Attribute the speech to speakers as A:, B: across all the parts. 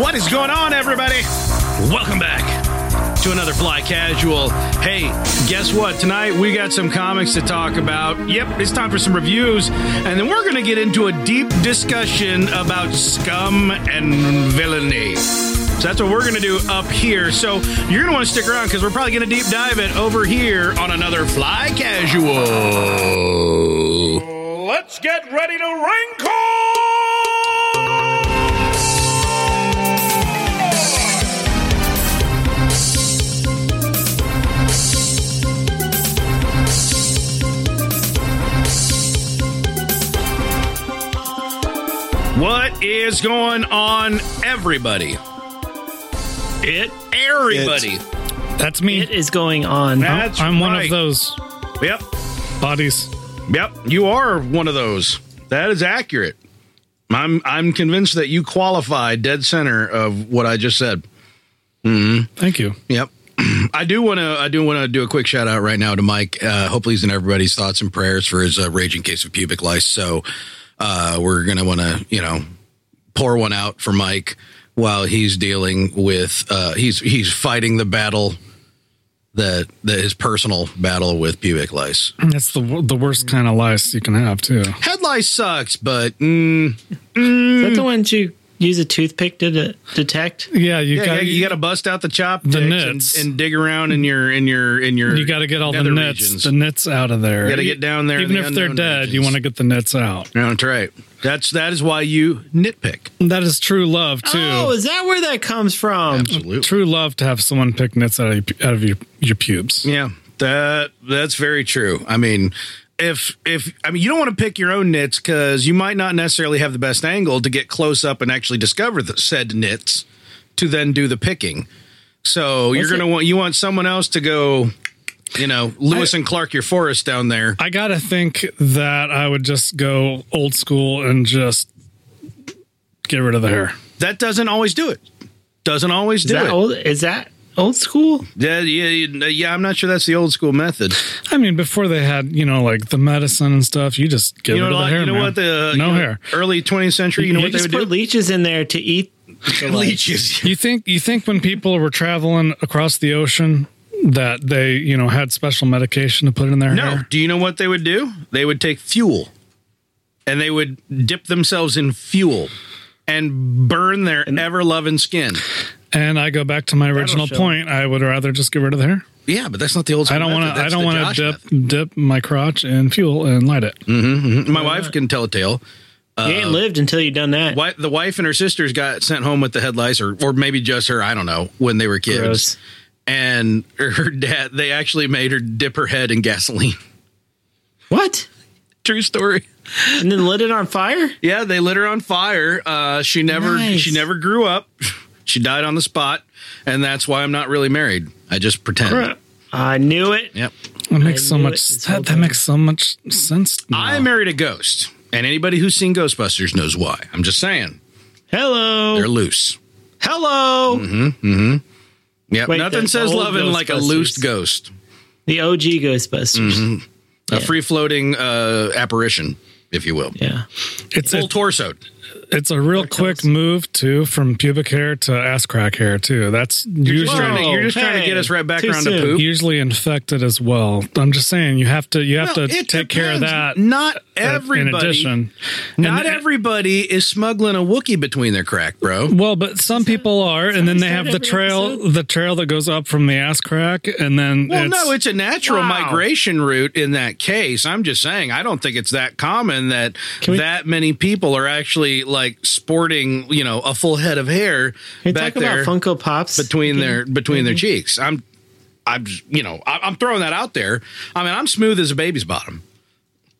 A: What is going on, everybody? Welcome back to another Fly Casual. Hey, guess what? Tonight we got some comics to talk about. Yep, it's time for some reviews, and then we're going to get into a deep discussion about scum and villainy. So that's what we're going to do up here. So you're going to want to stick around because we're probably going to deep dive it over here on another Fly Casual. Let's get ready to wrinkle! What is going on, everybody? It everybody.
B: That's me.
C: It is going on.
A: That's
B: I'm one
A: right.
B: of those
A: Yep,
B: bodies.
A: yep. You are one of those. That is accurate. I'm I'm convinced that you qualify dead center of what I just said. Mm-hmm.
B: Thank you.
A: Yep. I do want to. I do want to do a quick shout out right now to Mike. Uh, hopefully, he's in everybody's thoughts and prayers for his uh, raging case of pubic lice. So, uh, we're gonna want to, you know, pour one out for Mike while he's dealing with. Uh, he's he's fighting the battle that that his personal battle with pubic lice.
B: That's the wo- the worst kind of lice you can have too.
A: Head lice sucks, but mm,
C: Is that the
A: Hmm.
C: one you use a toothpick to de- detect?
B: Yeah, you
A: yeah,
B: got
A: you got to bust out the chop the
B: nits.
A: and, and dig around in your in your in your.
B: you got to get all the
A: nether
B: nits
A: regions.
B: the nits out of there.
A: You gotta get down there in
B: Even
A: the
B: if they're
A: unknown
B: dead, you
A: regions.
B: want to get the nits out.
A: No, that's right. That's that is why you nitpick.
B: That is true love too.
C: Oh, is that where that comes from?
A: Absolutely.
B: true love to have someone pick nits out of your, pu- out of your, your pubes.
A: Yeah, that that's very true. I mean, if if I mean, you don't want to pick your own nits because you might not necessarily have the best angle to get close up and actually discover the said nits to then do the picking. So you're
C: What's
A: gonna
C: it-
A: want you want someone else to go, you know, Lewis and Clark your forest down there.
B: I gotta think that I would just go old school and just get rid of the hair.
A: That doesn't always do it. Doesn't always
C: Is
A: do
C: that
A: it.
C: old? Is that old school?
A: yeah, yeah, yeah. I'm not sure that's the old school method.
B: I mean, before they had you know like the medicine and stuff, you just get
A: You know,
B: rid of the
A: like,
B: hair.
A: you know
B: man.
A: what the
B: no
A: you know,
B: hair.
A: early 20th century. You know
C: You
A: what they
C: just
A: would
C: put
A: do?
C: leeches in there to eat the lice.
B: You think you think when people were traveling across the ocean that they you know had special medication to put in their
A: No.
B: hair?
A: Do you know what they would do? They would take fuel and they would dip themselves in fuel and burn their ever loving skin.
B: And I go back to my original
C: show.
B: point. I would rather just get rid of the hair.
A: Yeah, but that's not the old
B: I don't want to. I don't want to dip dip my crotch in fuel and light it.
A: Mm. My wife can tell a tale.
C: you
A: Uh,
C: ain't lived until you done that.
A: Wi- the wife and her sisters got sent home with the head lice, or, or maybe just her, I don't know, when they were kids.
C: Gross.
A: And her dad, they actually made her dip her head in gasoline.
C: What?
A: True story.
C: And then lit it on fire?
A: Yeah, they lit her on fire. Uh, she never
C: Nice.
A: she never grew up. she died on the spot, and that's why I'm not really married. I just pretend.
C: I knew it.
A: Yep.
B: That makes so
C: knew
B: much.
C: it this whole
B: That, that
C: time.
B: makes so much sense. now.
A: I married a ghost, and anybody who's seen Ghostbusters knows why. I'm just saying they're Oh. Mm-hmm.
C: Hello.
A: loose.
C: Hello.
A: Yep.
C: Wait,
A: Nothing
C: the
A: says
C: old
A: loving like a loose
C: Ghostbusters.
A: ghost,
C: The OG Ghostbusters.
A: Mm-hmm. a free floating uh, apparition, if you will.
C: Yeah.
B: it's
A: Full
B: a,
A: torsoed.
B: it's a real quick move too from pubic hair to ass crack hair too. That's
A: You're just,
B: usually
A: trying to, you're just trying to
C: hey,
A: get us right back
C: too
A: around to
C: soon.
A: poop.
B: usually infected as well. I'm just saying you have to you have
A: Well,
B: to
A: it
B: take care of
A: depends.
B: that.
A: Not
B: uh,
A: everybody.
B: In addition,
A: Not
B: And-
A: everybody is smuggling a Wookiee between their crack, bro.
B: Well, but some people are, and then
C: we
B: they have
C: start
B: the
C: every
B: trail,
C: episode?
B: the trail that goes up from the ass crack, and then
A: Well,
B: it's,
A: no, it's a natural
C: Wow.
A: migration route in that case. I'm just saying, I don't think it's that common that
C: we-
A: that many people are actually like sporting, you know, a full head of hair
C: Can you
A: back
C: talk
A: there
C: about Funko Pops?
A: between their between their cheeks. I'm, I'm, just- you know, I- I'm throwing that out there. I mean, I'm smooth as a baby's bottom.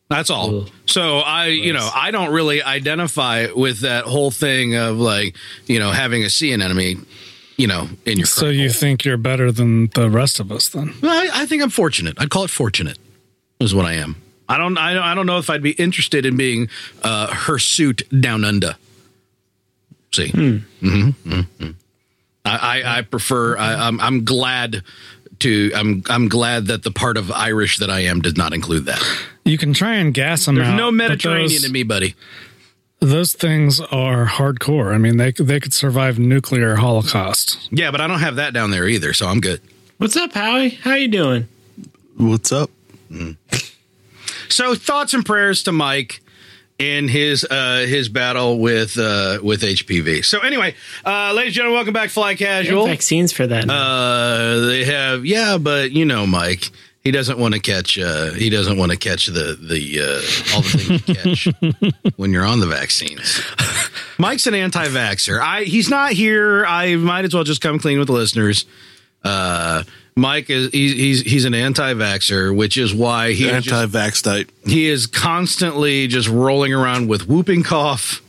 A: That's all. So I, you know, I don't really identify with that whole thing of like, you know, having a sea anemone, you know, in your.
B: so
A: crack
B: you
A: hole.
B: think you're better than the rest of us then?
A: Well, I, I think I'm fortunate. I'd call it fortunate. Is what I am. I don't. I don't, I don't know if I'd be interested in being uh, hirsute down under. See, hmm hmm I, I, I prefer. I, I'm, I'm glad to. I'm I'm glad that the part of Irish that I am does not include that.
B: You can try and gas them
A: There's
B: out.
A: no
B: but
A: Mediterranean
B: those-
A: in me, buddy.
B: those things are hardcore. I mean, they they could survive nuclear holocaust.
A: Yeah, but I don't have that down there either, so I'm good.
C: What's up, Howie? How you doing?
D: What's up?
A: So thoughts and prayers to Mike in his uh his battle with uh with HPV. So anyway, uh ladies and gentlemen, welcome back to Fly
C: They have
A: Casual.
C: Vaccines for that. now.
A: Uh they have yeah, but you know Mike, he doesn't want to catch uh he doesn't want to catch the the uh all the things you catch when you're on the vaccines. Mike's an anti-vaxxer. I he's not here. I might as well just come clean with the listeners. Uh Mike is he's he's, he's an anti-vaxxer, which is why he just-
D: Anti-vax type.
A: he is constantly just rolling around with whooping cough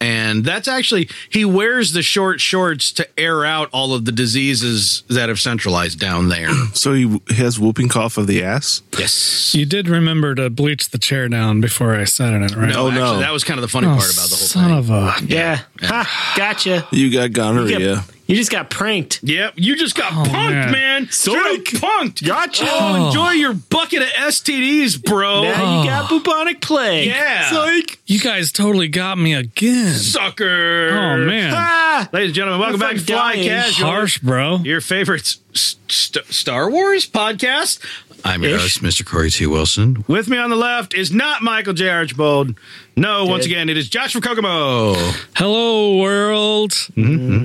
A: and that's actually he wears the short shorts to air out all of the diseases that have centralized down there
D: So he w- has whooping cough of the ass.
A: yes
B: You did remember to bleach the chair down before I sat in it, right?
A: no,
D: Oh,
A: actually,
D: no.
A: that was kind of the funny
B: Oh,
A: part about the whole
B: son
A: thing
B: of a.
C: yeah. Ha, gotcha.
D: You got
C: Yep.
D: gonorrhea.
C: You just got pranked.
A: yep you just got punked man,
B: Oh, man.
A: Straight up punked gotcha oh, enjoy your bucket of stds bro
C: Now you got bubonic plague.
A: Yeah.
C: Psych.
B: You guys totally got me again.
A: sucker
B: Oh, man.
A: Ah! ladies and gentlemen welcome back
C: That's
A: to fly
C: dying.
A: casual
B: Harsh, bro.
A: your favorite s- st- Star Wars podcast. I'm your
C: Ish.
A: host, Mr. Corey T. Wilson. With me on the left is not Michael J. Archbold. No, once
C: Dead.
A: again, it is Josh from Kokomo.
B: Hello, world.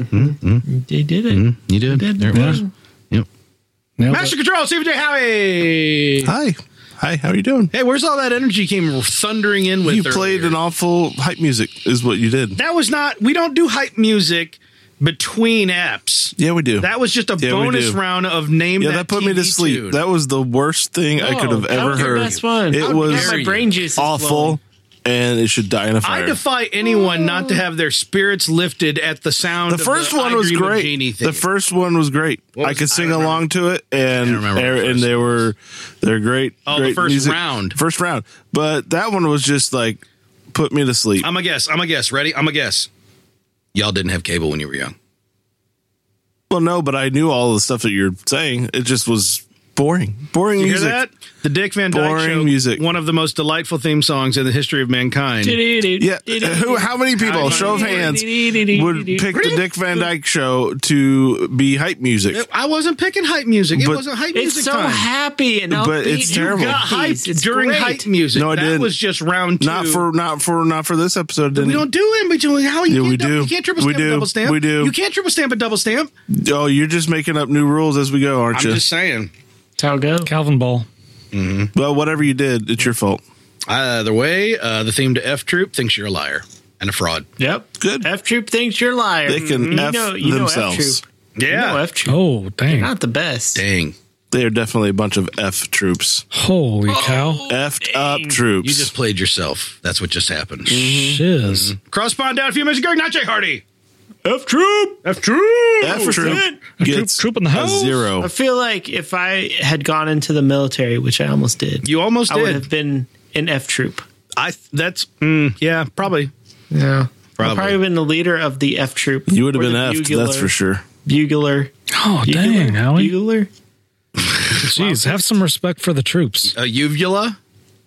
C: They did it.
D: Hmm.
A: You did.
C: Did
A: There it
C: the
A: was.
C: thing.
A: Yep.
B: Nailed
A: Master
B: it.
A: Control, Stephen J. Howie.
D: Hi. Hi, how are you doing?
A: Hey, where's all that energy came thundering in with?
D: you played
A: earlier?
D: an awful hype music is what you did.
A: That was not. We don't do hype music between apps.
D: Yeah, we do.
A: That was just a
D: Yeah, we
A: bonus
D: do.
A: round of name.
D: yeah, that, put me to
A: TV
D: sleep.
A: tune.
D: That was the worst thing I could
A: Oh,
D: have
C: Whoa,
D: ever
C: that was the
D: heard.
C: best one.
D: It
C: How
D: was
C: My
A: you.
C: brain juice is
D: awful and it should die in a
A: I
D: fire.
A: defy anyone not to have their spirits lifted at the sound.
D: the first
A: of the
D: one
A: I
D: was
A: Dream of
D: great.
A: Jeannie thing.
D: The first one was great.
A: What
D: I
A: was-
D: could
A: I
D: sing
A: don't remember.
D: along to it, and
A: don't remember what the
D: and
A: first
D: they
A: one was.
D: were they're great.
A: Oh, the
D: great
A: first
D: music.
A: round.
D: first round. But that one was just like put me to sleep.
A: I'm a guess. I'm a guess. Ready? I'm a guess. Y'all didn't have cable when you were young.
D: well, no, but I knew all the stuff that you're saying. It just was boring, boring
A: You
D: music.
A: hear that? The Dick Van Dyke
D: Boring
A: Show,
D: music.
A: one of the most delightful theme songs in the history of mankind.
D: Yeah, who? How many people? Show of hands would pick the Dick Van Dyke show to be hype music.
A: I wasn't picking hype music. It
D: But-
A: wasn't hype music
C: It's so
A: time.
C: happy and
D: But
C: upbeat.
D: it's
C: You
D: terrible.
A: Got
C: Got
A: hyped
C: hyped it's
A: during
C: great.
A: hype music.
D: No, I
A: that
D: didn't.
A: was just round two.
D: Not for not for not for this episode.
A: we
D: didn't-
A: don't do in between. How you
D: Yeah,
A: can't
D: we
A: double-
D: do.
A: You can't triple
D: We
A: stamp a
D: do.
A: double stamp.
D: We do.
A: You can't triple stamp a double stamp.
D: Oh, you're just making up new rules as we go, aren't
A: I'm
D: you?
A: just saying.
C: That's how it goes.
B: Calvin Ball.
D: well, whatever you did, it's your fault.
A: Either way, uh, the theme to F Troop thinks you're a liar and a fraud.
C: Yep.
D: Good.
C: F Troop thinks you're a liar.
D: They can
C: you
D: F
C: know, you Know F
D: themselves.
C: Troop. You know F Troop.
B: Oh, dang.
C: Not the best.
A: Dang.
D: They are definitely a bunch of F troops.
B: Holy
A: Oh.
B: cow.
D: Effed up troops.
A: You just played yourself. That's what just happened.
B: Shiz.
A: Cross pond down a few minutes ago. Not Jay Hardy.
C: F Troop.
A: F Troop.
D: F troop gets
B: troop in the
D: a
B: house?
D: zero.
C: I feel like if I had gone into the military, which I almost did,
A: You almost
C: I would have
A: did.
C: been in F Troop.
A: I. That's. Mm, yeah. Probably.
C: Yeah.
A: Probably.
C: I'd probably been the leader of the F Troop.
D: You would have
C: Or
D: been
C: the
D: F.
C: bugler-
D: That's for sure.
C: Bugler.
B: Oh,
C: Bugler?
B: dang, Howie.
C: Bugler?
B: Jeez, have some respect for the troops.
A: A Uh, uvula.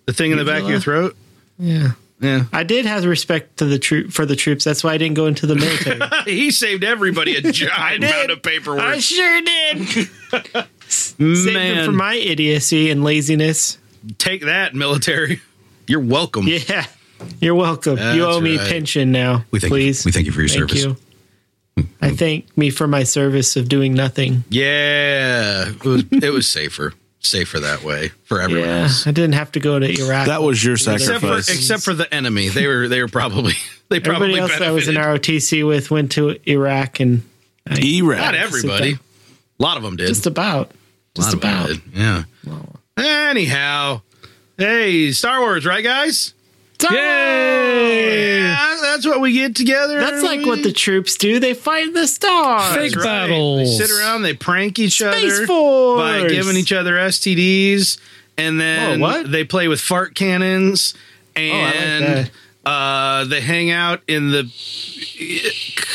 A: The thing in the back of your throat.
C: Yeah.
A: Yeah.
C: I did have respect to the troop for the troops. That's why I didn't go into the military.
A: he saved everybody a giant amount of paperwork.
C: I sure did. Saved them for my idiocy and laziness.
A: Take that, military. You're welcome.
C: Yeah. You're welcome.
A: That's
C: you owe me
A: right.
C: a pension now.
A: We thank you-
C: please.
A: we thank you for your service. Mm-hmm.
C: you. I thank me for my service of doing nothing.
A: Yeah. It was, it was safer. Safer that way for everyone
C: Yeah.
A: else.
C: I didn't have to go to Iraq.
D: That was your
A: Except for,
D: sacrifice.
A: except for the enemy. They were they were probably they probably
C: Everybody else I was in
A: benefited.
C: ROTC with went to Iraq and
A: Not
D: E-Rap.
A: everybody. A lot of them did.
C: just about. Just
A: lot of 'em
C: about.
A: did. Yeah. Anyhow, hey, Star Wars, right, guys?
B: Yay!
A: Yeah, that's what we get together.
C: That's
A: We-
C: like what the troops do. They fight the stars.
B: Fake
A: That's right.
B: battles.
A: They sit around, they prank each
C: Space
A: other
C: Force.
A: by giving each other STDs, and then
C: Whoa, what? Oh,
A: they play with fart cannons,
C: I
A: and
C: like
A: uh, they hang out in the.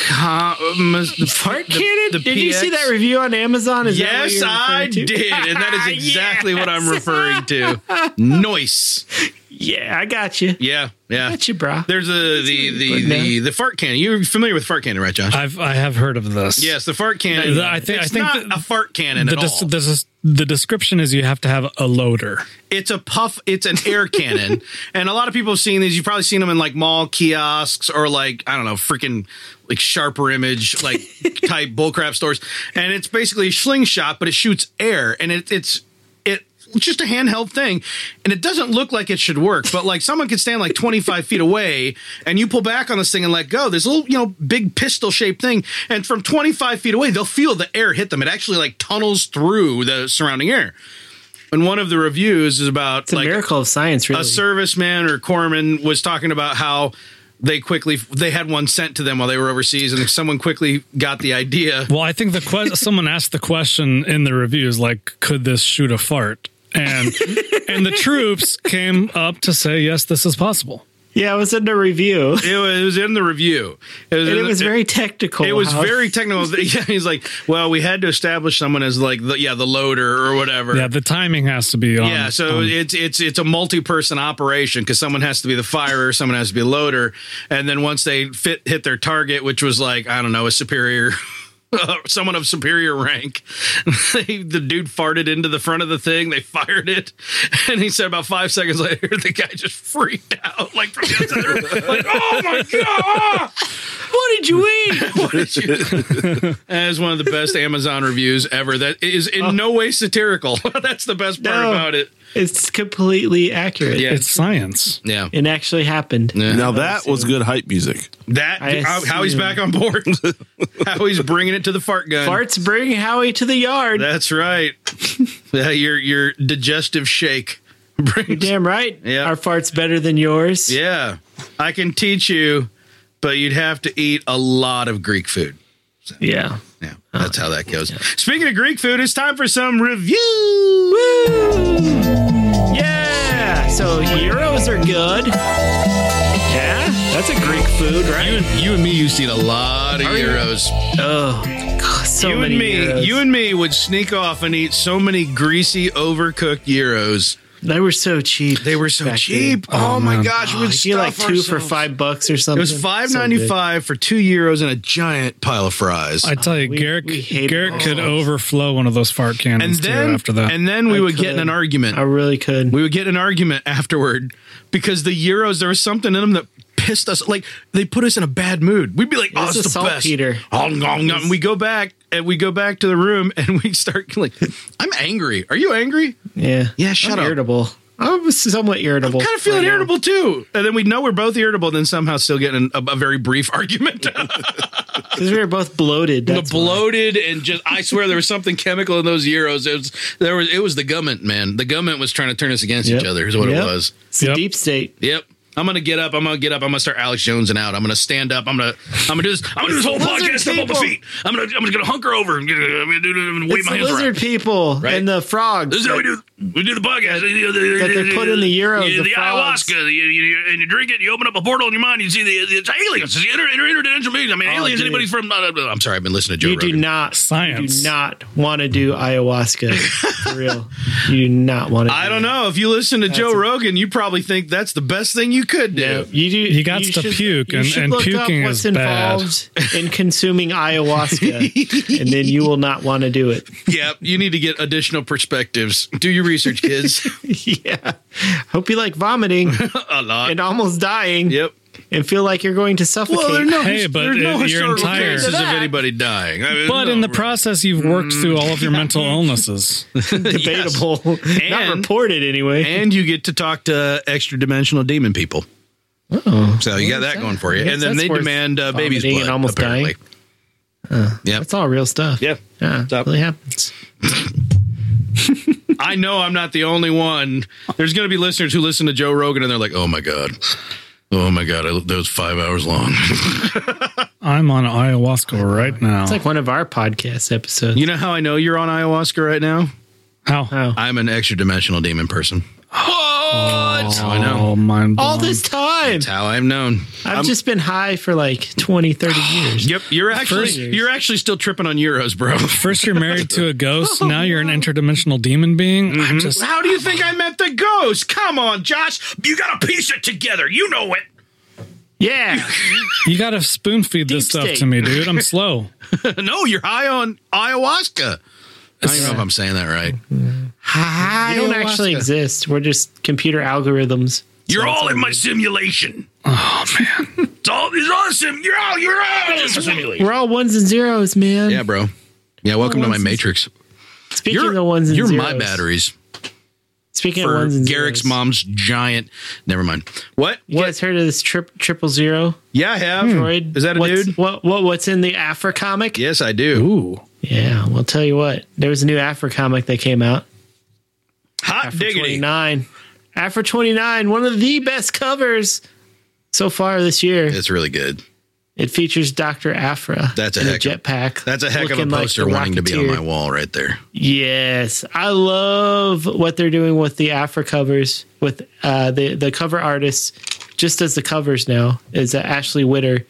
A: Com- the
C: Fart cannon?
A: the
C: did you see
A: PX?
C: that review on Amazon? Is that what
A: Yes,
C: you're
A: I
C: referring to?
A: did, and that is exactly what I'm referring to. Noise.
C: Yeah, I got you.
A: Yeah, yeah.
C: Got you, bro.
A: There's a the the
C: But no.
A: the, the fart cannon. You're familiar with fart cannon, right, Josh?
B: I've I have heard of this.
A: yes, the fart cannon.
B: I think- I
A: it's
B: think
A: not
B: the-
A: a fart cannon
B: The
A: at
B: des-
A: all.
B: this is- the description is you have to have a loader.
A: it's a puff. It's an air cannon, and a lot of people have seen these. You've probably seen them in like mall kiosks or like I don't know, freaking like sharper image like type bullcrap stores. And it's basically a slingshot, but it shoots air, and it, it's it it's just a handheld thing, and it doesn't look like it should work. But like someone could stand like twenty five feet away, and you pull back on this thing and let go. There's a little you know big pistol shaped thing, and from twenty five feet away, they'll feel the air hit them. It actually like tunnels through the surrounding air. And one of the reviews is about
C: It's a miracle of science, really.
A: a serviceman or corpsman was talking about how they quickly they had one sent to them while they were overseas, and someone quickly got the idea.
B: Well, I think the que- someone asked the question in the reviews like, could this shoot a fart? And and the troops came up to say, yes, this is possible.
C: yeah, it was in the review,
A: It was, it was in the review. It was,
C: and
A: in
C: it was
A: the-
C: very technical.
A: It was
C: how-
A: very technical. Yeah, he's like, well, we had to establish someone as like, the, yeah, the loader or whatever.
B: Yeah, the timing has to be on.
A: Yeah, so
B: on-
A: it's it's it's a multi-person operation because someone has to be the firer, someone has to be a loader, and then once they fit hit their target, which was like I don't know a superior, someone of superior rank, they, the dude farted into the front of the thing. They fired it, and he said about five seconds later, the guy just freaked out like from the outside, the room, like oh my god,
C: What did you eat?
A: what did you-" That is one of the best Amazon reviews ever. That is in no way satirical. That's the best part
C: No.
A: about it.
C: it's completely accurate.
A: Yeah.
B: it's science.
A: Yeah.
C: It actually happened.
A: Yeah.
D: Now that was good hype music.
A: That
C: I
A: how, how he's
C: assume.
A: back on board. how he's bringing it to the fart gun.
C: Farts bring Howie to the yard.
A: That's right. yeah, your your digestive shake brings.
C: Damn right.
A: Yeah.
C: Our fart's better than yours.
A: Yeah, I can teach you, but you'd have to eat a lot of Greek food.
C: Yeah.
A: Yeah, that's how that goes. Speaking of Greek food, it's time for some review.
C: Yeah. So euros are good. Yeah. That's a Greek food, right?
A: You and, you and me used to eat a lot of euros.
C: oh, God, so
A: You
C: many
A: and me,
C: euros.
A: you and me would sneak off and eat so many greasy, overcooked euros.
C: they were so cheap.
A: They were so
C: back Uh-huh.
A: cheap. Oh, my gosh, we
C: then.
A: would
C: I feel Ah, like
A: stuff
C: two for
A: ourselves.
C: five bucks or something.
A: It was five ninety five for two euros and a giant pile of fries.
B: I tell you,
C: we-
B: Garrett,
C: we hate
B: Garrett
C: it.
B: could overflow one of those fart
A: and
B: cannons
A: then
B: too after that.
A: and then we
C: I
A: would get in
C: could.
A: an argument.
C: I really could.
A: we would get in an argument afterward because the euros there was something in them that pissed us like they put us in a bad mood. We'd be like, "Oh,
C: was
A: it's the
C: a saltpeter.
A: best." Oh, nom, nom. And we go back and we go back to the room and we start like, "I'm angry. Are you angry?"
C: yeah.
A: Yeah, shut
C: I'm
A: up.
C: Irritable. I'm somewhat irritable.
A: Kind of feeling
C: right now.
A: irritable too, and then we know we're both irritable, and then somehow still getting a, a very brief argument.
C: Because we were both bloated.
A: the
C: That's why.
A: bloated and just I swear there was something chemical in those euros. It was there was it was the government, man. The government was trying to turn us against
C: Yep.
A: each other is what
C: Yep.
A: it was.
C: It's a
B: Yep.
C: deep state.
A: Yep. I'm gonna get up. I'm gonna get up. I'm gonna start Alex Jones and out. I'm gonna stand up. I'm gonna I'm gonna do this. I'm gonna do this whole
C: Lizard
A: podcast up on my
C: people.
A: feet. I'm gonna I'm just gonna hunker over. I'm gonna, I'm gonna do I'm gonna wave
C: It's
A: my
C: the
A: hands
C: lizard
A: around.
C: people
A: Right.
C: and the frogs.
A: This is how we do we do the podcast. That
C: they put in the euros,
A: the,
C: the frogs.
A: ayahuasca, the, you, you- and you drink it. You open up a portal in your mind. You see the, it's aliens. It's inter, inter, interdimensional beings. I mean, aliens.
C: Oh, dude.
A: Anybody from? I'm sorry, I've been listening to Joe
C: You do
A: Rogan.
C: not
B: Science.
C: You do not want to do ayahuasca. For real, you do not want to.
A: I don't know. If you listen to Joe
C: a-
A: Rogan, you probably think that's the best thing you could do.
C: You do.
B: He gots to puke,
C: you
B: and-
C: should
B: and
C: look
B: puking is bad.
C: in consuming ayahuasca, and then you will not want to do it.
A: Yeah, you need to get additional perspectives. Do your research, kids.
C: yeah. Hope you like vomiting
A: A lot.
C: and almost dying,
A: Yep.
B: Yep.
C: and feel like you're going to suffocate.
B: Hey, but
A: there's
B: it- your
A: historical
B: entire-
A: cases of anybody dying. I mean,
B: but
A: no,
B: in the
A: right.
B: process, you've worked through all of your mental illnesses.
C: debatable, not
A: And-
C: reported anyway.
A: and you get to talk to extra dimensional demon people. so you got that going for you,
C: Yes,
A: and then
C: that's
A: they
C: worth
A: demand uh, baby's
C: vomiting
A: blood.
C: and almost
A: apparently. yeah,
C: it's all real stuff.
A: yeah.
C: Yeah,
A: Stop.
C: it really happens.
A: I know I'm not the only one. There's going to be listeners who listen to Joe Rogan and they're like, "Oh my god, oh my god, I, that was five hours long."
B: I'm on ayahuasca right now.
C: It's like one of our podcast episodes.
A: you know how I know you're on ayahuasca right now?
B: How?
C: Oh.
A: I'm an extra dimensional demon person.
B: Oh, mind
C: all
B: blown.
C: this time. time.
A: That's how I'm known.
C: I've just been high for like 20, 30 years.
A: Yep, you're actually
C: First-
A: you're actually still tripping on euros, bro.
B: First, you're married to a ghost. Now you're an interdimensional demon being. I'm
C: Mm-hmm.
B: just
A: How do you think I met the ghost? Come on, Josh, you gotta piece it together. You know it.
C: Yeah.
B: you got to spoon feed this
C: Deep
B: stuff
C: state.
B: to me, dude. I'm slow.
A: no, you're high on ayahuasca. I don't even know if I'm saying that right.
C: I don't actually exist. We're just computer algorithms.
A: You're all in my simulation. Oh man, it's all it's awesome. You're all you're all in my simulation.
C: We're all ones and zeros, man.
A: Yeah, bro. Yeah, welcome to my
C: Ones and-
A: matrix.
C: Speaking
A: You're
C: of ones and
A: you're
C: zeros.
A: my batteries
C: Speaking of
A: for
C: ones and
A: Garrick's
C: zeros.
A: mom's giant. Never mind. What?
C: You guys heard of this trip, triple zero?
A: Yeah, I have.
C: Freud?
A: Is that a
C: what's,
A: dude?
C: What, what, what's in the Afro comic?
A: Yes, I do.
B: Ooh,
C: Yeah, well, tell you what, there was a new Afro comic that came out.
A: Hot diggity.
C: 29. Afro 29, one of the best covers so far this year.
A: It's really good.
C: It features Dr. Afra.
A: That's a
C: in
A: heck
C: a
A: of-
C: jetpack.
A: That's a heck of a
C: looking like
A: poster
C: the
A: wanting to be on
C: Rocketeer.
A: my wall right there.
C: Yes, I love what they're doing with the Afro covers. With uh, the the cover artist, just as the covers now is uh, Ashley Witter,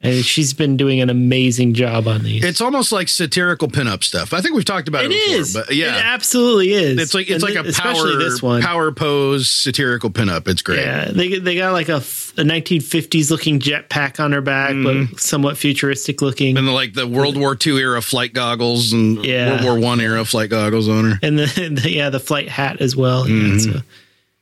C: and she's been doing an amazing job on these.
A: It's almost like satirical pinup stuff. I think we've talked about it,
C: It
A: before,
C: is,
A: but
C: it
A: yeah.
C: absolutely is.
A: it's like it's like
C: And
A: a
C: th- especially
A: power
C: this one.
A: power pose satirical pinup. It's great.
C: Yeah, they they got like a, f- a 1950s looking jetpack on her back,
A: Mm-hmm.
C: but somewhat futuristic looking.
A: And the, like the World War II era flight goggles and
C: Yeah.
A: World War One era flight goggles on her.
C: and the, the yeah the flight hat as well. Yeah,
A: Mm-hmm.
C: so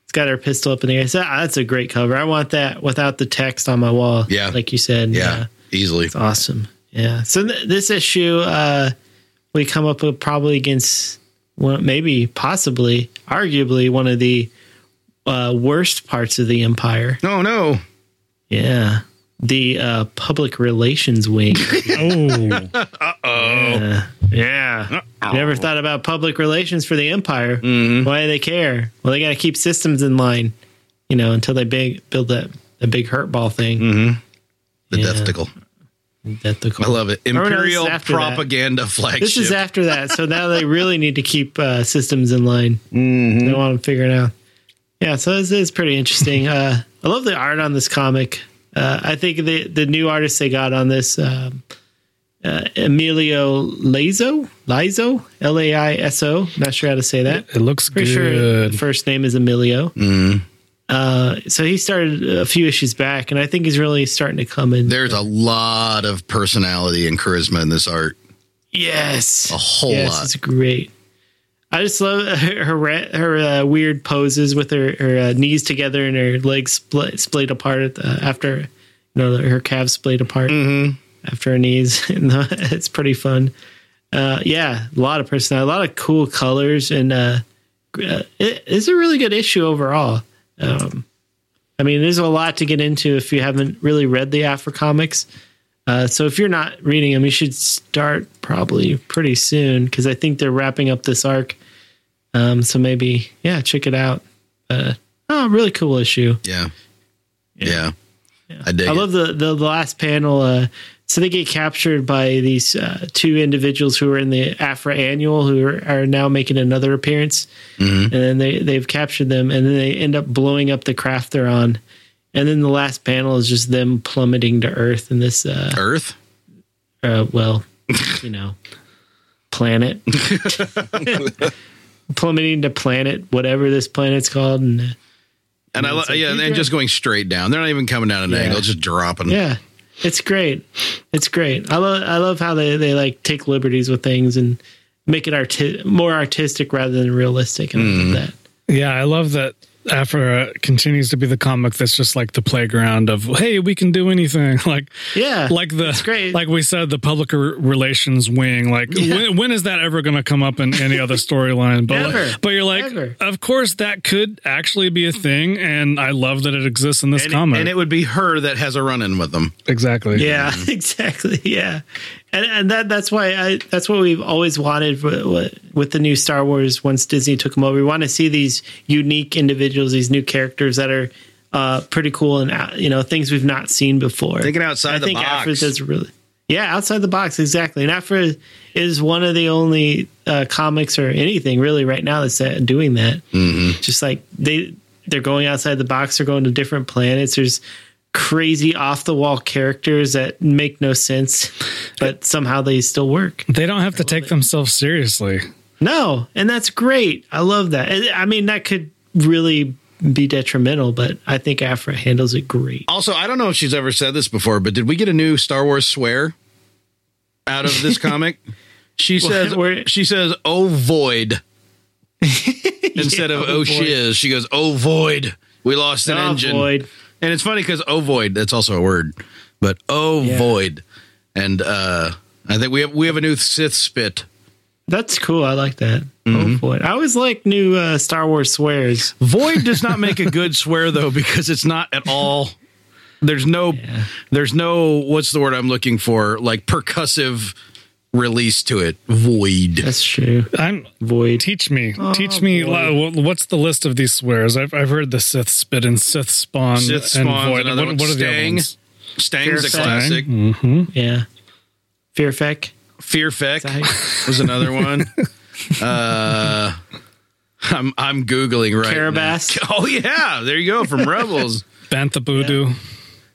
C: it's got her pistol up in the air. So, ah, that's a great cover. I want that without the text on my wall.
A: Yeah.
C: like you said.
A: Yeah, easily.
C: it's awesome. Yeah. So th- this issue, uh, we come up with probably against one, maybe possibly, arguably one of the uh, worst parts of the empire.
A: No, no.
C: Yeah. The uh, public relations wing.
B: oh,
C: Yeah. Never thought about public relations for the empire. Why do they care? Well, they got to keep systems in line, you know, until they big, build that a big hurt ball thing.
A: The
C: Yeah.
A: death tickle.
C: That the
A: I love it.
C: no, this is
A: Imperial
C: after that.
A: propaganda flagship.
C: This is after that, so now they really need to keep uh, systems in line. They want them figured out. Yeah, so this is pretty interesting. Uh, I love the art on this comic. Uh, I think the the new artist they got on this, um, uh, Emilio Lazo, Lizo, L A I S O. Not sure how to say that.
B: it looks
C: Pretty sure
B: good.
C: the first name is Emilio. Uh, so he started a few issues back, and I think he's really starting to come in.
A: There's a lot of personality and charisma in this art.
C: yes,
A: A whole
C: yes,
A: lot.
C: it's great. I just love her her, her uh, weird poses with her her uh, knees together and her legs split, splayed apart at the, after you know her calves splayed apart after her knees. And it's pretty fun. Uh, yeah, a lot of personality, a lot of cool colors, and uh, gr- uh, it, it's a really good issue overall. Um, I mean, there's a lot to get into if you haven't really read the Afro comics. Uh, so if you're not reading them, you should start probably pretty soon because I think they're wrapping up this arc. Um, so maybe yeah, check it out. Uh, oh, really cool issue.
A: Yeah. Yeah. I dig
C: I
A: it.
C: love the, the the last panel. Uh, so they get captured by these uh, two individuals who were in the Afra Annual, who are, are now making another appearance,
A: Mm-hmm.
C: and then they they've captured them, and then they end up blowing up the craft they're on, and then the last panel is just them plummeting to Earth in this uh,
A: Earth.
C: uh, well, you know, planet. Plummeting to planet, whatever this planet's called, and uh,
A: And I lo-
C: it's like,
A: yeah,
C: you
A: and
C: drive-
A: just going straight down. They're not even coming down at an
C: Yeah.
A: angle, it's just dropping.
C: yeah, it's great. It's great. I love. I love how they they like take liberties with things and make it arti- more artistic rather than realistic, and I love that.
B: Yeah, I love that. Afra continues to be the comic that's just like the playground of hey, we can do anything. Like
C: Yeah,
B: like the
C: it's great.
B: like we said the public r- relations wing like when, when is that ever going to come up in any other storyline but like-
C: Never.
B: but you're like
C: Never.
B: of course that could actually be a thing and i love that it exists in this
A: And,
B: comic
A: and it would be her that has a run in with them.
B: exactly
C: Yeah, exactly. Yeah, and and that that's why I that's what we've always wanted with, with the new Star Wars. Once Disney took them over, we want to see these unique individuals, these new characters that are uh, pretty cool and uh, you know things we've not seen before.
A: Thinking outside
C: I
A: the
C: think Afra
A: box.
C: does really. Yeah, outside the box, exactly. And Afra is one of the
A: Mm-hmm.
C: only uh, comics or anything really right now that's uh, doing that. Just like they they're going outside the box. They're going to different planets. There's crazy off the wall characters that make no sense, but somehow they still work.
B: They don't have to take themselves seriously.
C: No, and that's great. I love that. And, I mean, that could really be detrimental, but I think Afra handles it great.
A: Also, I don't know if she's ever said this before, but did we get a new Star Wars swear out of this comic? She says
C: Where-
A: she says oh void instead of oh,
C: oh, void.
A: shiz. She goes oh void. We lost an
C: Oh,
A: engine.
C: void.
A: And it's funny because oh void that's also a word, but oh void. And uh, I think we have we have a new Sith spit.
C: That's cool. I like that. Oh boy, I always like new uh, Star Wars swears.
A: Void does not make a good swear though because it's not at all. There's no, there's no. What's the word I'm looking for? Like percussive release to it. Void.
C: That's true.
B: I'm
C: Void.
B: teach me,
A: Oh,
B: teach me. li- wh- What's the list of these swears? I've I've heard the Sith spit and Sith spawn
A: Sith spawn's
B: and void.
A: another
B: What,
A: one.
B: what are the other
A: Stang.
B: ones? Mm.
A: Stang's a
C: Fearfeck.
A: classic.
C: Yeah. Fearfeck.
A: Fearfeck was another one. uh, I'm I'm googling right. now.
C: Carabas.
A: Oh yeah, there you go from Rebels.
B: Bantha Boodoo.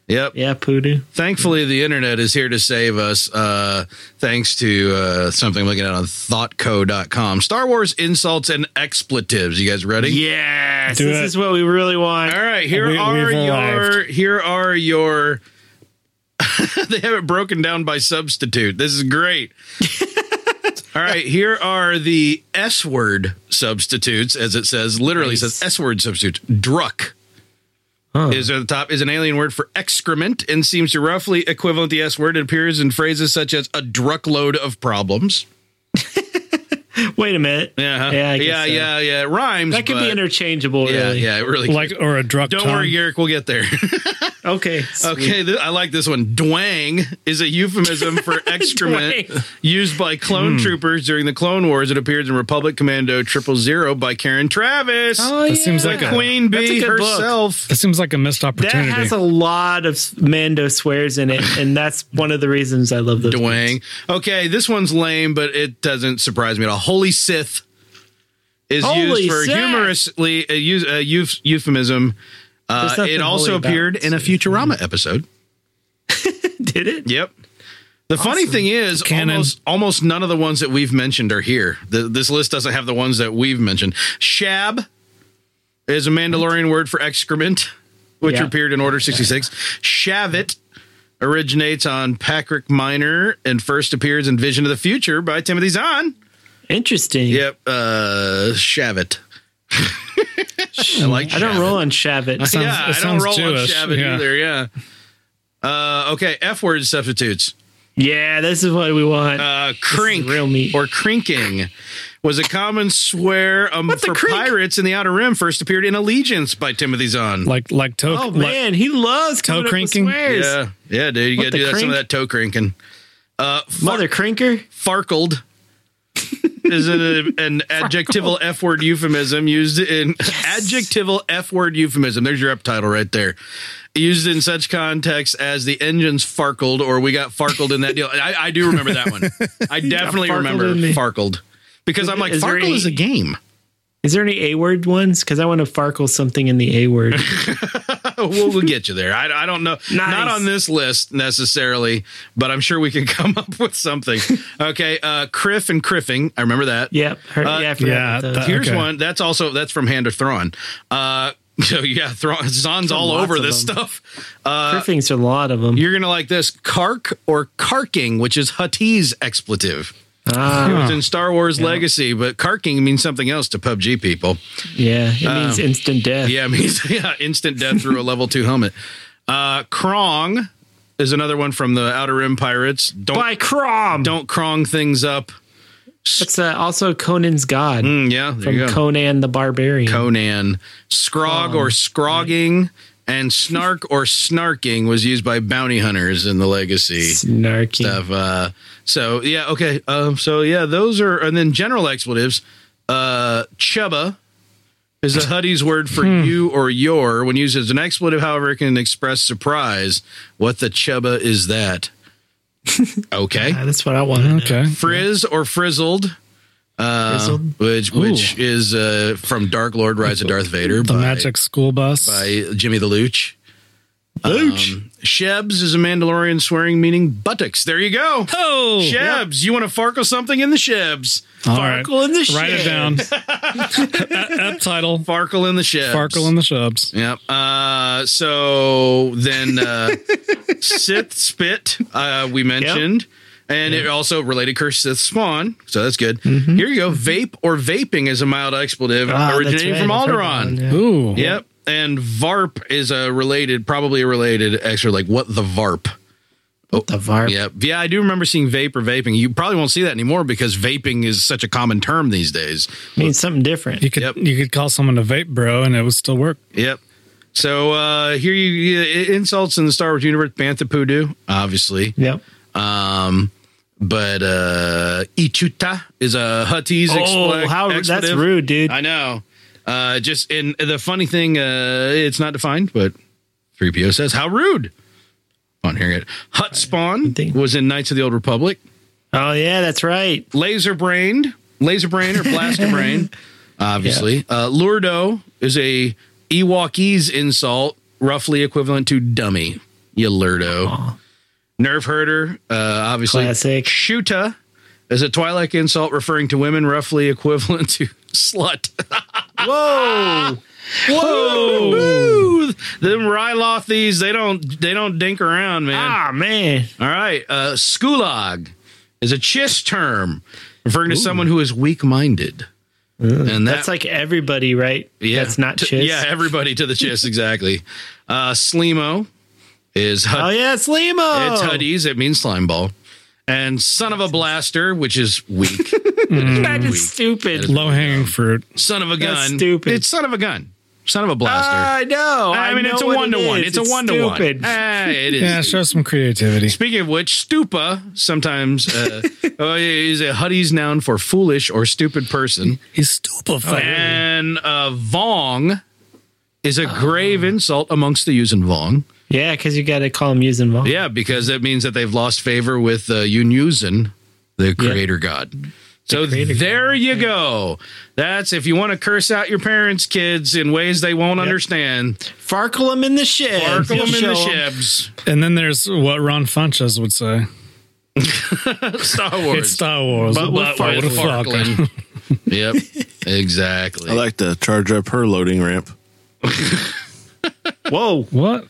A: Yep.
C: Yeah, Poodoo.
A: Thankfully, the internet is here to save us. Uh, thanks to uh, something I'm looking at on thoughtco.com. Star Wars insults and expletives. You guys ready?
C: Yes.
B: Do
C: this
B: it.
C: is what we really want.
A: All right. Here
B: We-
A: are
B: we've
A: your.
B: arrived.
A: Here are your. they have it broken down by substitute. This is great. All right. Here are the S word substitutes, as it says. Literally says S word substitutes. Druck. is at the top is an alien word for excrement and seems to roughly equivalent to the S word. It appears in phrases such as a druckload of problems.
C: Wait a minute. Yeah, I guess
A: yeah,
C: so.
A: yeah, yeah. It rhymes.
C: That could
A: but-
C: be interchangeable,
A: Yeah,
C: really.
A: yeah, it really.
B: like or a drug.
A: don't
B: tongue.
A: worry, Eric. We'll get there.
C: Okay. sweet.
A: okay, th- I like this one. Dwang is a euphemism for excrement
C: Dwang. Hmm.
A: used by clone troopers during the Clone Wars. It appears in Republic Commando Triple Zero by Karen Travis.
C: Oh,
B: That
C: yeah.
B: seems like
A: the
B: a
A: Queen
C: That's a
A: Bee
C: good book.
A: herself.
B: that seems like a missed
C: That
B: opportunity.
C: has a lot of Mando swears in it, and that's one of the reasons I love those.
A: Dwang.
C: books.
A: Okay, this one's lame, but it doesn't surprise me at all. Holy Sith is
C: Holy
A: used for
C: Sith!
A: humorously uh, a, eu- a euf- euphemism. Uh,
C: There's nothing
A: it also
C: holy about
A: appeared in a
C: Sith.
A: Futurama episode.
C: Did it?
A: Yep. The funny thing is,
B: Canon.
A: almost almost none of the ones that we've mentioned are here. The, this list doesn't have the ones that we've mentioned. Shab is a Mandalorian word for excrement, which
C: Yeah.
A: appeared in Order sixty six. Shavit originates on Patrick Minor and first appears in Vision of the Future by Timothy Zahn.
C: Interesting.
A: Yep, uh, Shavit. I like.
C: Hmm. I don't roll on Shavit.
B: Sounds-
A: yeah,
B: it
A: I don't
B: sounds
A: roll
B: Jewish,
A: on Shavit
B: yeah.
A: either. Yeah. Uh, okay, F word substitutes.
C: Yeah, this is what we want.
A: uh, crink
C: real meat.
A: or crinking was a common swear um,
C: the
A: for
C: crink?
A: pirates in the Outer Rim. First appeared in Allegiance by Timothy Zahn.
B: like like toe.
C: oh
B: like-
C: man, he loves toe
B: cranking?
C: cranking. Swears.
A: yeah, yeah, dude, you
C: What
A: got to
C: the
A: do that, some
C: crink?
A: of that toe crinking. Uh, far-
C: Mother crinker.
A: farkled is an, an adjectival F word euphemism used in adjectival F word euphemism. There's your up title right there. Used in such contexts as the engines farkled or we got farkled in that deal. I, I do remember that one. I definitely
C: farkled
A: remember
C: in the-
A: farkled because I'm like,
C: Is there
A: farkle
C: any-
A: is a game.
C: Is there any A word ones? Because I want to farkle something in the A word.
A: Oh, we'll, we'll get you there. I, I don't know. Not
C: Nice.
A: on this list necessarily, but I'm sure we can come up with something. Okay. Uh, criff and criffing. I remember that.
C: yep. Her,
A: Uh,
C: yeah. I forgot
B: yeah,
C: about those.
B: that-
A: Here's
B: Okay.
A: one that's also that's from Hand of Thrawn. Uh, so yeah, Thrawn, Zahn's all
C: lots
A: over
C: of
A: this
C: them.
A: stuff. uh,
C: Perfings are a lot of them.
A: You're gonna like this kark or karking, which is Huttese expletive.
C: Ah,
A: It was in Star Wars Legacy, but karking means something else to PUBG people.
C: Yeah, it means instant death.
A: Um, Yeah, it means yeah, instant death through a level two helmet. Uh, krong is another one from the Outer Rim pirates. Don't
C: By Crom.
A: don't krong things up.
C: That's uh, also Conan's god
A: Mm, yeah, there
C: from
A: you go.
C: Conan the Barbarian.
A: Conan. Scrog or scrogging and snark or snarking was used by bounty hunters in the legacy
C: Snarky.
A: stuff. Uh, so yeah, okay. Um, so yeah, those are and then general expletives. Uh, chubba is a Huddy's word for
B: Hmm.
A: you or your. When used as an expletive, however, it can express surprise. What the chubba is that? Okay. Uh,
C: Yeah, that's what I want.
B: Okay.
A: Frizz or frizzled uh,
C: Grizzled?
A: which which is uh, from Dark Lord: Rise of Darth Vader
B: The
A: by,
B: Magic School Bus.
A: by Jimmy the Looch. Um, Shebs is a Mandalorian swearing meaning buttocks. There you go.
B: Oh,
A: Shebs, you want to farkle something in the Shebs?
B: All right.
A: farkle in the Shebs.
B: Write it down. Ep title.
A: Farkle in the Shebs.
B: Farkle and the Shubs.
A: Yep. Uh, so then uh, Sith Spit, uh, we mentioned. And it also related curse Sith Spawn. So that's good. Here you go. Vape or vaping is a mild expletive
C: Mm-hmm. Ah, that's
A: originating
C: right,
A: from
C: I've heard
A: Alderaan.
C: that one, yeah.
B: Ooh.
A: Yep. And VARP is a related, probably a related extra, like what the VARP.
C: The VARP.
A: Yep. Oh, Yeah, I do remember seeing vape or vaping. You probably won't see that anymore because vaping is such a common term these days.
C: means something different.
B: You could
A: Yep.
B: you could call someone a vape bro and it would still work.
A: Yep. So uh here you uh, insults in the Star Wars universe, Bantha Poodoo, obviously.
C: Yep.
A: Um, but uh, Ichuta is a Huttese.
C: Oh,
A: expl-
C: how that's
A: expletive.
C: rude, dude.
A: I know. Uh, just and the funny thing, uh, it's not defined, but 3PO says how rude. On hearing it, Hut Spawn
C: thing.
A: was in Knights of the Old Republic.
C: Oh yeah, that's right.
A: Laser brained, laser brain or blaster brain, obviously. Uh, Lurdo is a Ewokese insult, roughly equivalent to dummy. You Lurdo. Nerve herder, uh, obviously.
C: Classic.
A: Shuta is a Twi'lek insult referring to women, roughly equivalent to slut. Whoa. Whoa! Them Rylothies, they don't they don't dink around, man.
C: Ah man,
A: All right. Uh, skulog is a chiss term referring to someone who is weak minded. And that-
C: that's like everybody, right?
A: yeah,
C: that's not
A: to-
C: chiss.
A: Yeah, everybody to the chiss, exactly. Uh, slimo is
C: Oh
A: hut-
C: yeah, it's Limo.
A: it's huddies. It means slime ball. And son of a blaster, which is weak.
C: That is stupid.
B: Low hanging fruit.
A: son of a gun.
C: That's stupid. Uh,
A: It's son of a gun. Son of a blaster.
C: I know.
A: I mean,
C: know
A: it's a
C: what it
A: one to one.
C: is.
A: It's a one to one.
C: stupid.
A: It is.
B: Yeah, show some creativity.
A: Speaking of which, stupa sometimes uh, oh, is a Hutty's noun for foolish or stupid person,
B: He's stupefied.
A: and uh, vong is a grave insult amongst the Yuuzhan Vong.
C: Yeah, because you got to call him using Vol.
A: Yeah, because it means that they've lost favor with uh, Yun Yuuzhan, the creator god. So
C: creator
A: there you go. That's if you want to curse out your parents' kids in ways they won't understand.
C: Farkle him in the shed.
A: Sparkle them in the
C: Show him.
A: shibs.
B: And then there's what Ron Funches would say.
A: Star Wars.
B: It's Star Wars.
A: but
B: What-
A: with
B: what the fuck?
A: farkling. yep, exactly.
D: I like to charge up her loading ramp.
C: Whoa.
B: What?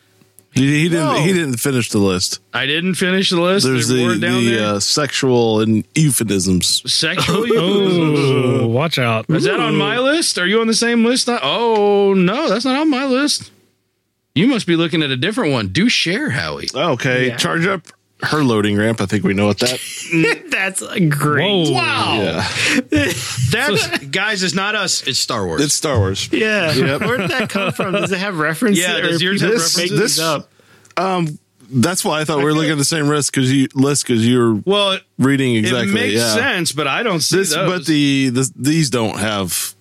D: He, he didn't.
A: No.
D: He didn't finish the list.
A: I didn't finish the list.
D: There's the,
A: more down
D: the
A: there.
D: uh, sexual and euphemisms.
A: Sexual
B: Oh, watch out.
A: Is that on my list? Are you on the same list? I- oh no, that's not on my list. You must be looking at a different one. Do share, Howie.
D: Okay,
C: Yeah.
D: charge up her loading ramp. I think we know what that.
C: That's great.
B: Whoa.
D: yeah,
A: That guys, it's not us. It's Star Wars.
D: it's Star Wars.
C: Yeah.
D: Yep.
C: Where did that come from? Does it have references?
A: Yeah,
C: or
A: does yours
C: people
A: have
C: just make
D: references?
C: these up?
D: That's why I thought we were looking at the same list because you list because you're
A: well, it,
D: reading
A: it
D: exactly.
A: makes
D: yeah.
A: sense, but I don't see
D: This,
A: those.
D: but the, the these don't have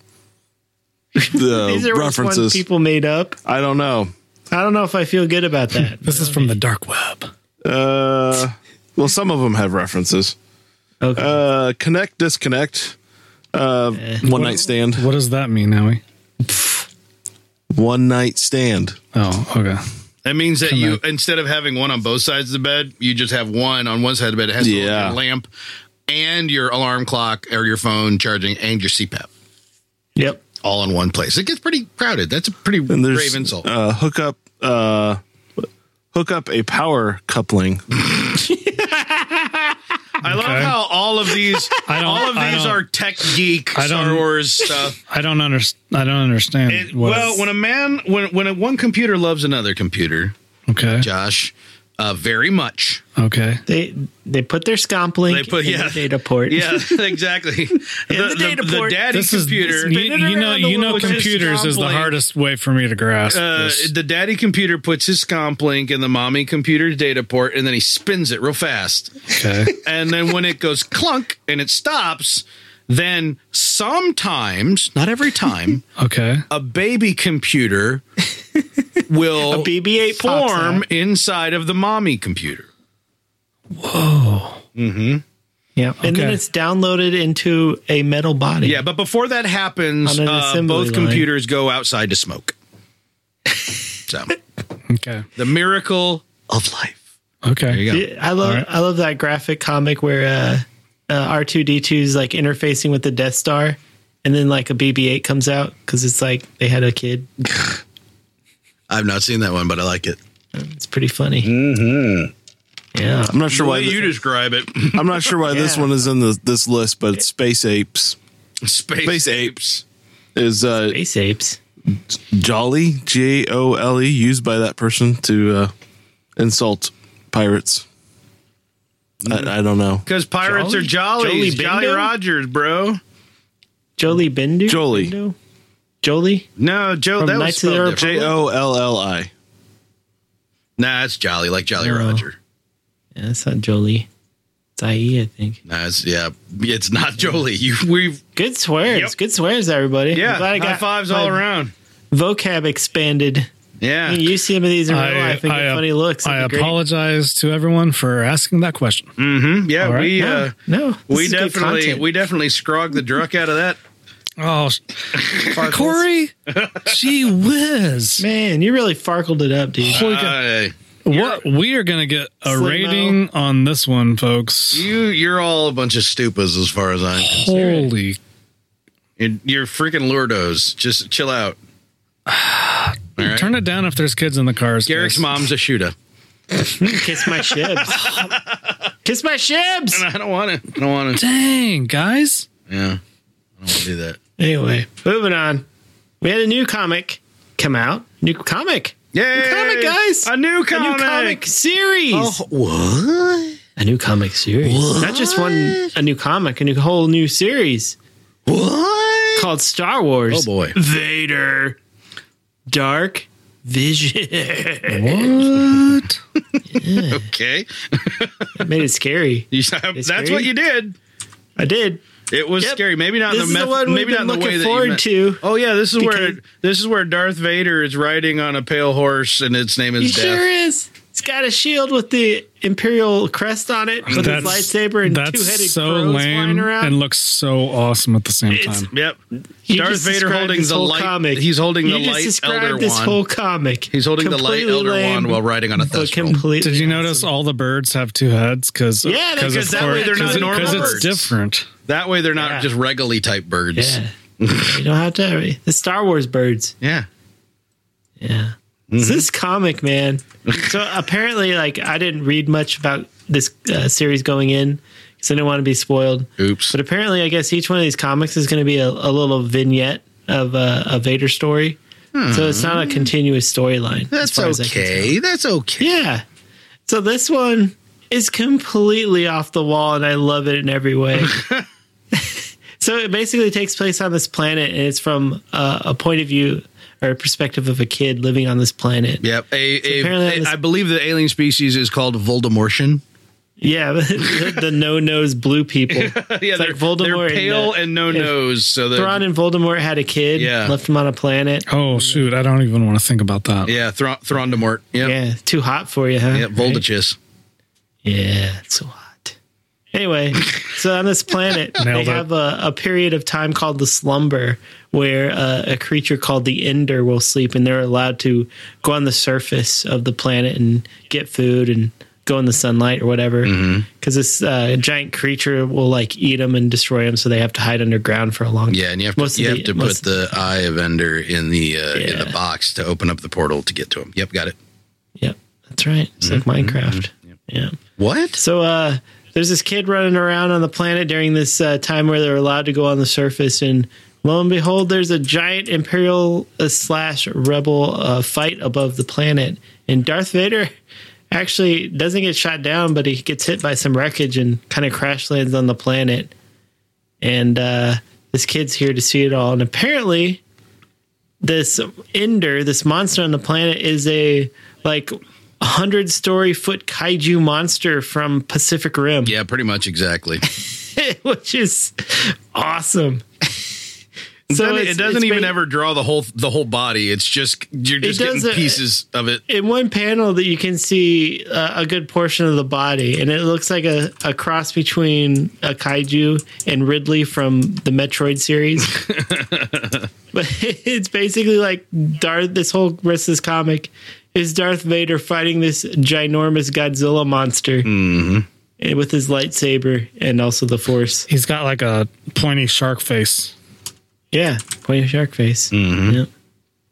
D: the
C: These are which ones
D: references.
C: people made up.
D: I don't know.
C: I don't know if I feel good about that.
B: This is from the dark web.
D: Uh, well, some of them have references.
C: Okay.
D: Uh, connect, disconnect. Uh, one night stand.
B: What does that mean, Howie?
D: One night stand.
B: Oh, okay.
A: that means that you
B: on.
A: instead of having one on both sides of the bed, you just have one on one side of the bed. It has to look
D: Yeah.
A: at a lamp and your alarm clock or your phone charging and your CPAP
C: yep.
A: all in one place. It gets pretty crowded. That's a pretty
D: And there's
A: grave insult.
D: Uh, hook up. Uh, hook up a power coupling.
A: I love
B: Okay.
A: how all of these,
B: I don't-
A: all of
B: I
A: these
B: don't-
A: are tech geek
B: I
A: Star
B: don't-
A: Wars stuff.
B: I don't understand. I don't understand.
A: It-
B: what
A: well,
B: it's-
A: when a man, when when a, one computer loves another computer,
B: okay,
A: Josh, uh, very much.
B: okay,
C: They they put their scomp link
A: They put-
C: in
A: yeah.
C: the data port.
A: Yeah, exactly. the,
C: the data port.
A: daddy
B: this is
A: computer.
B: you, you know,
C: around the
B: you know,
C: world with this
B: computers is the
A: scalpel.
B: hardest way for me to grasp.
A: uh,
B: this.
A: the daddy computer puts his comp link in the mommy computer's data port, and then he spins it real fast.
B: Okay,
A: and then when it goes clunk and it stops, then sometimes, not every time,
B: okay.
A: a baby computer will
C: BB-8 pops
A: form
C: out.
A: inside of the mommy computer.
C: Yeah. And then
B: Okay.
C: it's downloaded into a metal body.
A: Yeah, but before that happens,
C: On an
A: uh,
C: assembly
A: both
C: line.
A: computers go outside to smoke. so
B: Okay.
A: the miracle of life.
B: Okay.
A: There you go.
C: Yeah, I love
B: All right.
C: I love that graphic comic where uh, uh, R two D two is like interfacing with the Death Star, and then like a BB eight comes out because it's like they had a kid.
A: I've not seen that one, but I like it.
C: It's pretty funny. Mm-hmm.
A: Mm-hmm.
C: Yeah,
D: I'm not sure why.
A: Well, you
D: th-
A: describe it.
D: I'm not sure why this
C: Yeah.
D: one is in the, this list, but it's Space Apes
A: Space,
D: Space apes. is uh,
C: space apes.
D: Jolly J O L E used by that person to uh, insult pirates.
B: Mm-hmm.
D: I, I don't know.
A: Because pirates are jollies.
C: Jolly
A: Jolly
C: Bingo?
A: Rogers, bro.
C: Jolie Bendu.
D: Jolie.
C: Bendu? Jolie.
A: No, Joe,
C: From
A: that was
C: Knights of the
A: spelled
C: Old
A: different.
D: J O L L I.
A: Nah, it's Jolly, like Jolly
C: No.
A: Roger.
C: Yeah, it's not Jolie. It's IE, I think.
A: Nah, it's, yeah, it's not Jolie. You, we've
C: Good swears.
A: Yep.
C: Good swears, everybody.
A: yeah,
C: I'm glad I
A: high
C: got
A: fives
C: my
A: all around.
C: Vocab expanded.
A: Yeah,
C: I mean, you see some of these in real
B: I,
C: life and
B: I,
C: get funny looks.
B: I
C: That'd be great.
B: apologize to everyone for asking that question.
A: yeah,
B: all right.
A: we
C: No,
A: uh,
C: no, this
A: we
C: is good
A: definitely
C: content.
A: we definitely scrog the druck out of that.
B: Oh, sh- Corey, gee whiz.
C: Man, you really farkled it up, dude.
B: Holy cow.
A: Uh,
B: what we are gonna get a
C: Slim-o.
B: rating on this one, folks.
A: you you're all a bunch of stupas as far as I'm.
B: Holy
A: You're, you're freaking lordos. Just chill out. All right.
B: Turn it down if there's kids in the cars.
A: Garrick's
B: guys.
A: mom's a shooter.
C: Kiss my shibs. Kiss my shibs.
A: I don't want to. I don't want to.
B: Dang, guys.
A: Yeah, I don't want to do that.
C: Anyway, moving on. We had a new comic come out. New comic.
A: Yeah,
C: comic, guys.
A: A new
C: A
A: comic. Oh,
C: new comic series.
A: What?
C: A new comic series. Not just one. A new comic. A new whole new series
A: What?
C: called Star Wars.
A: Oh boy.
C: Vader. Dark Vision.
B: What?
A: Okay.
C: Made it scary.
A: You- that's
C: scary?
A: what you did.
C: I did.
A: It was
C: Yep.
A: scary. Maybe not
C: This
A: in
C: is
A: the
C: the
A: method.
C: one we've
A: maybe not
C: been
A: in the way
C: looking
A: that you
C: forward
A: meant-
C: to.
A: Oh yeah, this is where
C: Because-
A: this is where Darth Vader is riding on a pale horse and its name
C: He
A: is Death.
C: sure is. It's got a shield with the imperial crest on it, with his lightsaber and
B: that's
C: two-headed
B: so
C: crows flying
B: lame
C: around.
B: and looks so awesome at the same
C: It's-
B: time.
A: Yep.
C: You
A: Darth
C: just
A: Vader
C: described
A: holding
C: this
A: the
C: whole
A: light- he's holding
C: you
A: the
C: just
A: light
C: described
A: elder
C: this
A: wand.
C: whole comic.
A: He's holding the light
C: Completely
A: elder
C: lame,
A: wand while riding on a
C: but
A: thesperal.
C: completely.
B: Did you notice all the birds have two heads? Because
C: Yeah, they- 'cause
B: because
C: that way they're not normal
B: because it's
A: birds.
B: different.
A: That way they're not
C: Yeah.
A: just regularly type birds.
C: Yeah, you don't have to. The Star Wars birds.
A: Yeah.
C: Yeah. It's
A: Mm-hmm.
C: this comic, man. so apparently, like, I didn't read much about this uh, series going in because I didn't want to be spoiled.
A: Oops.
C: But apparently, I guess each one of these comics is going to be a, a little vignette of uh, a Vader story. So it's not a continuous storyline. as
A: Hmm. That's
C: far as I can
A: okay. That's
C: tell.
A: okay.
C: Yeah. So this one is completely off the wall, and I love it in every way. so it basically takes place on this planet, and it's from uh, a point of view or a perspective of a kid living on this planet.
A: Yep. A, a,
C: apparently
A: a-
C: this-
A: I believe the alien species is called Voldemortian.
C: Yeah, the, the no nose blue people.
A: yeah,
C: like Voldemort
A: They're
C: and,
A: pale
C: uh,
A: and, no nose. So the
C: Thrawn and Voldemort had a kid,
A: Yeah.
C: left him on a planet.
B: Oh shoot, I don't even want to think about that.
A: yeah, Thra- Throndemort. Yep. Yeah.
C: Yeah, too hot for you, huh?
A: Yeah. Voldages.
C: Yeah, it's so hot. Anyway, so on this planet, they
B: Nailed it.
C: have a, a period of time called the slumber where uh, a creature called the Ender will sleep and they're allowed to go on the surface of the planet and get food and go in the sunlight or whatever. Because
B: Mm-hmm.
C: this uh, giant creature will like eat them and destroy them, so they have to hide underground for a long time.
A: Yeah, and you have to
C: Most of
A: you have
C: the-
A: to
C: most
A: put
C: of the-
A: the eye of Ender in the uh, in the
C: Yeah.
A: box to open up the portal to get to him. Yep, got it.
C: Yep, that's right. It's
B: Mm-hmm.
C: like Minecraft. Yeah.
A: What?
C: So uh, there's this kid running around on the planet during this uh, time where they're allowed to go on the surface, and lo and behold, there's a giant Imperial uh, slash Rebel uh, fight above the planet, and Darth Vader actually doesn't get shot down, but he gets hit by some wreckage and kind of crash lands on the planet, and uh, this kid's here to see it all, and apparently. This Ender, this monster on the planet, is a like hundred story foot kaiju monster from Pacific Rim,
A: Yeah, pretty much exactly.
C: which is awesome. So
A: Doesn't-
C: it's-
A: it doesn't
C: it's
A: even
C: ba-
A: ever draw the whole the whole body. It's just you're just getting
C: does it-
A: pieces of it.
C: in one panel that you can see uh, a good portion of the body, and it looks like a, a cross between a kaiju and Ridley from the Metroid series. but it's basically like Darth. This whole rest of this comic is Darth Vader fighting this ginormous Godzilla monster and with his lightsaber and also the Force.
B: He's got like a pointy shark face.
C: Yeah, point of shark face. Yep,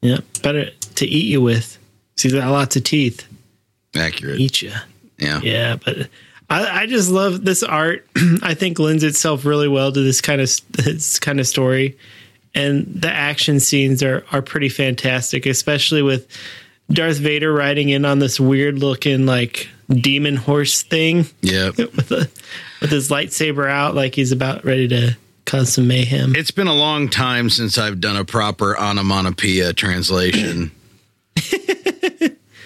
C: yep. Better to eat you with. So he's got lots of teeth.
A: Accurate.
C: Eat you.
A: yeah.
C: Yeah, but I, I just love this art. I think lends itself really well to this kind of this kind of story, and the action scenes are are pretty fantastic, especially with Darth Vader riding in on this weird looking like demon horse thing
A: Yeah.
C: with a, with his lightsaber out, like he's about ready to cause some mayhem.
A: It's been a long time since I've done a proper onomatopoeia translation.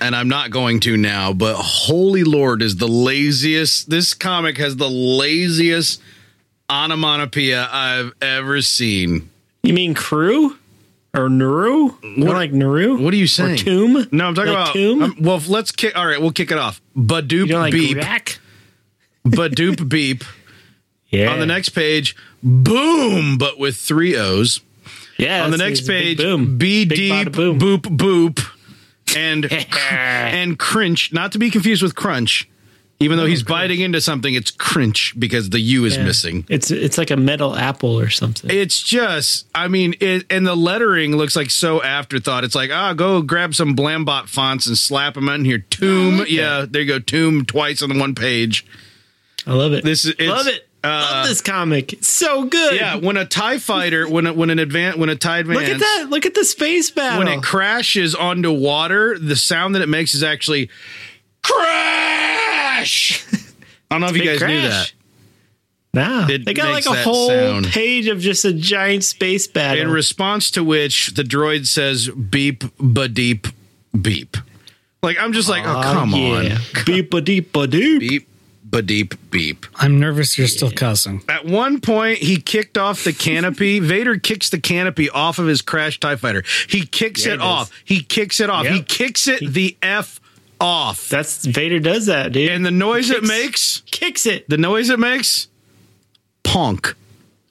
A: and I'm not going to now, but holy lord is the laziest. This comic has the laziest onomatopoeia I've ever seen.
C: You mean crew or Naru? More like Naru.
A: What are you saying?
C: Tomb?
A: No, I'm talking
C: Like
A: about.
C: tomb.
A: um, well, let's kick. All right, we'll kick it off. Badoop
C: you don't like
A: beep.
C: rack?
A: Badoop beep.
C: Yeah.
A: On the next page, boom, but with three O's.
C: yeah.
A: on the
C: that's-
A: next
C: it's a
A: page, BD
C: big Big bada boom.
A: boop boop and and cringe, not to be confused with crunch. Even though he's biting into something, it's cringe because the U is
C: Yeah.
A: missing.
C: It's it's like a metal apple or something.
A: It's just, I mean, it, and the lettering looks like so afterthought. It's like, ah, go grab some Blambot fonts and slap them in here. Tomb, yeah, there you go. Tomb twice on the one page.
C: I love it.
A: This is it's, uh,
C: love it. love this comic. It's so good.
A: Yeah, when a Tie fighter, when a, when an advance, when a Tie advance,
C: Look at that. Look at the space battle.
A: when it crashes onto water, the sound that it makes is actually crash. I don't know if you
C: Big
A: guys knew that.
C: crash. Nah.
A: It
C: they got like
A: makes
C: a
A: that
C: whole
A: sound.
C: page of just a giant space battle.
A: In response to which, the droid says beep, ba deep, beep. Like I'm just like, oh come on,
C: Beep a deep a doop.
A: beep, ba deep, beep.
B: I'm nervous you're still cussing.
A: At one point, he kicked off the canopy. Vader kicks the canopy off of his crash TIE fighter. He kicks
C: Yeah,
A: it
C: he
A: off. He kicks it off. He
C: Yep.
A: kicks it the F off.
C: That's Vader does that, dude.
A: and the noise it
C: Kicks-
A: makes,
C: kicks it.
A: the noise it makes, punk.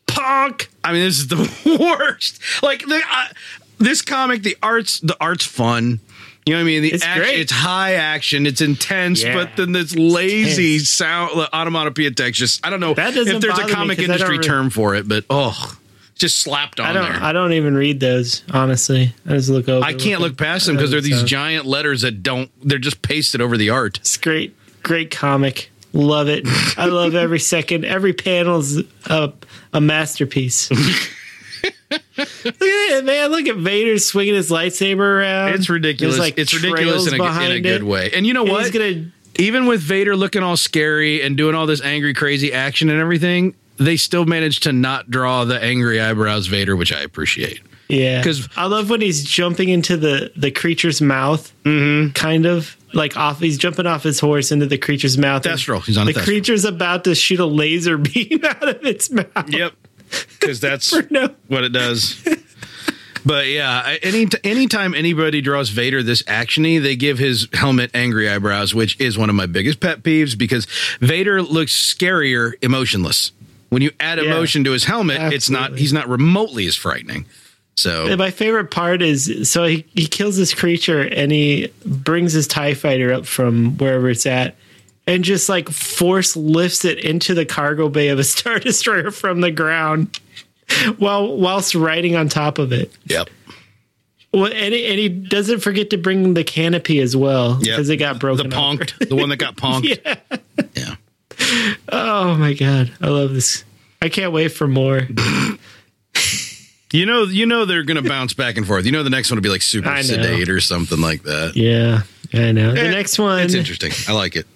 C: Punk.
A: I mean, this is the worst. Like the, I this comic, the arts, the art's fun. You know what I mean? The
C: It's
A: action,
C: great.
A: it's high action, it's intense,
C: Yeah.
A: but then this lazy sound, the onomatopoeia text. Just I don't know
C: That doesn't
A: if there's a
C: bother me
A: comic
C: 'cause I
A: industry
C: don't re-
A: term for it, but oh, just slapped on
C: I don't
A: there.
C: I don't even read those, honestly. I just look over.
A: I can't
C: with
A: look past them because they're these giant letters that don't. They're just pasted over the art.
C: It's great, great comic. Love it. I love every second. Every panel's a, a masterpiece. look at it, man. Look at Vader swinging his lightsaber around.
A: It's ridiculous.
C: There's, like,
A: it's ridiculous
C: trails
A: in a, in a
C: behind
A: good
C: it.
A: way. And you know
C: And
A: what?
C: He's gonna,
A: even with Vader looking all scary and doing all this angry, crazy action and everything, they still managed to not draw the angry eyebrows Vader, which I appreciate.
C: yeah.
A: 'Cause-
C: Because I love when he's jumping into the, the creature's mouth,
A: Mm-hmm.
C: kind of like off. He's jumping off his horse into the creature's mouth. and
A: Thestral. He's on a
C: The
A: Thestral.
C: creature's about to shoot a laser beam out of its mouth.
A: Yep, because that's
C: No.
A: what it does. But yeah, I- any anytime anybody draws Vader this actiony, they give his helmet angry eyebrows, which is one of my biggest pet peeves because Vader looks scarier emotionless. When you add
C: Yeah.
A: emotion to his helmet, it's not
C: Absolutely.
A: he's not remotely as frightening. So
C: And my favorite part is so he, he kills this creature and he brings his TIE fighter up from wherever it's at and just like force lifts it into the cargo bay of a Star Destroyer from the ground while whilst riding on top of it.
A: yep.
C: Well, and, he, and he doesn't forget to bring the canopy as well
A: Yeah.
C: because it got
A: the
C: broken. up.
A: punked, the one that got punked. yeah.
C: Oh my God. I love this. I can't wait for more.
A: You know, you know they're gonna bounce back and forth. You know the next one will be like super
C: I know.
A: sedate or something like that.
C: Yeah, I know. The
A: Eh,
C: next one.
A: It's interesting. I like it.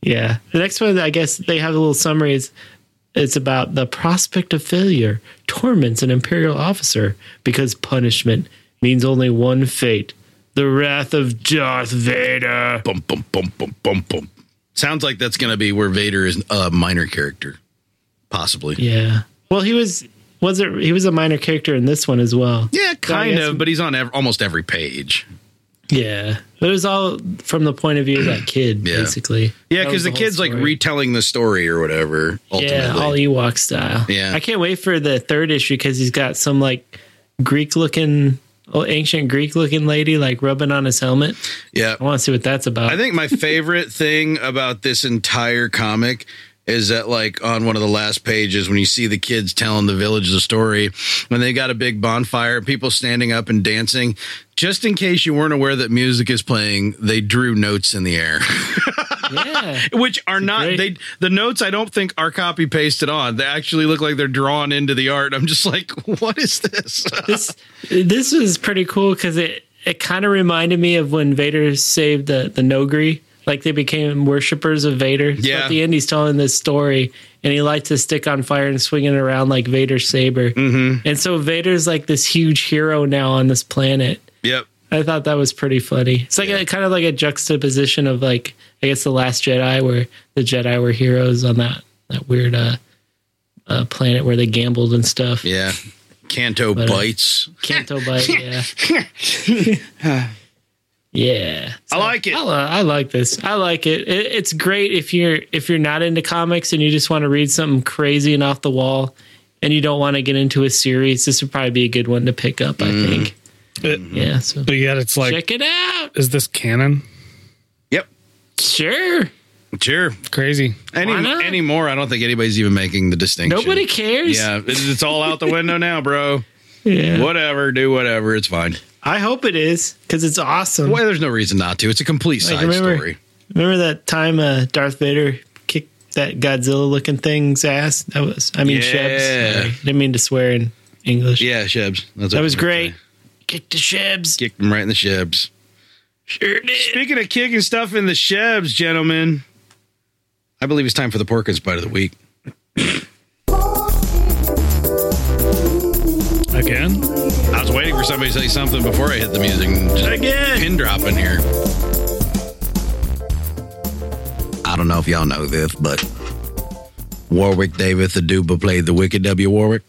C: Yeah. The next one, I guess they have a little summary. Is it's about the prospect of failure torments an imperial officer because punishment means only one fate: the wrath of Darth Vader.
A: Bum bum bum bum bum bum. Sounds like that's gonna be where Vader is a minor character, possibly.
C: Yeah. Well, he was. was it? He was a minor character in this one as well.
A: Yeah, kind
C: guess-
A: of, but he's on ev- almost every page.
C: Yeah, but it was all from the point of view of that kid,
A: Yeah.
C: basically.
A: Yeah,
C: That
A: because
C: was
A: the,
C: whole
A: kid's like
C: story.
A: retelling the story or whatever. Ultimately.
C: yeah, all Ewok style.
A: Yeah.
C: I can't wait for the third issue because he's got some like Greek looking, ancient Greek looking lady like rubbing on his helmet.
A: yeah.
C: I want to see what that's about.
A: I think my favorite thing about this entire comic is that like on one of the last pages when you see the kids telling the village the story when they got a big bonfire people standing up and dancing just in case you weren't aware that music is playing they drew notes in the air
C: yeah,
A: which are not
C: great.
A: they the notes i don't think are copy pasted on they actually look like they're drawn into the art i'm just like what is this
C: this this was pretty cool because it it kind of reminded me of when Vader saved the the Nogri. Like they became worshippers of Vader. So
A: Yeah.
C: At the end, he's telling this story, and he lights his stick on fire and swinging it around like Vader's saber. Mm-hmm. And so Vader's like this huge hero now on this planet.
A: yep
C: I thought that was pretty funny. It's like a kind of like a juxtaposition of like I guess the Last Jedi, where the Jedi were heroes on that that weird uh, uh planet where they gambled and stuff.
A: yeah canto
C: uh,
A: bites
C: Canto Bite, yeah. yeah.
A: i like it
C: I, li- I like this. I like it. it. It's great if you're if you're not into comics and you just want to read something crazy and off the wall, and you don't want to get into a series. This would probably be a good one to pick up. I think.
B: It-
C: Yeah. So
B: But yet it's like,
C: check it out.
B: is this canon?
A: yep
C: Sure.
A: sure
B: Crazy.
A: Any,
C: Why not?
A: anymore, I don't think anybody's even making the distinction.
C: Nobody cares.
A: Yeah, it's, it's all out the window now, bro.
C: Yeah.
A: Whatever, do whatever. It's fine.
C: I hope it is because it's awesome.
A: Well, there's no reason not to. It's a complete
C: Like,
A: side
C: remember-
A: story.
C: Remember that time uh, Darth Vader kicked that Godzilla looking thing's ass? That was, I mean,
A: Yeah.
C: Shebs. Sorry. Didn't mean to swear in English.
A: Yeah, Shebs. That's
C: That
A: what
C: was
A: I'm
C: great.
A: saying.
C: Kick the Shebs.
A: Kicked him right in the Shebs.
C: Sure did.
A: Speaking of kicking stuff in the Shebs, gentlemen, I believe it's time for the Porkins Bite of the Week.
B: Again?
A: I was waiting for somebody to say something before I hit the music. and Just Again. Pin drop in here. I don't know if y'all know this, but Warwick Davis the Aduba played the Wicked W. Warwick.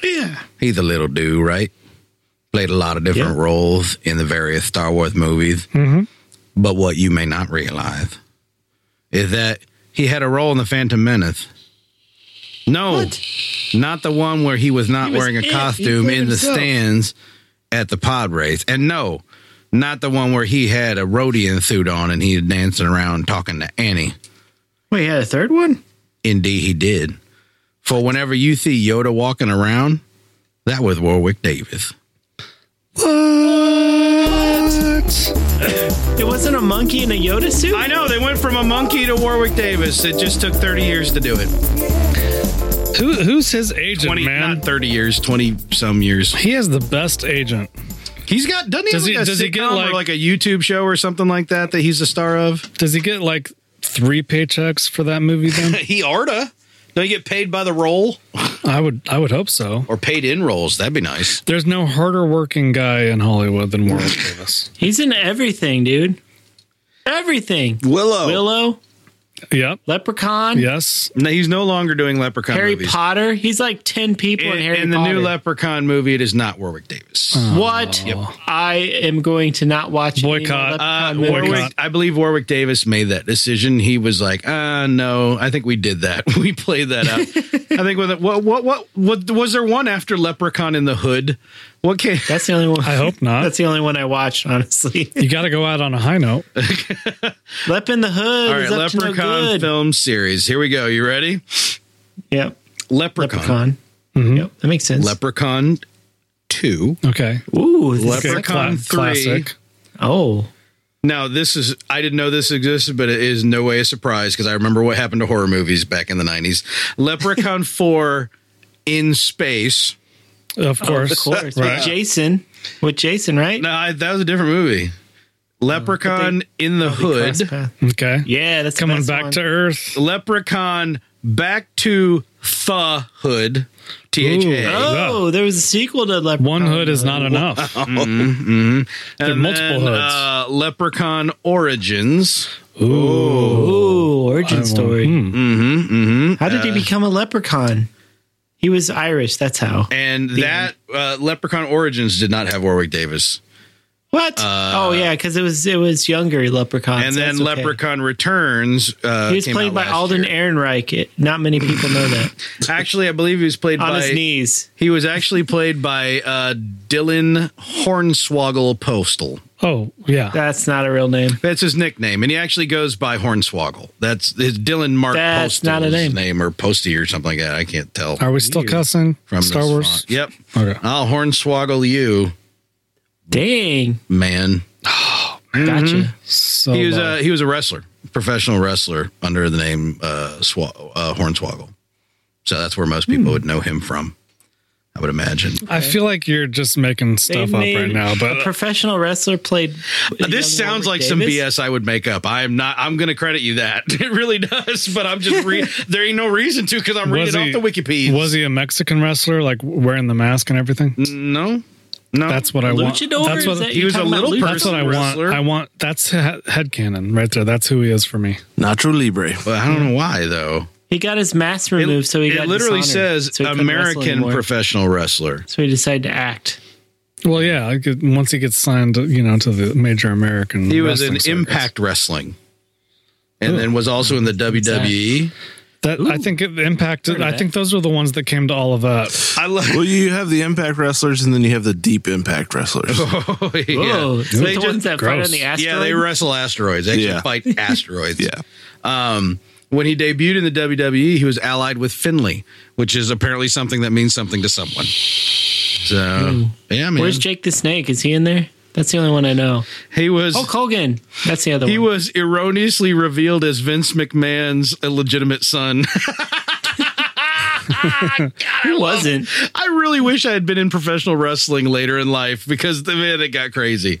C: Yeah.
A: He's a little dude, right? Played a lot of different
C: Yeah. Mm-hmm.
A: roles in the various Star Wars movies. But what you may not realize is that he had a role in The Phantom Menace. No, not the one where he was not
C: was
A: wearing a
C: it. He
A: costume
C: played
A: in the
C: himself.
A: stands at the pod race. And no, not the one where he had a Rhodian suit on and he was dancing around talking to Annie.
C: Wait, you had a third one?
A: Indeed, he did. For whenever you see Yoda walking around, that was Warwick Davis.
C: It wasn't a monkey in a Yoda suit?
A: I know they went from a monkey to Warwick Davis. It just took 30 years to do it.
B: Who, who's his agent,
A: 20,
B: man?
A: not 30 years, 20 some years.
B: he has the best agent.
A: He's got doesn't he have like a
B: Does he- does he get,
A: sitcom or
B: like-
A: like a YouTube show or something like that that he's a star of?
B: Does he get like three paychecks for that movie then?
A: He Arda. Don't you get paid by the role
B: I would I would hope so.
A: or paid in roles? That'd be nice.
B: There's no harder working guy in Hollywood than Warwick Davis.
C: He's in everything, dude. Everything.
A: Willow.
C: Willow,
B: Yep.
C: Leprechaun,
B: Yes.
A: No, he's no longer doing Leprechaun
C: Harry
A: movies.
C: Potter. He's like 10 people in,
A: in,
C: Harry
A: in the
C: Potter.
A: new Leprechaun Oh. movie, it is not Warwick Davis.
C: What? I am going to not watch any more
B: Boycott.
A: Uh,
C: Leprechaun movies.
A: Warwick, I believe Warwick Davis made that decision. He was like, uh, no, I think we did that. We played that out. I think with what, what, what, what, was there one after Leprechaun in the Hood? What came?
C: That's the only one.
B: I hope not.
C: That's the only one I watched, honestly.
B: you got to go out on a high note.
C: Lep in the Hood
A: All right,
C: is up to no
A: Leprechaun
C: good.
A: film series. Here we go. You ready?
C: Yep.
A: Leprechaun. Leprechaun,
C: Leprechaun.
B: Mm-hmm.
C: Yep, that makes sense.
A: two.
B: Okay.
C: Ooh, this is
A: Leprechaun
B: Cla-
A: three.
B: Classic.
C: like- oh,
A: Now this is I didn't know this existed, but it is no way a surprise because I remember what happened to horror movies back in the nineties. Leprechaun four in space.
B: Of
A: Oh,
B: course.
C: of course.
B: Right.
C: With Jason, with Jason, right?
A: No, I, that was a different movie. Leprechaun in the Hood.
C: Cross path.
B: Okay.
C: Yeah, that's the
B: Coming
C: best
B: back
C: one.
B: to Earth.
A: Leprechaun back to the Hood. T H
B: Ooh.
A: A.
C: Oh, there was a sequel to Leprechaun.
B: One hood is
A: Uh,
B: not enough.
A: And
B: are multiple
A: then,
B: hoods.
A: Uh, Leprechaun Origins.
B: Hmm.
A: mm-hmm. Uh,
C: Ooh, origin story. Mm-hmm, How did he become a leprechaun? He was Irish. That's how.
A: And that uh, Leprechaun Origins did not have Warwick Davis.
C: What? oh yeah, because it was it was younger leprechauns.
A: Uh, and then
C: That's okay.
A: Leprechaun Returns. Uh,
C: He was
A: came
C: played
A: out
C: by
A: last
C: Alden
A: year.
C: Ehrenreich. It- Not many people know that.
A: Actually, I believe he was played
C: On
A: by.
C: his knees.
A: He was actually played by uh, Dylan Hornswoggle Postal.
B: Oh yeah,
C: That's not a real name.
A: That's his nickname, and he actually goes by Hornswoggle. That's his Dylan Mark
C: That's
A: Postal's
C: not a name.
A: or Posty or something like that. I can't tell.
B: are we still cussing
A: from
B: Star
A: this
B: Wars?
A: font. Yep.
B: Okay.
A: I'll Hornswoggle you,
C: Dang.
A: man.
B: Mm-hmm.
C: Gotcha.
B: So uh,
A: He was
B: low.
A: a he was a wrestler, professional wrestler under the name uh, Swa- uh Hornswoggle. So that's where most
B: Hmm.
A: people would know him from. I would imagine.
B: I feel like you're just making
C: They
B: stuff up right
C: made
B: now,
C: a
B: but
C: professional wrestler played.
A: this
C: young
A: sounds like
C: Warwick
A: some
C: Davis?
A: BS I would make up. I am not. I'm going to credit you that it really does. But I'm just re- there ain't no reason to because I'm
B: Was
A: reading
B: he-
A: off the Wikipedia.
B: was he a Mexican wrestler, like wearing the mask and everything?
A: no, no.
B: That's what I want.
C: Luchador?
B: That's
C: Is
B: what,
C: that-
A: he
C: you
A: was a
C: talking about
A: little
C: Lucha?
B: that's what
A: person
B: I want.
A: wrestler.
B: I want. That's he- headcanon right there. That's who he is for me.
D: Nacho Libre.
A: but I don't know why though.
C: He got his mask removed, so he
A: it
C: got
A: literally
C: dishonored,
A: says
C: so he couldn't wrestle
A: American
C: anymore.
A: professional wrestler.
C: so he decided to act.
B: Well, yeah. I could- once he gets signed, you know, to the major American,
A: He was in
B: wrestling circus.
A: Impact Wrestling, and then was also in the E. WWE.
B: That I think it impacted. I
C: that.
B: think those were the ones that came to all of that.
A: I love.
D: Well, you have the impact wrestlers, and then you have the deep impact wrestlers.
A: Oh, yeah.
C: Whoa, so
A: They
C: the
A: just-
C: ones that fight
B: gross.
C: on the asteroid.
A: yeah, they wrestle asteroids. They actually
D: Yeah.
A: fight asteroids.
D: Yeah.
A: Um, when he debuted in the WWE, he was allied with Finley, which is apparently something that means something to someone. So yeah, man.
C: Where's Jake the Snake? Is he in there? That's the only one I know.
A: he was
C: Hulk Hogan. That's the other
A: he
C: one.
A: was erroneously revealed as Vince McMahon's illegitimate son.
C: Who wasn't?
A: I really wish I had been in professional wrestling later in life because the man it got crazy.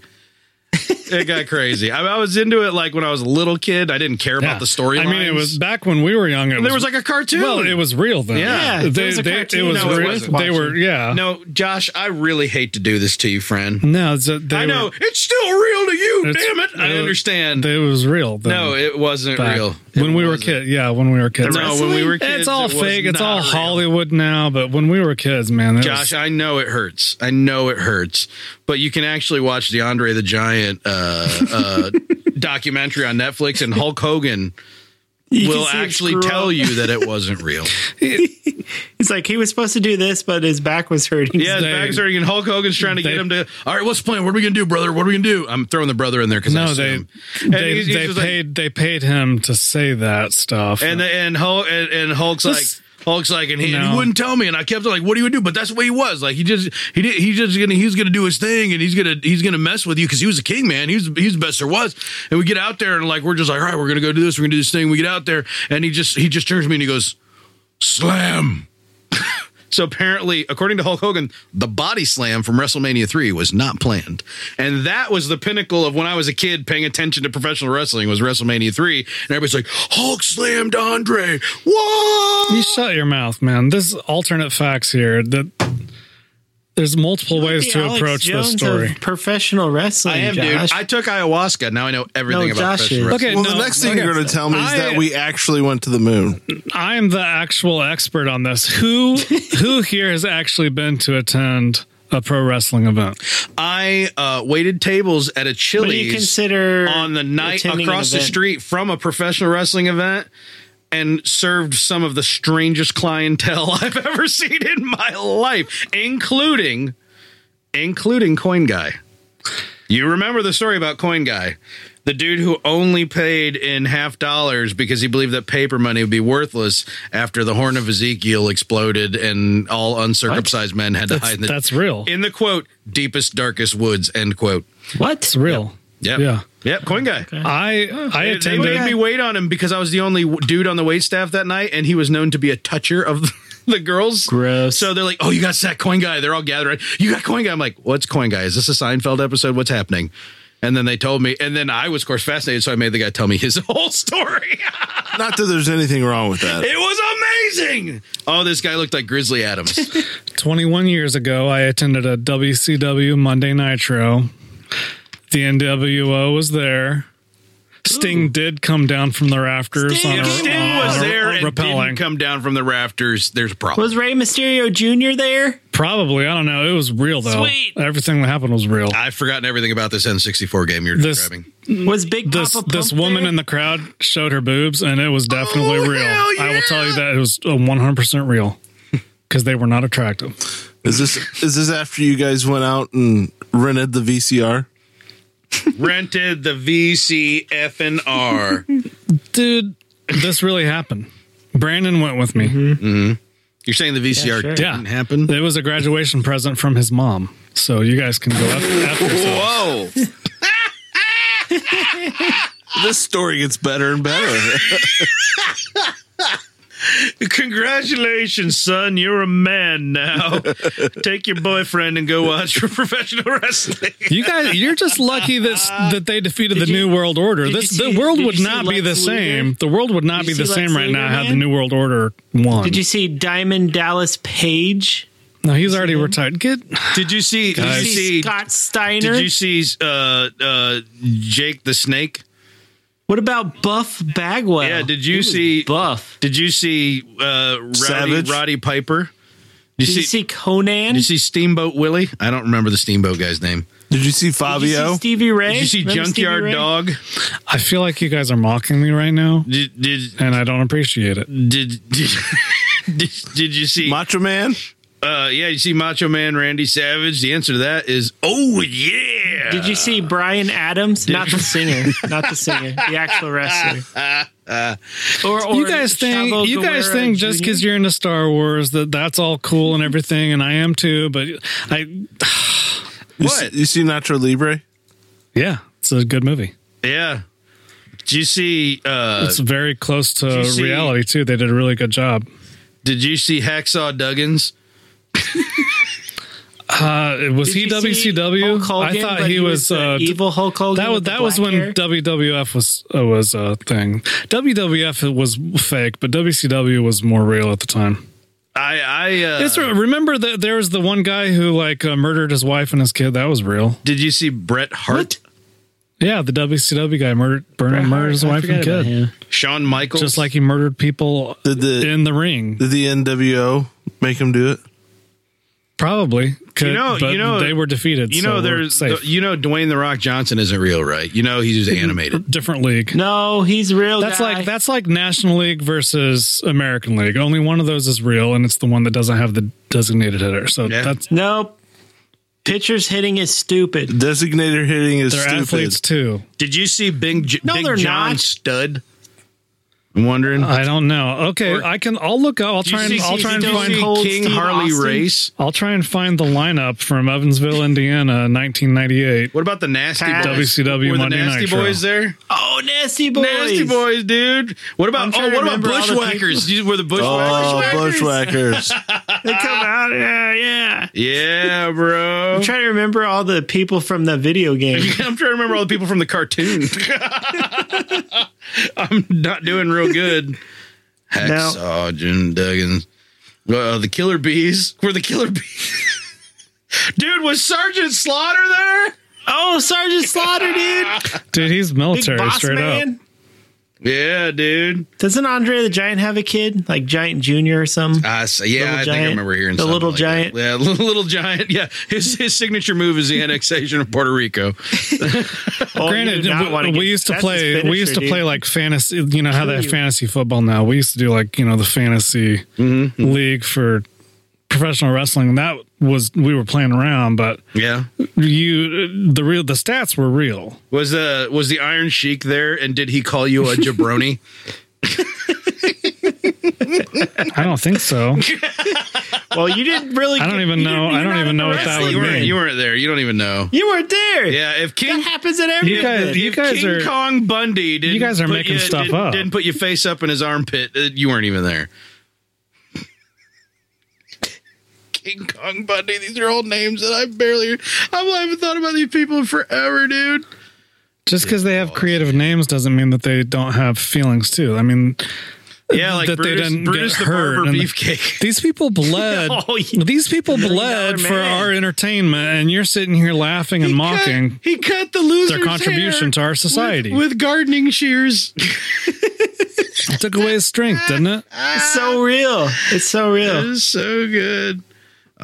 A: It got crazy. I, I was into it like when I was a little kid. I didn't care
B: Yeah.
A: about the story.
B: I mean, it was back when we were young. It
A: there was like a cartoon.
B: well, it was real then.
A: Yeah.
C: Yeah,
B: they,
C: it was a
B: they,
C: cartoon
B: It was
A: I was
B: real.
A: watching.
B: They were yeah.
A: No, Josh, I really hate to do this to you, friend.
B: no it's a, Mm, they
A: I know
B: were-
A: it's still real to you.
B: It's-
A: damn it! I
B: it-
A: understand.
B: It was real. Then.
A: no, it wasn't
B: back
A: real
B: when
A: It
B: we were
A: wasn't.
B: kids. Yeah, when we were kids.
A: No, when we were kids,
B: it's all
A: it was
B: fake. It's
A: not
B: all
A: real.
B: Hollywood now. But when we were kids, man, it
A: Josh,
B: was,
A: I know it hurts. I know it hurts, but you can actually watch the Andre the Giant uh, uh, documentary on Netflix, and Hulk Hogan
C: You can
A: will
C: see him
A: actually
C: screw
A: tell
C: up.
A: you that it wasn't real.
C: It's like he was supposed to do this, but his back was hurting.
A: Yeah, his
B: They-
A: bags hurting, and Hulk Hogan's trying to
B: they-
A: get him to. All right, what's the plan? What are we gonna do, brother? What are we gonna do? I'm throwing the brother in there because I
B: no, they
A: assume. And
B: they,
A: he's- he's
B: they
A: just like-
B: paid they paid him to say that stuff.
A: and and Hulk and, and Hulk's
B: This-
A: like Hulk's like and he, and he
B: No.
A: wouldn't tell me and I kept like what do you do but that's the way he was like he just he did he's just gonna he's gonna do his thing and he's gonna he's gonna mess with you because he was a king man he was he's the best there was and we get out there and like we're just like all right we're gonna go do this we're gonna do this thing we get out there and he just he just turns to me and he goes slam so apparently according to Hulk Hogan the body slam from WrestleMania three was not planned and that was the pinnacle of when I was a kid paying attention to professional wrestling was WrestleMania three and everybody's like Hulk slammed Andre what
B: you shut your mouth, man. This is alternate facts here. That there's multiple ways
C: The
B: to
C: Alex
B: approach
C: Jones
B: this story.
C: of professional wrestling.
A: I am,
C: Josh.
A: dude. I took ayahuasca. Now I know everything
C: No,
A: about
C: Josh
A: professional
C: is.
A: wrestling.
B: Okay,
D: Well,
B: no,
D: the next thing
B: okay.
D: you're going to tell me is
B: I-
D: that we actually went to the moon.
B: I'm the actual expert on this. Who who here has actually been to attend a pro wrestling event?
A: I uh, waited tables at a
C: what do you
A: Chili's
C: consider
A: on the night
C: attending an
A: across the
C: event?
A: street from a professional wrestling event and served some of the strangest clientele I've ever seen in my life, including including Coin Guy. You remember the story about Coin Guy, the dude who only paid in half dollars because he believed that paper money would be worthless after the horn of Ezekiel exploded and all uncircumcised men had to hide
B: That's,
A: in the
B: that's real.
A: in the quote deepest darkest woods end quote.
C: What?
B: It's real.
A: Yep.
B: Yeah.
A: Yep. Coin guy.
B: I I
A: Oh, They- They
B: attended.
A: made me wait on him because I was the only w- dude on the wait staff that night, and he was known to be a toucher of the girls.
C: Gross.
A: So they're like, "Oh, you got that coin guy." They're all gathered. You got coin guy. I'm like, "What's coin guy? Is this a Seinfeld episode? What's happening?" And then they told me, and then I was, of course, fascinated. So I made the guy tell me his whole story.
D: Not that there's anything wrong with that.
A: it was amazing. Oh, this guy looked like Grizzly Adams.
B: 21 years ago, I attended a WCW Monday Nitro. The NWO was there. Sting did come down from the rafters.
C: Sting-
B: on a,
A: If Sting was
B: on a
A: there and
B: rappelling.
A: didn't come down from the rafters, there's a problem.
C: Was Rey Mysterio Jr. there?
B: Probably, I don't know. It was real though.
C: Sweet.
B: Everything that happened was real.
A: I've forgotten everything about this N64 game you're
B: This-
A: describing.
C: Was Big
B: this
C: Papa
B: this
C: Pump
B: woman
C: there?
B: in the crowd showed her boobs, and it was definitely
A: Oh,
B: real.
A: hell
B: I will tell you
A: yeah.
B: that it was one hundred percent real because they were not attractive.
D: Is this is this after you guys went out and rented the VCR?
A: Rented the VCFNR.
B: Dude, this really happened. Brandon went with me.
A: you're saying the VCR
C: sure.
A: didn't
B: Yeah.
A: happen?
B: It was a graduation present from his mom, so you guys can go after, after yourselves.
A: Whoa.
D: This story gets better and better.
A: Congratulations, son. You're a man now. Take your boyfriend and go watch professional wrestling.
B: You guys, you're just lucky that that they defeated the
C: you-
B: New World Order.
C: did
B: This
C: you see-
B: the world
C: did
B: would
C: you see
B: not be the
C: Lex Luthor?
B: same. The world would not
C: Did
B: be
C: you
B: the
C: see
B: same
C: Lex
B: right now
C: Luthor,
B: had the
C: man?
B: New World Order won.
C: Did you see Diamond Dallas Page?
B: no, he's already retired. Get
A: Did you see? Did
C: Did
A: you
C: you
A: see?
C: see Scott Steiner?
A: Did you see uh, uh, Jake the Snake?
C: what about Buff Bagwell?
A: Yeah, did you
C: He was
A: see-
C: Buff?
A: Did you see uh, Rowdy,
D: Savage?
A: Roddy Piper? Did
C: Did you see Conan?
A: Did you see Steamboat Willie? I don't remember the Steamboat guy's name.
D: Did you see
C: Did you see
D: Fabio?
C: Stevie Ray?
A: Did you see
C: Remember Stevie
A: Junkyard
C: Ray?
A: Dog?
B: I feel like you guys are mocking me right now,
A: Did did
B: and I don't appreciate it.
A: did did, did, did you see?
D: Macho Man?
A: uh, yeah, you see Macho Man Randy Savage. The answer to that is oh yeah.
C: Did you see Brian Adams? Not the singer, not the singer, the actual wrestler. or, or
B: You guys think
C: Chavo
B: you guys
C: Guerrero
B: think just
C: Jr.?
B: because you're into Star Wars that that's all cool and everything, and I am too. But I,
D: You
A: What?
D: see, you see Nacho Libre?
B: yeah, it's a good movie.
A: Yeah. Did you see? Uh,
B: It's very close to
A: you see-
B: reality too. They did a really good job.
A: did you see Hacksaw Duggins?
B: Uh, it was
C: Did
B: he
C: you see
B: WCW?
C: Hulk Hogan,
B: I thought
C: but
B: he was
C: the
B: uh,
C: evil Hulk Hogan.
B: that was
C: with the
B: that was
C: black
B: when
C: hair?
B: WWF was uh, was a thing. WWF was fake, but WCW was more real at the time.
A: I I uh,
B: It's- remember that there was the one guy who like uh, murdered his wife and his kid. That was real.
A: did you see Bret Hart,
B: Yeah, the WCW guy murdered burned, murdered his
C: I
B: wife and
C: forgot about
B: kid,
C: him.
A: Shawn Michaels?
B: just like he murdered people
D: Did the
B: in the ring.
D: did the NWO make him do it?
B: Probably, could,
A: You know-
B: but
A: you know-
B: they were defeated.
A: you know, there's the- you know Dwayne the Rock Johnson isn't real, right? You know he's just animated.
B: different league.
C: No, he's real.
B: That's
C: guy.
B: like that's like National League versus American League. Only one of those is real, and it's the one that doesn't have the designated hitter. So
A: Yeah.
B: that's
C: Nope. Pitchers hitting is stupid.
D: Designator hitting is
B: they're
D: stupid.
B: athletes too.
A: Did you see Big J-
C: No,
A: Big
C: they're
A: John
C: not.
A: Stud? I'm wondering.
B: I don't know. Okay,
A: Or-
B: I can. I'll look. up. I'll
A: Did you
B: try and.
A: see-
B: Uh, I'll
A: did
B: try and
A: you
B: find.
A: see
C: Cold
A: King
C: Steve
A: Harley
C: Austin?
A: Race.
B: I'll try and find the lineup from Evansville, Indiana, 1998.
A: What about the Nasty
C: Pat.
A: Boys?
B: WCW
A: Were the
B: Monday
A: Nasty
B: Nitro.
A: Boys there?
C: Oh, nasty boys.
A: Nasty Boys, dude. What
C: I'm
A: about
C: trying
A: oh,
C: to
A: what about
C: remember all the
A: Bushwhackers? You- Were the Bushwhackers?
D: Oh, bushwhackers!
C: They come out. Yeah, yeah.
A: Yeah, bro.
C: I'm trying to remember all the people from the video game.
A: I'm trying to remember all the people from the cartoon. I'm not doing real good. Hacksaw, Jim Duggins. Uh, the Killer Bees. Were the Killer Bees? Dude, was Sergeant Slaughter there?
C: Oh, Sergeant Slaughter, dude.
B: Dude, he's
C: Big
B: military
C: boss
B: straight up.
C: man.
A: Yeah, dude.
C: Doesn't Andre the Giant have a kid? Like Giant Junior or
B: Uh,
C: something?
A: I s- yeah,
C: Little
A: I think I
C: Giant.
A: remember hearing
C: The
A: something
C: Little
A: like
C: Giant.
A: that. Yeah, little, little giant. Yeah, his his signature move is the annexation of Puerto Rico.
C: Oh, you
B: Granted,
C: do not wanna
B: we,
C: get-
B: we used to
C: that's his
B: play. we
C: finisher,
B: used to
C: dude.
B: play like fantasy. You know how they have
C: you.
B: fantasy football now. We used to do like you know the fantasy
C: Mm-hmm.
B: league for professional wrestling. And that was we were playing around, but
A: Yeah,
B: you the real the stats were real.
A: was the was the Iron Sheik there? And did he call you a jabroni?
B: I don't think so.
C: Well, you didn't really.
B: I don't
C: get-
B: even
C: you
B: know-
C: didn't-
B: I
C: you're
B: don't
C: not
B: even know what
C: into
B: that would
A: you
B: mean.
C: wrestling.
A: weren't you weren't there. You don't even know.
C: You weren't there.
A: Yeah, if King
C: That happens at every.
B: You guys,
C: event.
B: you guys
A: King
B: are.
A: Kong Bundy. Didn't
B: You guys are
A: put
B: making stuff
A: didn't,
B: up.
A: Didn't put your face up in his armpit. Uh, you weren't even there. King Kong Bundy. These are old names that I barely. I've I haven't thought about these people in forever, dude.
C: Oh,
B: Just because they have creative names doesn't mean that they don't have feelings too. I mean,
A: Yeah, like
B: that they
A: Brutus,
B: didn't
A: Brutus
B: get
A: the
B: hurt
A: Barber
B: and-
A: Beefcake.
B: These people bled.
C: Oh, yeah.
B: These people
C: dollar
B: bled for
C: man.
B: our entertainment, and you're sitting here laughing and mocking
A: Cut- he cut the loser's
B: their contribution
A: hair
B: to our society.
A: with gardening shears.
B: it took away his strength, didn't it?
C: It's so real. It's so
B: Oh.
A: That
C: real.
A: is so good.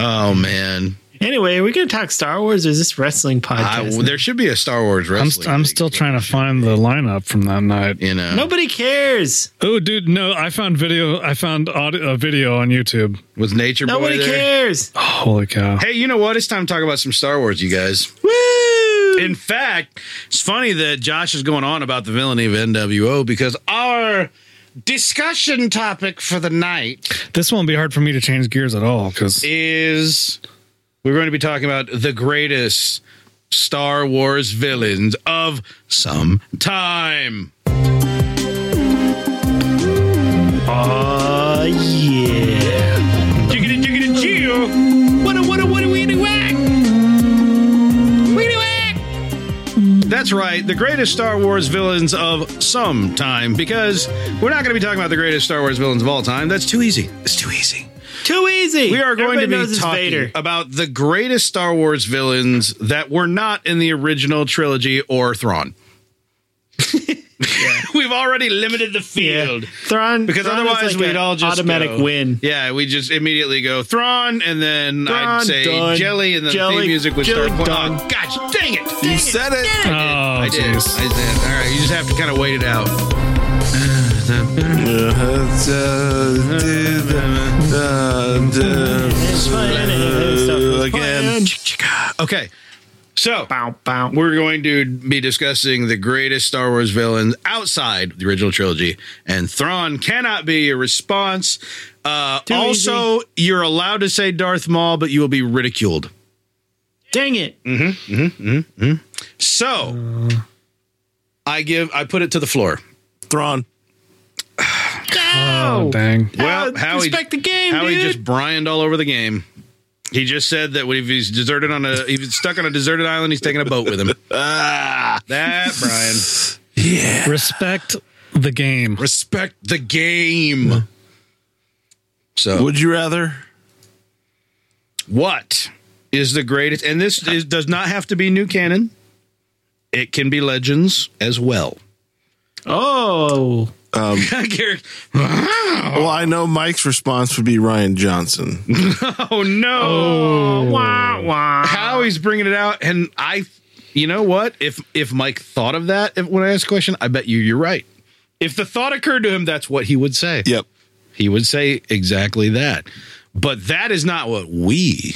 A: Oh man,
C: Anyway, are we going to talk Star Wars or is this wrestling
A: I,
C: podcast?
A: there should be a Star Wars
B: I'm,
A: wrestling.
B: st- I'm
A: league,
B: still trying to find the lineup from that night.
A: you know,
C: Nobody cares.
B: Oh, dude, no, I found video. I found audio, a video on YouTube.
A: with Nature Boy.
C: Nobody
A: There.
C: cares.
B: Holy cow!
A: Hey, you know what? It's time to talk about some Star Wars, you guys.
C: Woo!
A: In fact, it's funny that Josh is going on about the villainy of NWO because our discussion topic for the night
B: This won't be hard for me to change gears at all because
A: is we're going to be talking about the greatest Star Wars villains of some time.
C: Oh, yeah.
A: Jiggity jiggity jill. What a what a what a weedy whack. Weedy whack. That's right, the greatest Star Wars villains of some time, because we're not going to be talking about the greatest Star Wars villains of all time. That's too easy. It's too easy.
C: Too easy.
A: We are going
C: Everybody knows
A: to be
C: it's
A: talking about the greatest Star Wars villains that were not in the original trilogy or Thrawn. We've already limited the
C: Yeah.
A: field.
C: Thrawn,
A: Because
C: Thrawn is
A: otherwise
C: like
A: we'd
C: an
A: all just
C: automatic
A: go-
C: win.
A: Yeah, we just immediately go Thrawn, and then I'd
C: Thrawn,
A: say
C: done.
A: Jelly, and then
C: Jelly,
A: the theme music would
C: Jelly,
A: start.
C: done.
A: Oh, gosh, dang it!
D: You said it.
B: oh,
A: I did. I
B: jeez.
A: did. All right, you just have to kind of wait it out.
D: Uh, Again.
A: Okay, so
C: Bow, bow.
A: we're going to be discussing the greatest Star Wars villains outside the original trilogy, and Thrawn cannot be a response. Uh,
C: easy.
A: also, you're allowed to say Darth Maul, but you will be ridiculed.
C: Dang it.
A: Mm. So,
C: Uh.
A: I give, I put it to the floor.
C: Ah,
D: Thrawn.
B: Oh, dang.
A: Well,
C: Uh,
A: Howie,
C: respect the game,
A: Howie
C: dude.
A: just Brianed all over the game. He just said that if he's deserted on a, if he's stuck on a deserted island, he's taking a boat with him.
C: Ah.
A: that Brian,
B: Respect the game.
A: respect the game. So
D: Would you rather?
A: what is the greatest? And this is, does not have to be new canon. It can be legends as well.
C: Oh.
A: Garrick,
D: Well, I know Mike's response would be Ryan Johnson.
A: oh no!
C: Wah, wah.
A: Howie's bringing it out, and I, you know what? If if Mike thought of that if, when I asked the question, I bet you you're right. If the thought occurred to him, that's what he would say.
D: Yep.
A: He would say exactly that. But that is not what we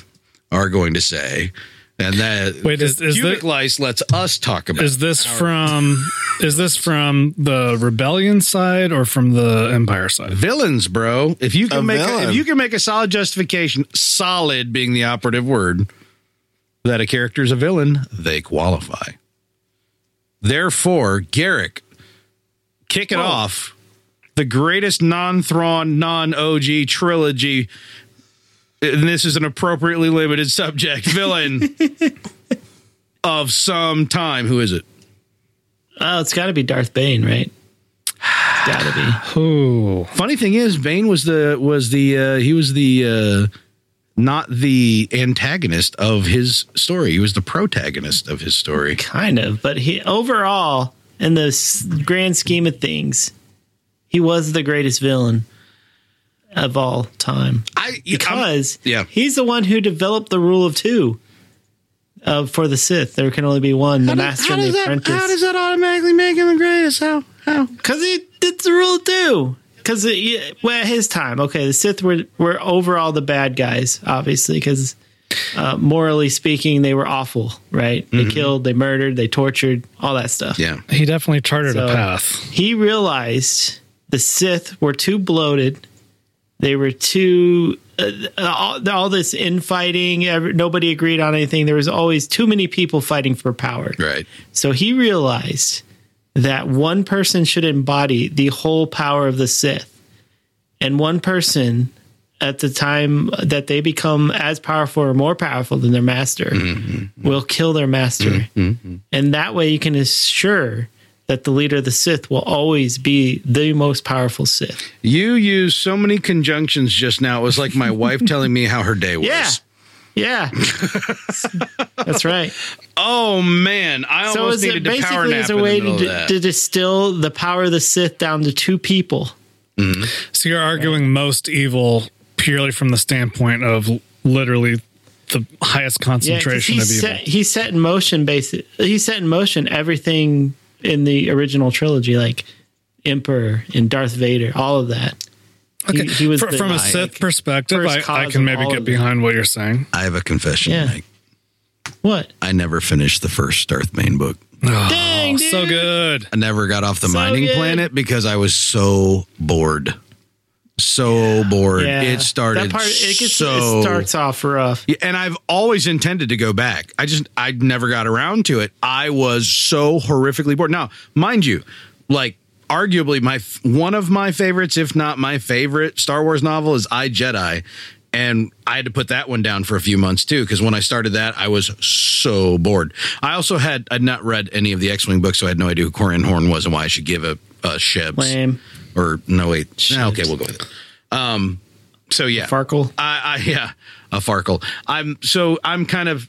A: are going to say. And that
B: Wait, is- is
A: cubic
B: the-
A: lice lets us talk about.
B: Is this from? Is this from the rebellion side or from the empire side?
A: villains, bro? If you can
D: A
A: make
D: villain.
A: A, if you can make a solid justification, solid being the operative word, that a character is a villain, they qualify. Therefore, Garrick, kick it off. The greatest non-Thrawn, non-OG trilogy. And this is an appropriately limited subject. Villain of some time. Who is it?
C: Oh, it's got to be Darth Bane, right? It's got to be.
B: Oh,
A: Funny thing is, Bane was the was the uh, he was the uh, not the antagonist of his story. He was the protagonist of his story.
C: Kind of. But he overall, in the s- grand scheme of things, he was the greatest villain of all time.
A: I
C: Because
A: I'm- yeah.
C: he's the one who developed the rule of two uh, for the Sith. There can only be one, the master and the apprentice.
A: that automatically make him the greatest? How how?
C: Because he did the rule too. Because well, at his time, okay, the Sith were were overall the bad guys, obviously, because uh, morally speaking, they were awful, right?
A: Mm-hmm.
C: They killed, they murdered, they tortured, all that stuff.
A: Yeah,
B: he definitely charted a
C: So-
B: path.
C: He realized the Sith were too bloated. They were too uh, all, all this infighting. Every, nobody agreed on anything. There was always too many people fighting for power.
A: right.
C: So he realized that one person should embody the whole power of the Sith. And one person at the time that they become as powerful or more powerful than their
A: Mm-hmm,
C: master will kill their master. And that way you can assure that the leader of the Sith will always be the most powerful Sith.
A: You use so many conjunctions just now. It was like my wife telling me how her day was.
C: Yeah. Yeah. That's right.
A: Oh man, I
C: So
A: almost
C: it's
A: needed to power
C: basically
A: nap
C: is a
A: in the
C: way
A: middle
C: to,
A: of
C: d-
A: that.
C: to distill the power of the Sith down to two people.
B: So you're arguing most evil purely from the standpoint of l- literally the highest
C: Yeah, 'cause
B: concentration
C: he
B: of evil.
C: set, he set in motion basic. He set in motion everything in the original trilogy, like Emperor and Darth Vader, all of that.
B: okay.
C: he was
B: Fr-
C: the,
B: from a
C: like,
B: Sith perspective,
C: first
B: I, I
C: cause
B: can
C: of
B: maybe
C: all
B: get
C: of that.
B: behind what you're saying.
A: I have a confession.
C: Yeah.
A: to make.
C: What?
A: I never finished the first Darth Main book. Oh,
C: Dang, dude.
B: So good.
A: I never got off the mining
C: good.
A: planet because I was so bored. So bored.
C: Yeah.
A: It started
C: That part it, gets,
A: so
C: it starts off rough.
A: Yeah, and I've always intended to go back. I just I never got around to it. I was so horrifically bored. Now, mind you, like arguably my f- one of my favorites, if not my favorite Star Wars novel is I Jedi, and I had to put that one down for a few months too because when I started that, I was so bored. I also had I'd not read any of the X Wing books, so I had no idea who Corian Horn was and why I should give a, a shibs
C: Lame.
A: or no wait, Nah,
C: Shibs.
A: okay, we'll go with it. Um, so yeah,
C: Farkle.
A: I, I yeah, a Farkle. I'm so I'm kind of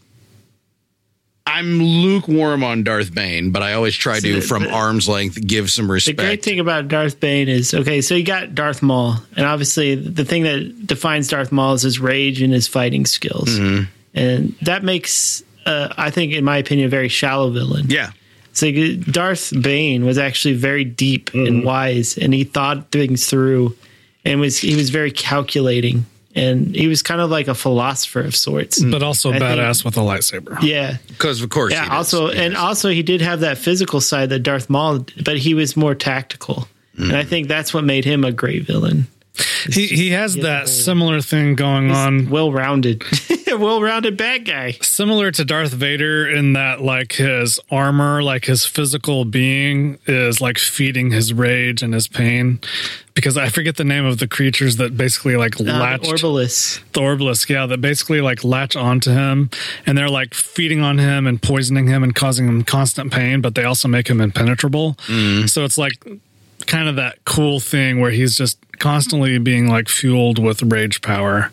A: I'm lukewarm on Darth Bane, but I always try to
C: the-
A: from arm's length give some
C: The
A: respect.
C: great thing about Darth Bane is okay, so you got Darth Maul, and obviously the thing that defines Darth Maul is his rage and his fighting skills,
A: Mm-hmm.
C: and that makes, uh, I think, in my opinion, a very shallow villain.
A: yeah,
C: So Darth Bane was actually very deep
A: Mm-hmm.
C: and wise, and he thought things through, and was he was very calculating, and he was kind of like a philosopher of sorts.
A: Mm.
B: But also
C: I think-
B: badass with a lightsaber.
C: Yeah,
A: because of course. he
C: yeah.
A: does.
C: Also, and also he did have that physical side that Darth Maul, but he was more tactical, and
A: Mm.
C: I think that's what made him a great villain.
B: He he has that similar thing going on
C: Well-rounded, well-rounded bad guy.
B: similar to Darth Vader in that like his armor, like his physical being is like feeding his rage and his pain. Because I forget the name of the creatures that basically like
C: Uh,
B: latched
C: Orbilis.
B: the Orbalisk, yeah, that basically like latch onto him and they're like feeding on him and poisoning him and causing him constant pain, but they also make him impenetrable. So it's like kind of that cool thing where he's just constantly being like fueled with rage power.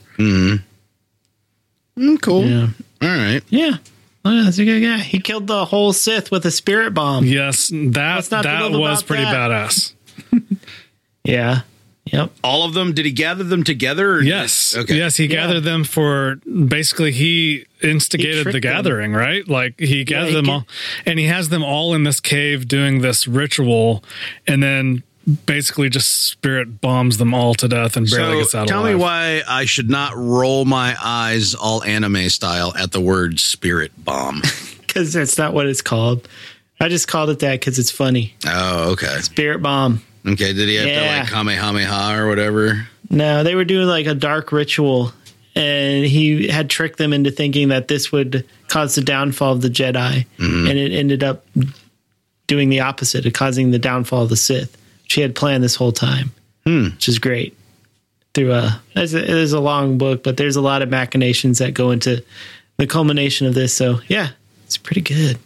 A: Mm, cool.
C: Yeah,
A: All right.
C: yeah. Oh, that's a good guy. He killed the whole Sith with a spirit bomb.
B: Yes, that
C: not
B: that
C: love
B: was
C: about
B: pretty
C: that?
B: badass.
C: Yeah. Yep.
A: All of them. Did he gather them together? or-
B: Yes.
A: Okay.
B: Yes, he gathered them for basically he instigated
C: tricked
B: the
C: them.
B: gathering, right? Like he gathered
C: he
B: them
C: ca-
B: all and he has them all in this cave doing this ritual and then basically just spirit bombs them all to death and barely
A: So
B: gets out
A: tell
B: alive.
A: me why I should not roll my eyes all anime style at the word spirit bomb.
C: because that's not what it's called. I just called it that because it's funny.
A: oh, okay.
C: Spirit bomb.
A: Okay. Did he have to
C: Yeah.
A: like kamehameha or whatever?
C: No, they were doing like a dark ritual, and he had tricked them into thinking that this would cause the downfall of the Jedi, and it ended up doing the opposite, of causing the downfall of the Sith, which he had planned this whole time, which is great. Through a, there's a, there's a long book, but there's a lot of machinations that go into the culmination of this. So yeah, it's pretty good.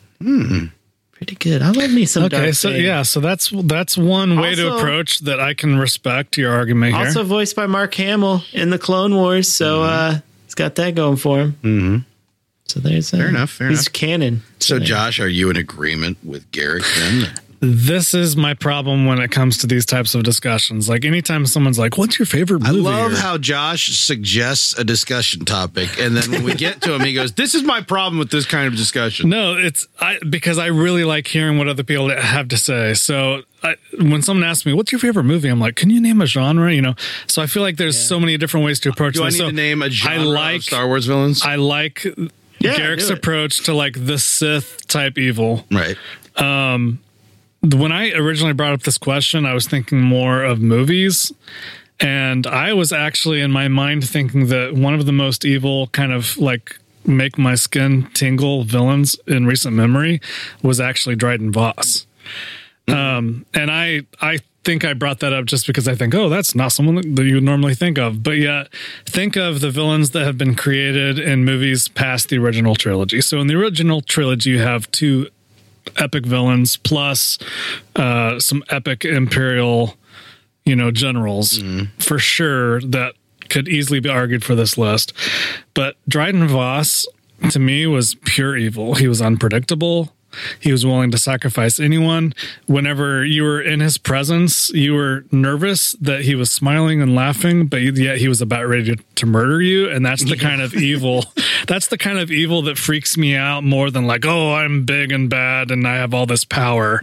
C: Pretty good. I love me some.
B: Okay,
C: Darth
B: so
C: Vader.
B: yeah, so that's that's one way to
C: Also-
B: approach that I can respect your argument here.
C: Also voiced by Mark Hamill in the Clone Wars, so
A: Mm-hmm.
C: uh, he's got that going for him. Mm-hmm. So there's uh, fair
A: enough, fair
C: he's
A: enough.
C: canon.
A: So, Josh, are you in agreement with Garrick then?
B: this is my problem when it comes to these types of discussions. Like anytime someone's like, "What's your favorite
A: I
B: movie?"
A: love
B: or-
A: how Josh suggests a discussion topic, and then when we get to him, he goes, "This is my problem with this kind of discussion."
B: No, it's I because I really like hearing what other people have to say. So I, when someone asks me, "What's your favorite movie?" I'm like, "Can you name a genre?" You know. So I feel like there's so many different ways to approach
A: Do I
B: this.
A: need
B: so
A: to name a genre
B: I like
A: of Star Wars villains?
B: I like
C: Yeah,
B: Garrick's
C: do it.
B: approach to like the Sith type evil.
A: right.
B: When I originally brought up this question, I was thinking more of movies. And I was actually in my mind thinking that one of the most evil kind of like make my skin tingle villains in recent memory was actually Dryden Voss. Um, and I, I think I brought that up just because I think, oh, that's not someone that you would normally think of. But yet, think of the villains that have been created in movies past the original trilogy. So in the original trilogy, you have two epic villains plus uh, some epic imperial, you know, generals for sure that could easily be argued for this list. But Dryden Voss to me was pure evil. He was unpredictable. He was willing to sacrifice anyone. Whenever you were in his presence, you were nervous that he was smiling and laughing, but yet he was about ready to, to murder you. And that's the kind of evil. That's the kind of evil that freaks me out more than like, oh, I'm big and bad and I have all this power.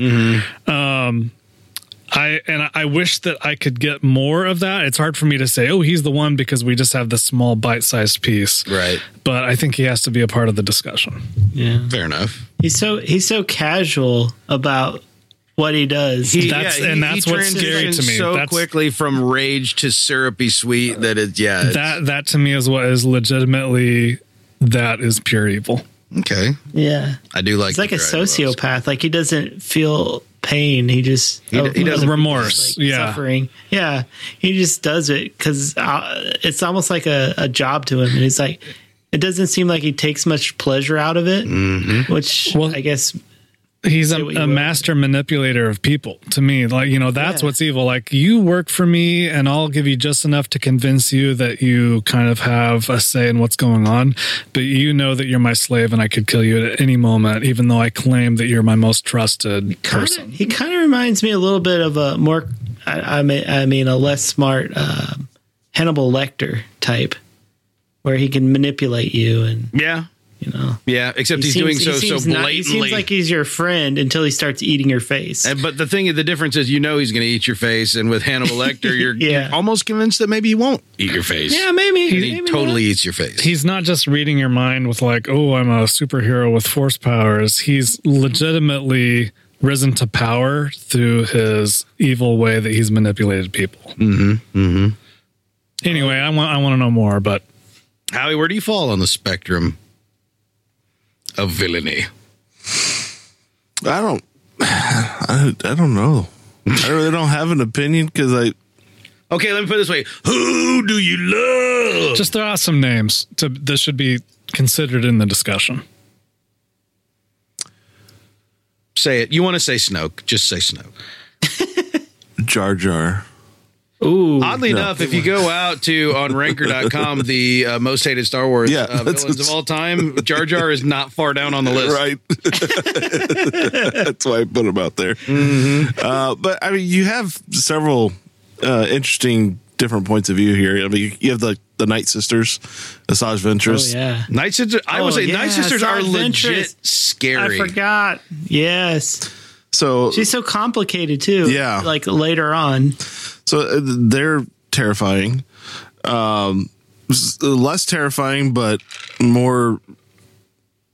B: I and I wish that I could get more of that. It's hard for me to say, oh, he's the one because we just have this small bite-sized piece.
A: Right.
B: But I think he has to be a part of the discussion.
C: Yeah.
A: Fair enough.
C: He's so he's so casual about what he does.
A: He-
B: That's- and that's what's scary to
A: transitions
B: me.
A: So
B: That's-
A: quickly from rage to syrupy sweet that it's yeah. it's-
B: That that to me is what is legitimately that is pure evil.
A: okay.
C: yeah.
A: I do like.
C: It's like a
A: the Dragon Balls.
C: sociopath. Like he doesn't feel pain. He just uh,
A: He d- he doesn't-
B: Remorse, yeah.
C: suffering. Yeah, he just does it because uh, it's almost like a, a job to him, and he's like, it doesn't seem like he takes much pleasure out of it,
A: Mm-hmm.
C: which
B: Well-
C: I guess
B: He's a,
C: what you
B: a
C: will.
B: master manipulator of people to me. Like, you know, that's
C: Yeah.
B: what's evil. Like, you work for me and I'll give you just enough to convince you that you kind of have a say in what's going on, but you know that you're my slave and I could kill you at any moment, even though I claim that you're my most trusted person.
C: he kind of reminds me a little bit of a more, I, I mean, I mean, a less smart um Hannibal Lecter type, where he can manipulate you and
A: Yeah.
C: you know.
A: Yeah. Except
C: he
A: he's
C: seems-
A: doing
C: he
A: so so
C: seems
A: blatantly.
C: not- he seems like he's your friend until he starts eating your face.
A: And- but the thing is, the difference is, you know, he's going to eat your face, and with Hannibal Lecter, you're,
C: Yeah.
A: you're almost convinced that maybe he won't eat your face.
C: Yeah, maybe.
A: And
C: maybe
A: he
C: not.
A: totally eats your face.
B: he's not just reading your mind with like, oh, I'm a superhero with force powers. He's legitimately risen to power through his evil way that he's manipulated people. Mm-hmm. Mm-hmm. Anyway, I want I want to know more, but
A: Howie, where do you fall on the spectrum of villainy?
D: I don't. I, I don't know. I really don't have an opinion because I
A: Okay, let me put it this way: Who do you love?
B: just throw out some names. To this should be considered in the discussion.
A: say it. You want to say Snoke? Just say Snoke.
D: Jar Jar.
C: Ooh,
A: Oddly enough, if you go out to on ranker.com, the uh, most hated Star Wars
D: Yeah,
A: uh,
D: that's
A: villains
D: what's-
A: of all time, Jar Jar is not far down on the list.
D: Right. That's why I put him out there. Uh, but I mean, you have several uh, interesting different points of view here. I mean, you have the the Night Sisters, Asajj
C: oh
D: Ventress.
C: yeah.
A: Night Sisters, I would
C: Oh,
A: say
C: yeah,
A: Night Sisters are
C: Sarge
A: legit
C: Ventress.
A: scary.
C: I forgot. Yes,
D: So
C: she's so complicated too.
D: Yeah.
C: like later on.
D: So uh, they're terrifying. Um, s- less terrifying, but more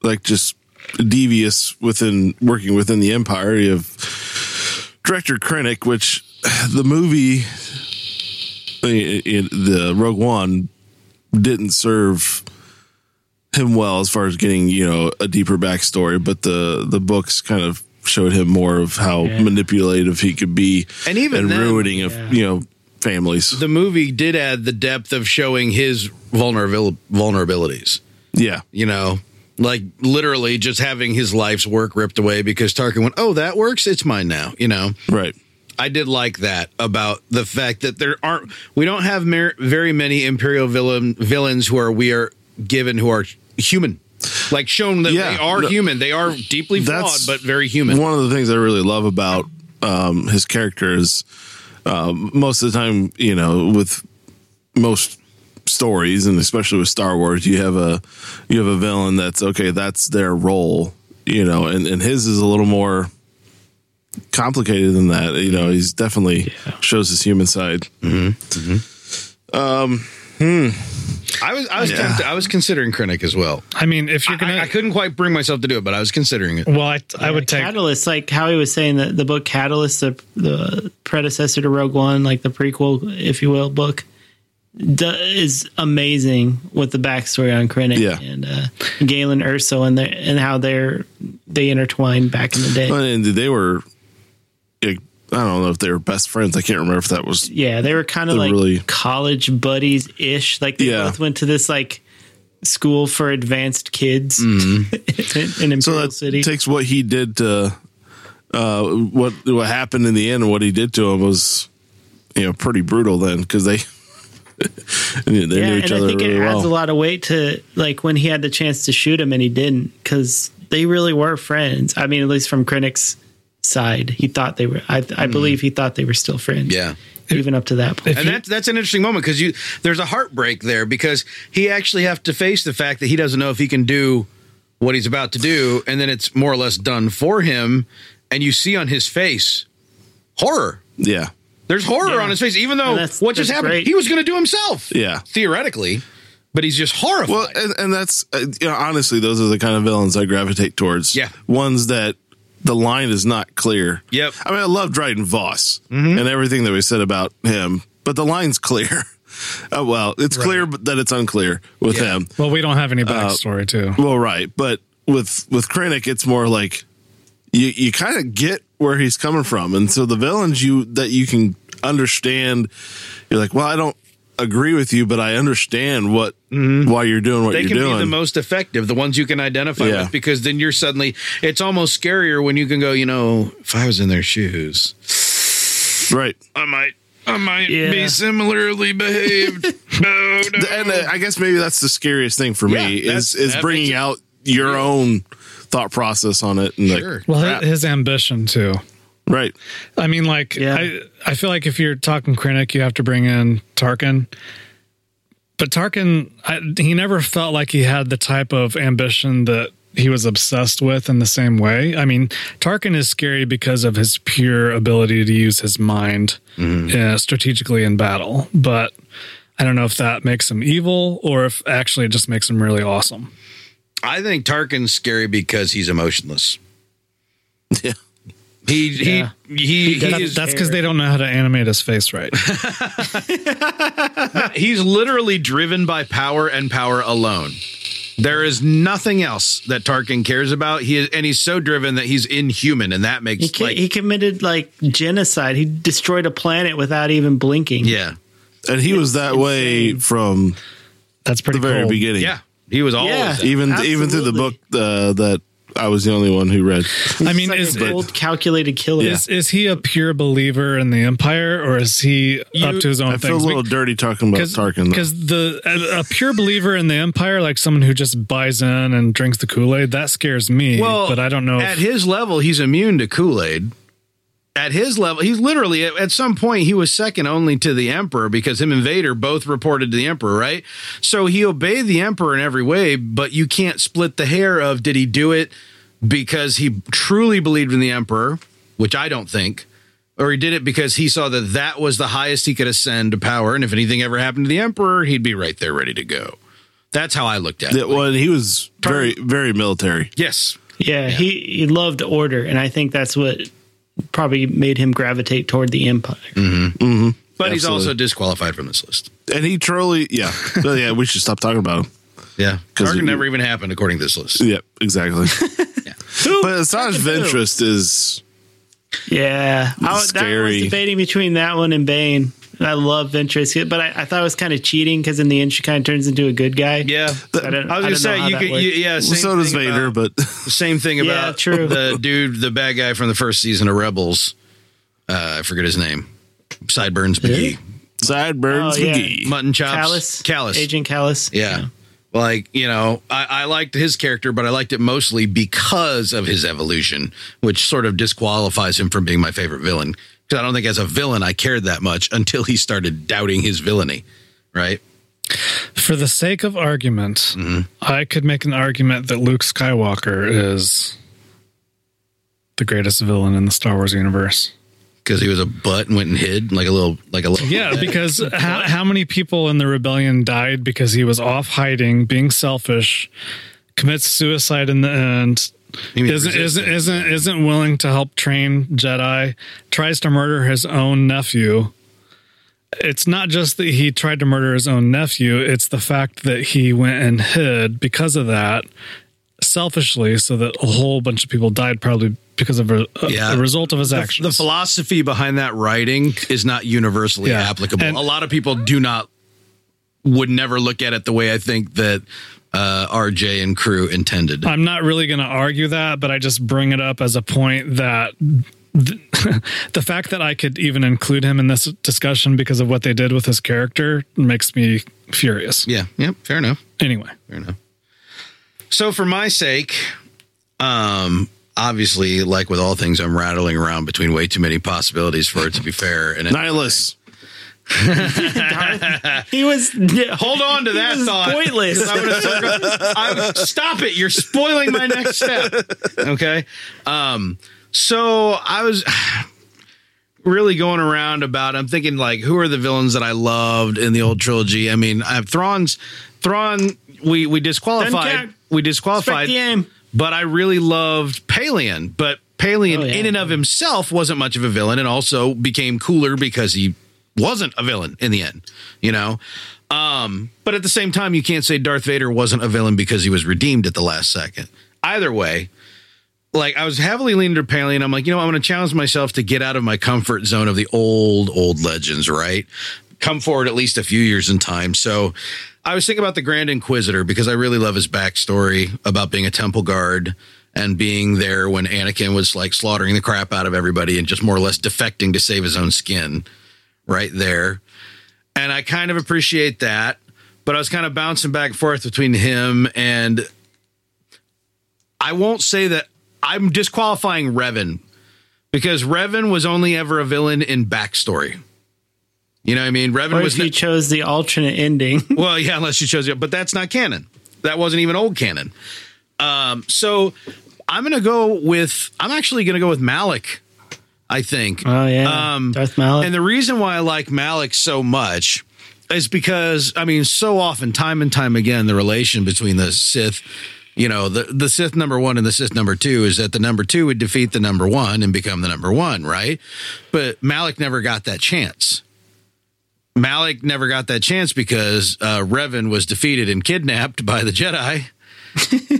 D: like just devious within working within the empire. You have director Krennic, which the movie, i- i- the Rogue One, didn't serve him well as far as getting you know a deeper backstory, but the the books kind of showed him more of how manipulative he could be
A: And even
D: and
A: then-
D: ruining of you know families
A: the movie did add the depth of showing his vulnerabil- vulnerabilities.
D: yeah
A: You know, like literally just having his life's work ripped away because Tarkin went, "Oh, that works. It's mine now." You know,
D: right
A: I did like that about the fact that there aren't we don't have mer- very many imperial villain villains who are we are given who are human, like shown that
D: Yeah,
A: they are
D: no-
A: human. They are deeply flawed,
D: That's
A: but very human.
D: one of the things i really love about um his character is um most of the time you know with most stories and especially with star wars you have a you have a villain that's okay that's their role you know and and his is a little more complicated than that you know he's definitely shows his human side
A: Mm. I was I was
D: Yeah.
A: tempted- I was considering Krennic as well.
B: I mean, if you're gonna,
A: I, I couldn't quite bring myself to do it, but I was considering it.
B: well, I, I would take
C: Catalyst, like Howie was saying, that the book Catalyst, the, the predecessor to Rogue One, like the prequel, if you will, book, d- is amazing with the backstory on Krennic
D: Yeah.
C: and uh, Galen Erso and their, and how they're they intertwined back in the day.
D: and they were like, i don't know if they were best friends i can't remember if that was
C: Yeah, they were kind of
D: They're
C: like
D: really-
C: college buddies ish. Like they
D: Yeah.
C: both went to this like school for advanced kids in, in Imperial
D: Mm-hmm. so that
C: City.
D: takes what he did to uh, what what happened in the end and what he did to him was you know pretty brutal then because they they knew
C: Yeah,
D: each
C: and I
D: other
C: think
D: really
C: it adds
D: well.
C: a lot of weight to like when he had the chance to shoot him and he didn't because they really were friends. I mean, at least from critics' side, he thought they were. I,
D: Hmm.
C: I believe he thought they were still friends.
A: Yeah.
C: even up to that point.
A: And that's that's an interesting moment because you there's a heartbreak there because he actually have to face the fact that he doesn't know if he can do what he's about to do, and then it's more or less done for him, and you see on his face horror.
D: yeah,
A: There's horror
C: Yeah.
A: on his face, even though
C: And that's-
A: what just
C: that's
A: happened,
C: great.
A: he was going to do himself.
D: Yeah.
A: theoretically, but he's just horrified.
D: well, and, and that's uh, you know, honestly those are the kind of villains I gravitate towards.
A: Yeah.
D: ones that the line is not clear.
A: Yep.
D: I mean I loved Dryden Voss
C: Mm-hmm.
D: and everything that we said about him, but the line's clear. Oh well, it's clear but that it's unclear with
A: Yeah.
D: him.
B: Well, we don't have any backstory too.
D: Well, right, but with with Krennic, it's more like you you kind of get where he's coming from, and so the villains you that you can understand, you're like, well, I don't agree with you, but I understand what why you're doing
A: Mm-hmm.
D: what
A: they
D: you're
A: can
D: doing.
A: be the most effective, the ones you can identify
D: Yeah.
A: with, because then you're suddenly it's almost scarier when you can go, you know, if I was in their shoes,
D: right,
A: I might, I might
C: Yeah.
A: be similarly behaved. no, no.
D: and uh, I guess maybe that's the scariest thing for me
A: Yeah,
D: is
A: that's-
D: is
A: that
D: bringing
A: makes it-
D: out your own thought process on it, and
A: Sure.
D: like,
B: Well,
D: crap.
B: his ambition too.
D: right,
B: I mean, like,
C: Yeah.
B: I, I feel like if you're talking Krennic, you have to bring in Tarkin. But Tarkin, I, he never felt like he had the type of ambition that he was obsessed with in the same way. I mean, Tarkin is scary because of his pure ability to use his mind uh, strategically in battle. But I don't know if that makes him evil or if actually it just makes him really awesome.
A: I think Tarkin's scary because he's emotionless.
D: yeah,
A: He he
C: Yeah.
A: he, he
B: That-
A: is,
B: that's because they don't know how to animate his face right.
A: he's literally driven by power and power alone. There is nothing else that Tarkin cares about. He is, and he's so driven that he's inhuman, and that
C: He,
A: makes
C: co-
A: like
C: he committed like genocide. He destroyed a planet without even blinking.
A: yeah
D: and he was that way from
B: That's pretty
D: the very
B: cool.
D: beginning,
A: yeah. He was always
C: Yeah.
A: that.
D: even even through the book
C: Absolutely.
D: uh, that I was the only one who read.
B: I mean,
C: It's
B: is,
C: like an old calculated killer.
D: Yeah.
B: Is, is he a pure believer in the empire, or is he up to his own
D: I feel
B: things?
D: a little dirty talking about Tarkin. though.
B: because the a, a pure believer in the empire, like someone who just buys in and drinks the Kool Aid, that scares me. but I don't know.
A: At
B: If,
A: his level, he's immune to Kool Aid. At his level, he's literally at, at some point he was second only to the emperor because him and Vader both reported to the emperor, right? So he obeyed the emperor in every way, but you can't split the hair of did he do it because he truly believed in the emperor, which I don't think, or he did it because he saw that that was the highest he could ascend to power, and if anything ever happened to the emperor, he'd be right there ready to go. That's how I looked at
D: Yeah,
A: it.
D: well, he was very, very military.
A: Yes,
C: Yeah, He, he loved order. And I think that's what probably made him gravitate toward the empire.
D: Mm.
A: but he's
D: Absolutely.
A: also disqualified from this list.
D: And he truly, yeah. So, yeah, we should stop talking about him.
A: Yeah,
D: 'Cause
A: Tarkin
D: you-
A: never even happened according to this list.
D: Yep, exactly. But Asajj Ventress is,
C: Yeah. I, was- That
D: Scary.
C: was debating between that one and Bane. And I love Ventress, but I, I thought it was kind of cheating because in the end she kind of turns into a good guy.
A: Yeah,
C: So I, don't,
A: I was gonna say you could, you, yeah. Same
D: so does
A: thing
D: Vader,
A: about-
D: but
A: same thing about
C: Yeah, true.
A: the dude, the bad guy from the first season of Rebels. Uh, I forget his name. Sideburns McGee,
D: Sideburns
C: Oh, yeah.
D: McGee.
A: mutton chops,
C: Callus,
A: um, Callus.
C: Agent Callus.
A: Yeah. Like, you know, I, I liked his character, but I liked it mostly because of his evolution, which sort of disqualifies him from being my favorite villain. Because I don't think as a villain I cared that much until he started doubting his villainy. Right?
B: for the sake of argument,
D: Mm-hmm.
B: I could make an argument that Luke Skywalker is the greatest villain in the Star Wars universe.
A: Because he was a butt and went and hid like a little, like a little.
B: Yeah, because how, how many people in the rebellion died because he was off hiding, being selfish, commits suicide in the end,
A: You mean
B: isn't
A: resist-
B: isn't isn't isn't willing to help train Jedi, tries to murder his own nephew. It's not just that he tried to murder his own nephew, it's the fact that he went and hid because of that selfishly so that a whole bunch of people died probably because of a, a-
A: Yeah.
B: the result of his
A: The,
B: actions.
A: philosophy behind that writing is not universally
B: Yeah.
A: applicable.
B: And-
A: a lot of people do not would never look at it the way I think that uh, RJ and crew intended.
B: I'm not really going to argue that, but I just bring it up as a point that th- the fact that I could even include him in this discussion because of what they did with his character makes me furious.
A: yeah. Yep. Fair enough.
B: Anyway,
A: Fair enough. So for my sake, um, obviously, like with all things, I'm rattling around between way too many possibilities for it to be fair. And
D: Nihilus.
C: He was
A: hold on to that
C: This is
A: thought.
C: pointless.
A: 'cause I'm gonna circle- I'm- stop it! You're spoiling my next step. Okay. Um. So I was really going around about. I'm thinking like, who are the villains that I loved in the old trilogy? I mean, I have Thrawn's Thrawn. We we disqualified.
C: count.
A: We
C: Respect
A: disqualified
C: the aim.
A: but I really loved Paleon. But Paleon,
C: Oh, yeah.
A: in and of himself, wasn't much of a villain, and also became cooler because he wasn't a villain in the end. You know. Um, but at the same time, you can't say Darth Vader wasn't a villain because he was redeemed at the last second. Either way, like I was heavily leaning to Paleon. I'm like, you know, I'm going to challenge myself to get out of my comfort zone of the old, old legends, right? Come forward at least a few years in time. So I was thinking about the Grand Inquisitor because I really love his backstory about being a temple guard and being there when Anakin was like slaughtering the crap out of everybody and just more or less defecting to save his own skin right there. And I kind of appreciate that. But I was kind of bouncing back and forth between him and I won't say that I'm disqualifying Revan because Revan was only ever a villain in backstory. You know what I mean? Revan
C: Or
A: was
C: if you
A: ne-
C: chose the alternate ending.
A: well, yeah, unless you chose it, but that's not canon. That wasn't even old canon. Um, so I'm gonna go with I'm actually gonna go with Malik. I think.
C: Oh yeah,
A: Um,
C: Darth Malak.
A: And the reason why I like Malik so much is because I mean, so often, time and time again, the relation between the Sith, you know, the the Sith number one and the Sith number two is that the number two would defeat the number one and become the number one, right? But Malik never got that chance. Malik never got that chance because uh, Revan was defeated and kidnapped by the Jedi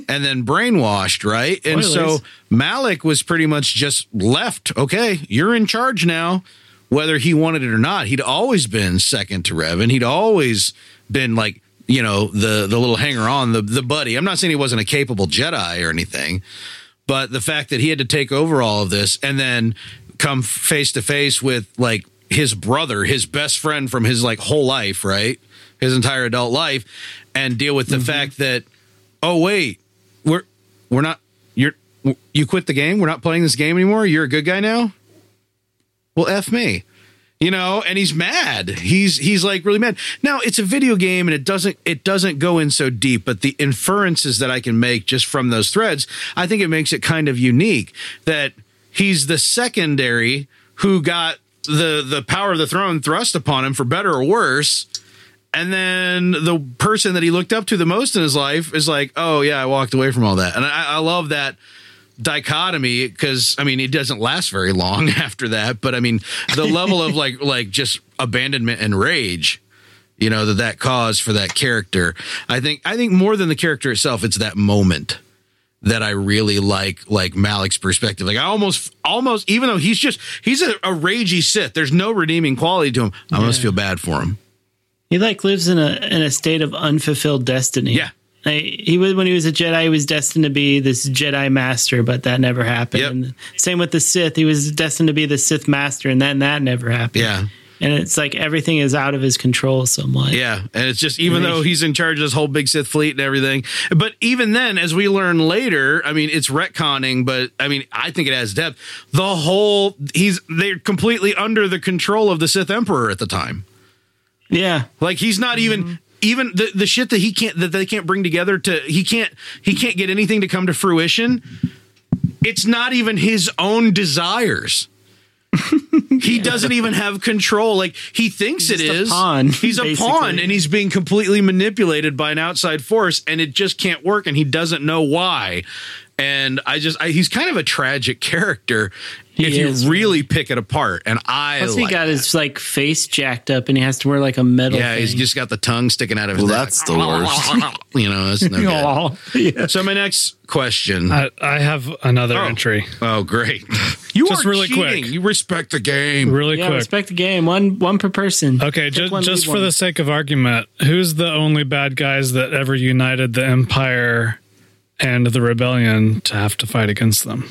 A: and then brainwashed, right? And
C: Spoilers.
A: so Malik was pretty much just left. Okay, you're in charge now, whether he wanted it or not. He'd always been second to Revan. He'd always been like, you know, the the little hanger on, the the buddy. I'm not saying he wasn't a capable Jedi or anything, but the fact that he had to take over all of this and then come face to face with like his brother, his best friend from his like whole life, right? His entire adult life, and deal with the fact that, oh wait, we're we're not you're you quit the game. We're not playing this game anymore. You're a good guy now. Well, f me you know and he's mad he's he's like really mad now it's a video game and it doesn't it doesn't go in so deep but the inferences that i can make just from those threads i think it makes it kind of unique that he's the secondary who got the the power of the throne thrust upon him for better or worse and then the person that he looked up to the most in his life is like oh yeah i walked away from all that and i, I love that dichotomy because I mean it doesn't last very long after that. But I mean the level of like like just abandonment and rage, you know that that caused for that character. I think I think more than the character itself, it's that moment that I really like like Malik's perspective. Like I almost almost even though he's just he's a, a ragey Sith. There's no redeeming quality to him. I almost feel bad for him.
C: He like lives in a in a state of unfulfilled destiny.
A: Yeah.
C: Like, he was when he was a Jedi, he was destined to be this Jedi master, but that never happened.
A: Yep.
C: And same with the Sith, he was destined to be the Sith master, and then that never happened.
A: Yeah.
C: and it's like everything is out of his control somewhat.
A: Yeah, and it's just even though he's in charge of this whole big Sith fleet and everything, but even then, as we learn later, I mean, it's retconning, but I mean, I think it has depth. The whole he's they're completely under the control of the Sith Emperor at the time.
C: yeah.
A: Like he's not
C: Mm-hmm.
A: even even the, the shit that he can't that they can't bring together to he can't he can't get anything to come to fruition. It's not even his own desires. he doesn't even have control. Like he thinks it
C: just a
A: is.
C: pawn,
A: he's a
C: basically.
A: pawn and he's being completely manipulated by an outside force and it just can't work and he doesn't know why. And I just, I, he's kind of a tragic character if
C: is.
A: you really pick it apart. And I
C: Plus,
A: like
C: he got his like face jacked up, and he has to wear like a metal.
A: Yeah, he's
C: thing.
A: just got the tongue sticking out of his
D: Well,
A: neck.
D: that's the worst.
A: you know, that's no good.
B: Oh,
A: So my next question.
B: I, I have another entry
A: oh, great. You
B: Just
A: are
B: really quick.
A: cheating. You respect the game.
B: really
C: yeah.
B: quick.
C: Respect the game. One one per person.
B: Okay,
C: Pick
B: just,
C: one,
B: just
C: leave
B: for
C: one.
B: the sake of argument, who's the only bad guys that ever united the Empire and the Rebellion to have to fight against them?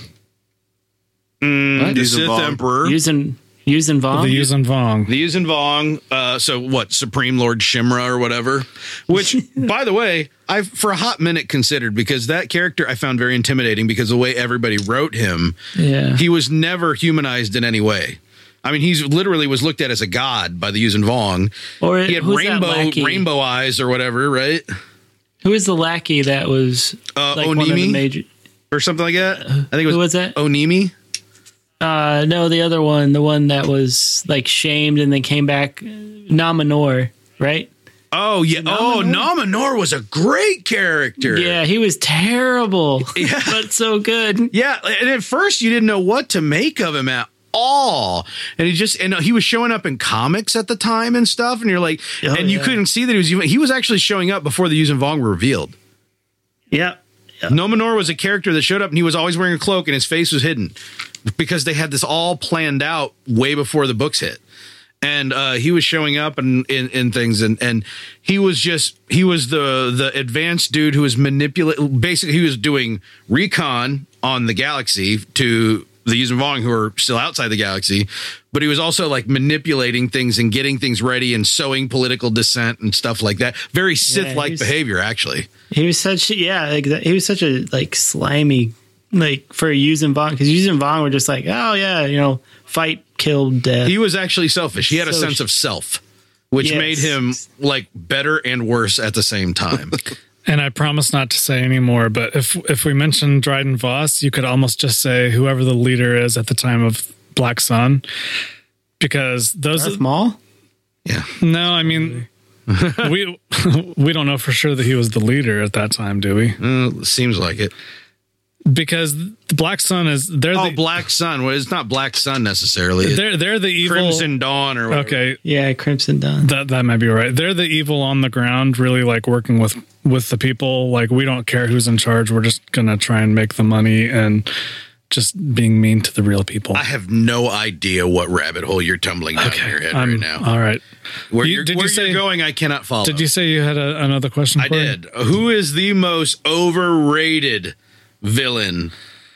A: the
D: Use a
A: Sith
D: bomb.
A: Emperor.
C: using using Vaughn.
B: The Yuuzhan Vong.
A: the Yuuzhan Vong, uh, so what, Supreme Lord Shimra or whatever, which, by the way, I've for a hot minute considered because that character I found very intimidating because the way everybody wrote him,
C: yeah.
A: he was never humanized in any way. I mean, he's literally was looked at as a god by the Yuuzhan Vong.
C: or
A: He had
C: who's that
A: rainbow
C: lackey?
A: rainbow eyes or whatever, right?
C: Who is the lackey that was
A: Uh,
C: like one of the
A: Onimi?
C: major?
A: Or something like that. I think it was,
C: Who was that?
A: Onimi.
C: Uh, no, the other one, the one that was like shamed and then came back, Naminor, right?
A: Oh yeah. Oh, Nominor was a great character.
C: Yeah, he was terrible, but so good.
A: Yeah, and at first you didn't know what to make of him at all. And he just and he was showing up in comics at the time and stuff and you're like and you
C: Oh, yeah.
A: couldn't see that he was even he was actually showing up before the Yuuzhan Vong were revealed.
C: Yeah,
A: Nominor was a character that showed up and he was always wearing a cloak and his face was hidden because they had this all planned out way before the books hit. And uh, he was showing up and in, in things and and he was just he was the the advanced dude who was manipulate basically he was doing recon on the galaxy to the Yuuzhan Vong who are still outside the galaxy, but he was also like manipulating things and getting things ready and sowing political dissent and stuff like that. Very Sith like
C: he's-
A: behavior, actually.
C: he was such. Yeah, like, that- he was such a like slimy, like for using Vaughn because using Vaughn were just like, oh yeah, you know, fight, kill, death.
A: he was actually selfish. He had a
C: So-
A: sense of self, which
C: Yes.
A: made him like better and worse at the same time.
B: And I promise not to say any more, but if if we mention Dryden Voss, you could almost just say whoever the leader is at the time of Black Sun. Because those
C: Darth Maul.
A: yeah.
B: No, I mean we we don't know for sure that he was the leader at that time, do we?
A: Uh, seems like it.
B: Because the Black Sun is they're
A: Oh,
B: the
A: Black Sun. Well, it's not Black Sun necessarily. It's
B: they're they're the evil
A: Crimson Dawn or whatever.
B: Okay,
C: Yeah, Crimson Dawn.
B: That that might be right. They're the evil on the ground, really like working with with the people. Like we don't care who's in charge. We're just gonna try and make the money and just being mean to the real people.
A: I have no idea what rabbit hole you're tumbling down in your head
B: Um,
A: right now.
B: All right.
A: Where
B: you-
A: you, are
B: did you
A: where you
B: say-
A: are going, I cannot follow.
B: Did you say you had a, another question?
A: I
B: Corey?
A: did. Who is the most overrated villain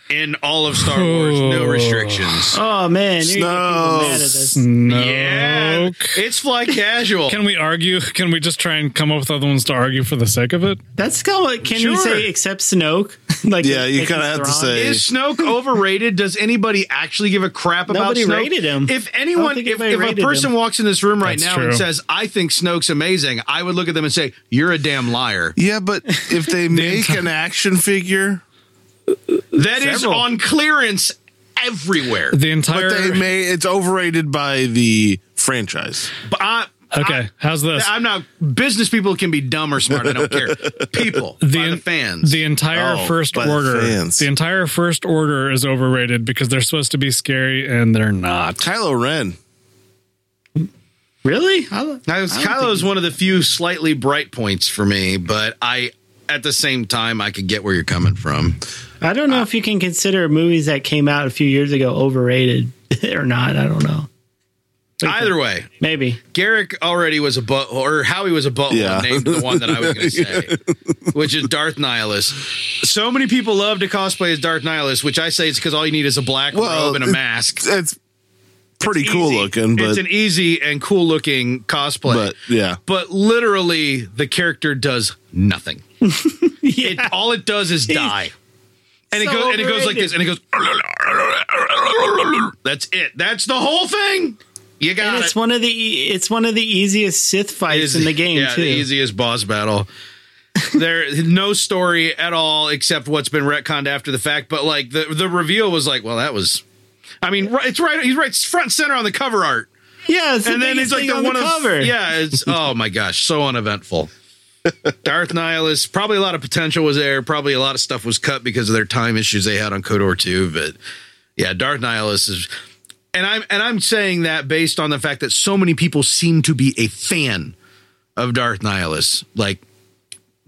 A: in all of Star Wars? No
B: Oh.
A: restrictions.
C: Oh man, you're gonna get people
D: Snow.
C: mad at us.
B: No.
A: Yeah, it's fly casual.
B: Can we argue? Can we just try and come up with other ones to argue for the sake of it?
C: That's kind of what can you
A: Sure.
C: say except Snoke? like
D: Yeah, you
C: like
D: kinda
C: he's
D: have to
C: Thrawn?
D: say-
A: Is Snoke overrated? Does anybody actually give a crap about
C: Nobody
A: Snoke?
C: rated him.
A: If
C: I don't
A: anyone,
C: think
A: if,
C: anybody
A: if a
C: rated
A: person
C: him.
A: walks in this room right
B: That's
A: now
B: true.
A: and says, "I think Snoke's amazing," I would look at them and say, "You're a damn liar."
D: Yeah, but if they make an action figure,
A: That is
C: Several.
A: on clearance everywhere.
B: The entire.
D: but they may it's overrated by the franchise.
A: But I,
B: okay. how's this?
A: I, am not. Business people can be dumb or smart. I don't care. People, the, by the fans.
B: The entire
D: Oh,
B: first
D: by the
B: order.
D: fans.
B: the entire first order is overrated because they're supposed to be scary and they're not.
D: Kylo Ren.
C: Really? I don't-
A: now, Kylo is one of the few slightly bright points for me, but I, at the same time, I could get where you're coming from.
C: I don't know
A: Uh,
C: if you can consider movies that came out a few years ago overrated or not. I don't know.
A: Either way,
C: Maybe.
A: Garrick already was a butt, or Howie was a butthole
D: Yeah.
A: named the one that I was going to say, which is Darth Nihilus. So many people love to cosplay as Darth Nihilus, which I say it's because all you need is a black
D: Well,
A: robe and a
D: it-
A: mask.
D: It's pretty cool
A: Easy.
D: looking, but
A: it's an easy and cool looking cosplay.
D: but yeah.
A: But literally, the character does nothing. It, all it does is die. And it
C: so
A: goes and it goes like this, and it goes. That's it. That's the whole thing. You got
C: And
A: it.
C: it's one of the e- it's one of the easiest Sith fights
A: Is-
C: in the game
A: yeah,
C: too.
A: The easiest boss battle. there no story at all except what's been retconned after the fact. But like the the reveal was like, well, that was. I mean, right, it's right. He's right front and center on the cover art,
C: yeah, it's
A: and then it's like the one
C: on the
A: of
C: cover.
A: yeah. It's oh my gosh, so uneventful. Darth Nihilus, probably a lot of potential was there. Probably a lot of stuff was cut because of their time issues they had on Kodor 2. But yeah, Darth Nihilus is and I'm and I'm saying that based on the fact that so many people seem to be a fan of Darth Nihilus. Like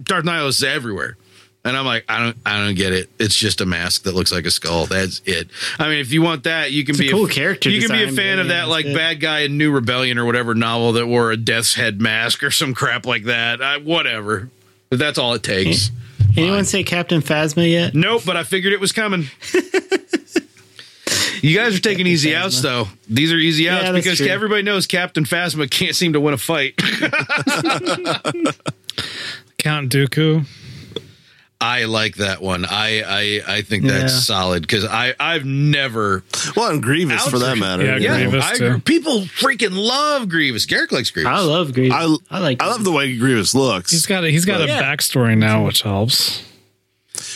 A: Darth Nihilus is everywhere. And I'm like, I don't I don't get it. It's just a mask that looks like a skull. That's it. I mean, if you want that, you can
C: a
A: be
C: cool character
A: You can be a
C: design,
A: fan of
C: yeah,
A: that like
C: yeah.
A: bad guy in New Rebellion or whatever novel that wore a death's head mask or some crap like that. I, whatever. But that's all it takes.
C: Anyone say Captain Phasma yet?
A: Nope, but I figured it was coming. you guys are taking easy outs, though. These are easy outs
C: that's
A: because
C: true.
A: everybody knows Captain Phasma can't seem to win a fight.
B: Count Dooku.
A: I like that one. I I, I think that's
C: Yeah.
A: solid because I I've never
D: Well, and Grievous for that matter.
B: Yeah,
A: yeah
B: Grievous,
A: I,
B: too.
A: people freaking love Grievous. Garrick likes Grievous.
C: I love Grievous.
D: I,
C: I like.
D: I love the way Grievous looks.
B: He's got a, he's got a
A: Yeah.
B: backstory now, which helps.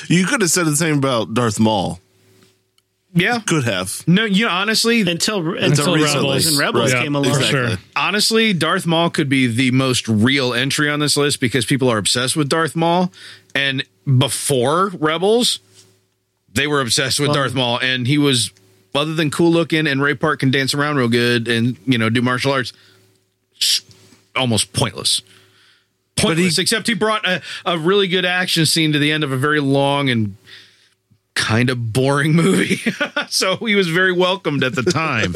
D: you could have said the same about Darth Maul.
A: yeah.
D: Could have.
A: No, you know, honestly,
C: until until,
D: recently.
C: Rebels and Rebels
D: Right.
C: came along.
B: for sure.
A: honestly, Darth Maul could be the most real entry on this list because people are obsessed with Darth Maul. And before Rebels, they were obsessed with Darth Maul, and he was other than cool looking and Ray Park can dance around real good and you know do martial arts, s- almost pointless. Pointless, except he brought a, a really good action scene to the end of a very long and kind of boring movie. so he was very welcomed at the time.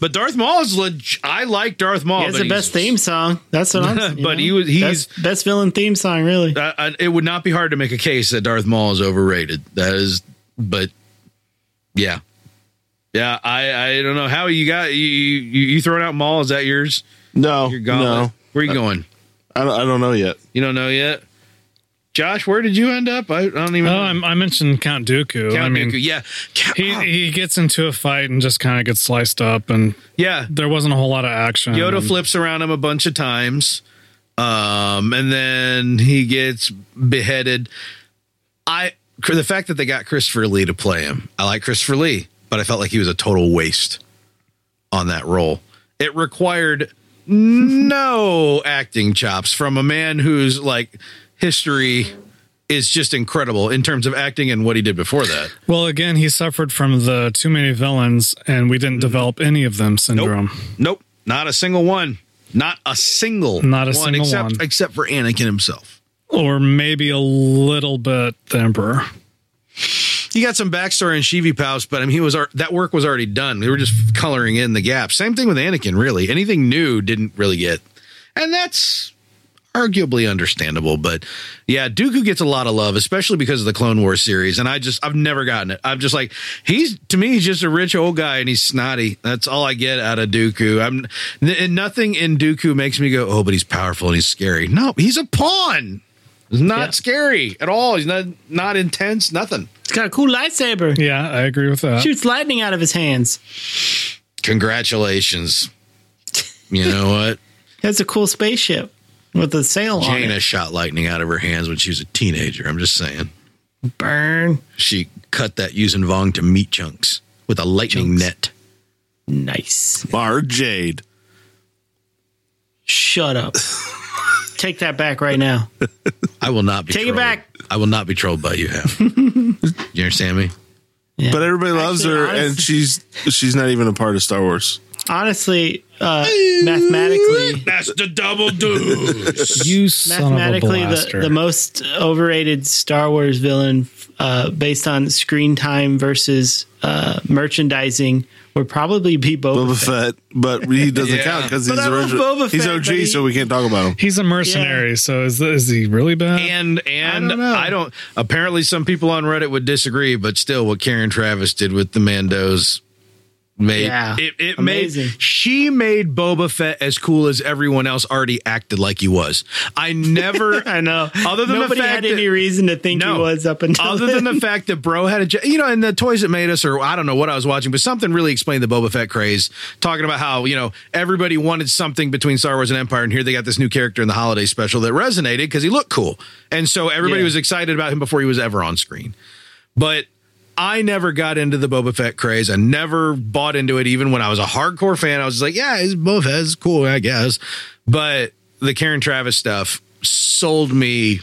A: but Darth Maul is leg- I like Darth Maul.
C: He has
A: but
C: the
A: he's-
C: best theme song. That's what I'm. saying, you
A: But
C: know?
A: he was- he's-
C: That's best villain theme song. Really,
A: I, I, it would not be hard to make a case that Darth Maul is overrated. That is, but yeah, yeah. I I don't know how you got you you, you throwing out Maul. Is that yours?
D: No,
A: Your
D: no,
A: gauntlet? Where are you going?
D: I don't, I don't know yet.
A: You don't know yet. Josh, where did you end up? I, I don't even
B: Oh,
A: know.
B: I'm, I mentioned Count Dooku.
A: Count
B: I mean,
A: Dooku. Yeah, Count-
B: he he gets into a fight and just kind of gets sliced up, and
A: yeah.
B: there wasn't a whole lot of action.
A: Yoda
B: And-
A: flips around him a bunch of times. Um, and then he gets beheaded. I for the fact that they got Christopher Lee to play him, I like Christopher Lee, but I felt like he was a total waste on that role. It required no acting chops from a man whose like history is just incredible in terms of acting and what he did before that.
B: Well, again, he suffered from the too many villains, and we
A: Mm-hmm.
B: didn't develop any of them syndrome.
A: Nope, not a single one. Not a single,
B: Not a single
A: except,
B: one.
A: except for Anakin himself.
B: Or maybe a little bit the Emperor.
A: He got some backstory in Shivi Pals, but I mean, he was ar- that work was already done. They were just coloring in the gaps. Same thing with Anakin, really. Anything new didn't really get, and that's arguably understandable. But yeah, Dooku gets a lot of love, especially because of the Clone Wars series. And I just, I've never gotten it. I'm just like, he's to me, he's just a rich old guy, and he's snotty. That's all I get out of Dooku. I'm, and nothing in Dooku makes me go, oh, but he's powerful and he's scary. No, he's a pawn. He's not scary at all. He's not not intense. Nothing.
C: he's got a cool lightsaber.
B: Yeah, I agree with that.
C: Shoots lightning out of his hands.
A: congratulations. You know what?
C: Has a cool spaceship with a sail on
A: Jaina
C: it.
A: shot lightning out of her hands when she was a teenager. I'm just saying.
C: Burn.
A: She cut that using Vong to meat chunks with a lightning net.
C: Nice.
D: Bar Jade.
C: Shut up. Take that back right now.
A: I will not be
C: Take it
A: trolled.
C: back.
A: I will not be trolled by you, Hap. you understand me?
D: But everybody loves
C: Actually,
D: her,
C: honestly-
D: and she's she's not even a part of Star Wars.
C: Honestly, uh, mathematically,
A: That's the double deuce.
B: You son of a
C: mathematically, the,
B: blaster.
C: the most overrated Star Wars villain uh, based on screen time versus uh, merchandising would probably be Boba,
D: Boba
C: Fett.
D: Fett, but he doesn't count because he's
C: I love
D: original.
C: Boba
D: He's
C: Fett,
D: OG,
C: buddy.
D: so we can't talk about him.
B: He's a mercenary, so is is he really bad?
A: and and I
C: I don't
A: don't,
C: know.
A: apparently some people on Reddit would disagree, but still what Karen Travis did with the Mandos made
C: Yeah.
A: it, it
C: Amazing.
A: made she made Boba Fett as cool as everyone else already acted like he was. I never
C: I know.
A: Other than the
C: nobody
A: fact
C: had any
A: that-
C: reason to think
A: No.
C: he was up until
A: other
C: then.
A: than the fact that bro had a j- you know and the toys that made us or i don't know what i was watching but something really explained the boba fett craze talking about how you know everybody wanted something between star wars and empire and here they got this new character in the holiday special that resonated because he looked cool and so everybody
C: Yeah.
A: was excited about him before he was ever on screen but I never got into the Boba Fett craze. I never bought into it, even when I was a hardcore fan. I was just like, yeah, it's Boba Fett's cool, I guess. But the Karen Travis stuff, sold me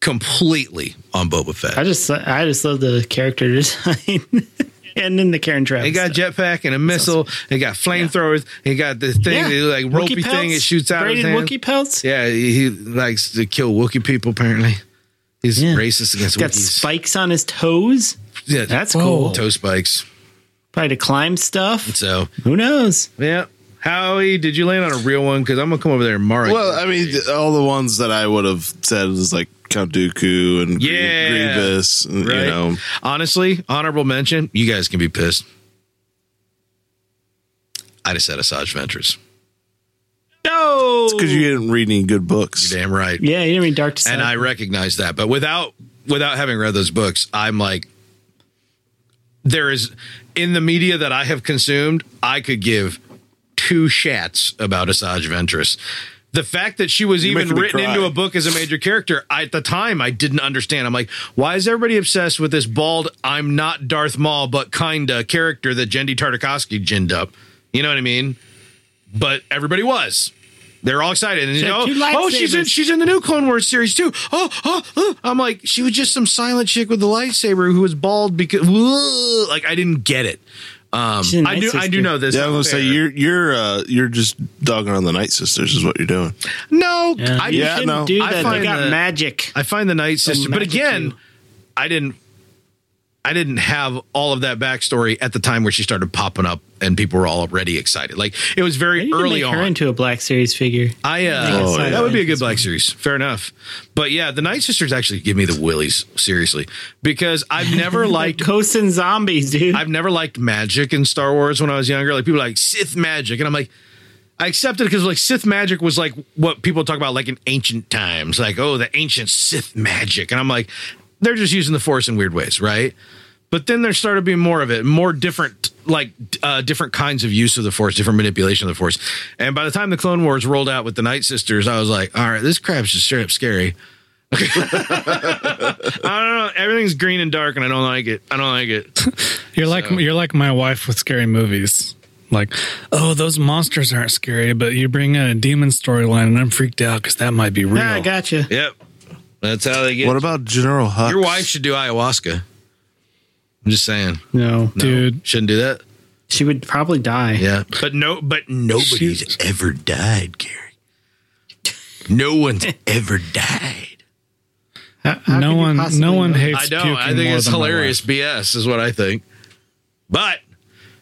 A: completely on Boba Fett.
C: I just I just love the character design, and then the Karen Travis.
A: They got jetpack and a missile. They got flamethrowers. They got the thing,
C: Yeah.
A: the, like
C: Wookiee
A: ropey thing. It
C: pelts,
A: shoots out of his
C: braided
A: hand.
C: Wookiee pelts.
A: Yeah, he he likes to kill Wookiee people. Apparently, he's
C: Yeah.
A: racist against
C: Got
A: Wookiees.
C: spikes on his toes.
A: yeah,
C: That's cool.
A: toe spikes.
C: Probably to climb stuff.
A: So
C: Who knows?
A: yeah, Howie, did you land on a real one? Because I'm gonna come over there tomorrow.
D: Well, I mean, th- all the ones that I would have said is like Count Dooku and Grie-
A: Yeah.
D: Grievous, and,
A: right?
D: you know.
A: Honestly, honorable mention. You guys can be pissed. I just said Asajj Ventress.
C: No.
D: Because you didn't read any good books.
A: Damn right.
C: yeah, you didn't mean dark to
A: and I
C: I,
A: recognize that. But without without having read those books, I'm like, there is in the media that I have consumed, I could give two shats about Asajj Ventress. The fact that she was even
D: making me
A: written
D: cry.
A: into a book as a major character, I, at the time, I didn't understand. I'm like, why is everybody obsessed with this bald, I'm not Darth Maul, but kinda character that Jendi Tartakovsky ginned up? You know what I mean? But everybody was. They're all excited, and you
C: had
A: know,
C: two
A: oh, she's in,
C: lightsabers.
A: she's in the new Clone Wars series too. Oh, oh, oh. I'm like, she was just some silent chick with the lightsaber who was bald because, like, I didn't get it. Um,
C: She's a
A: I
C: nice
A: do, I
C: sister.
A: do know this.
D: Yeah, I'm gonna
A: Fair.
D: say you're you're uh, you're just dogging on the Night Sisters is what you're doing.
A: no, I,
C: you
D: Yeah,
C: shouldn't
D: no.
C: do
A: I
C: that. They
A: find
C: got
A: that-
C: magic.
A: I find the Night Sister, but
C: magic
A: again,
C: too.
A: I didn't, I didn't have all of that backstory at the time where she started popping up, and people were already excited. Like it was
C: I
A: very
C: need to
A: early
C: make
A: on.
C: her into a Black Series figure.
A: I uh,
C: Yeah,
D: Oh, yeah.
A: that would be a good Black Series. Fair enough. But yeah, the Night Sisters actually give me the willies seriously because I've never
C: Like
A: liked
C: coasting zombies, dude.
A: I've never liked magic in Star Wars when I was younger. Like people are like Sith magic, and I'm like, I accept it because like Sith magic was like what people talk about like in ancient times, like oh the ancient Sith magic, and I'm like, they're just using the Force in weird ways, right? But then there started being more of it, more different like uh, different kinds of use of the Force, different manipulation of the Force, and by the time the Clone Wars rolled out with the Night Sisters, I was like, all right, this crap's just straight up scary. I don't know. Everything's green and dark, and I don't like it. I don't like it.
B: You're like you're like my wife with scary movies. Like, oh, those monsters aren't scary, but you bring in a demon storyline, and I'm freaked out because that might be real.
C: Ah, I gotcha.
A: Yep. That's how they get.
D: What about General Hux?
A: Your wife should do ayahuasca. I'm just saying.
C: No,
A: No,
B: Dude.
A: Shouldn't do that.
C: she would probably die.
A: Yeah. But no but nobody's ever died, Gary. No one's ever died.
C: How- how could
B: no
C: you
B: one,
C: possibly
B: no one
C: know?
B: hates.
A: I don't. I
B: puking
A: think
B: more
A: it's
B: than my
A: hilarious
B: wife.
A: BS is what I think. But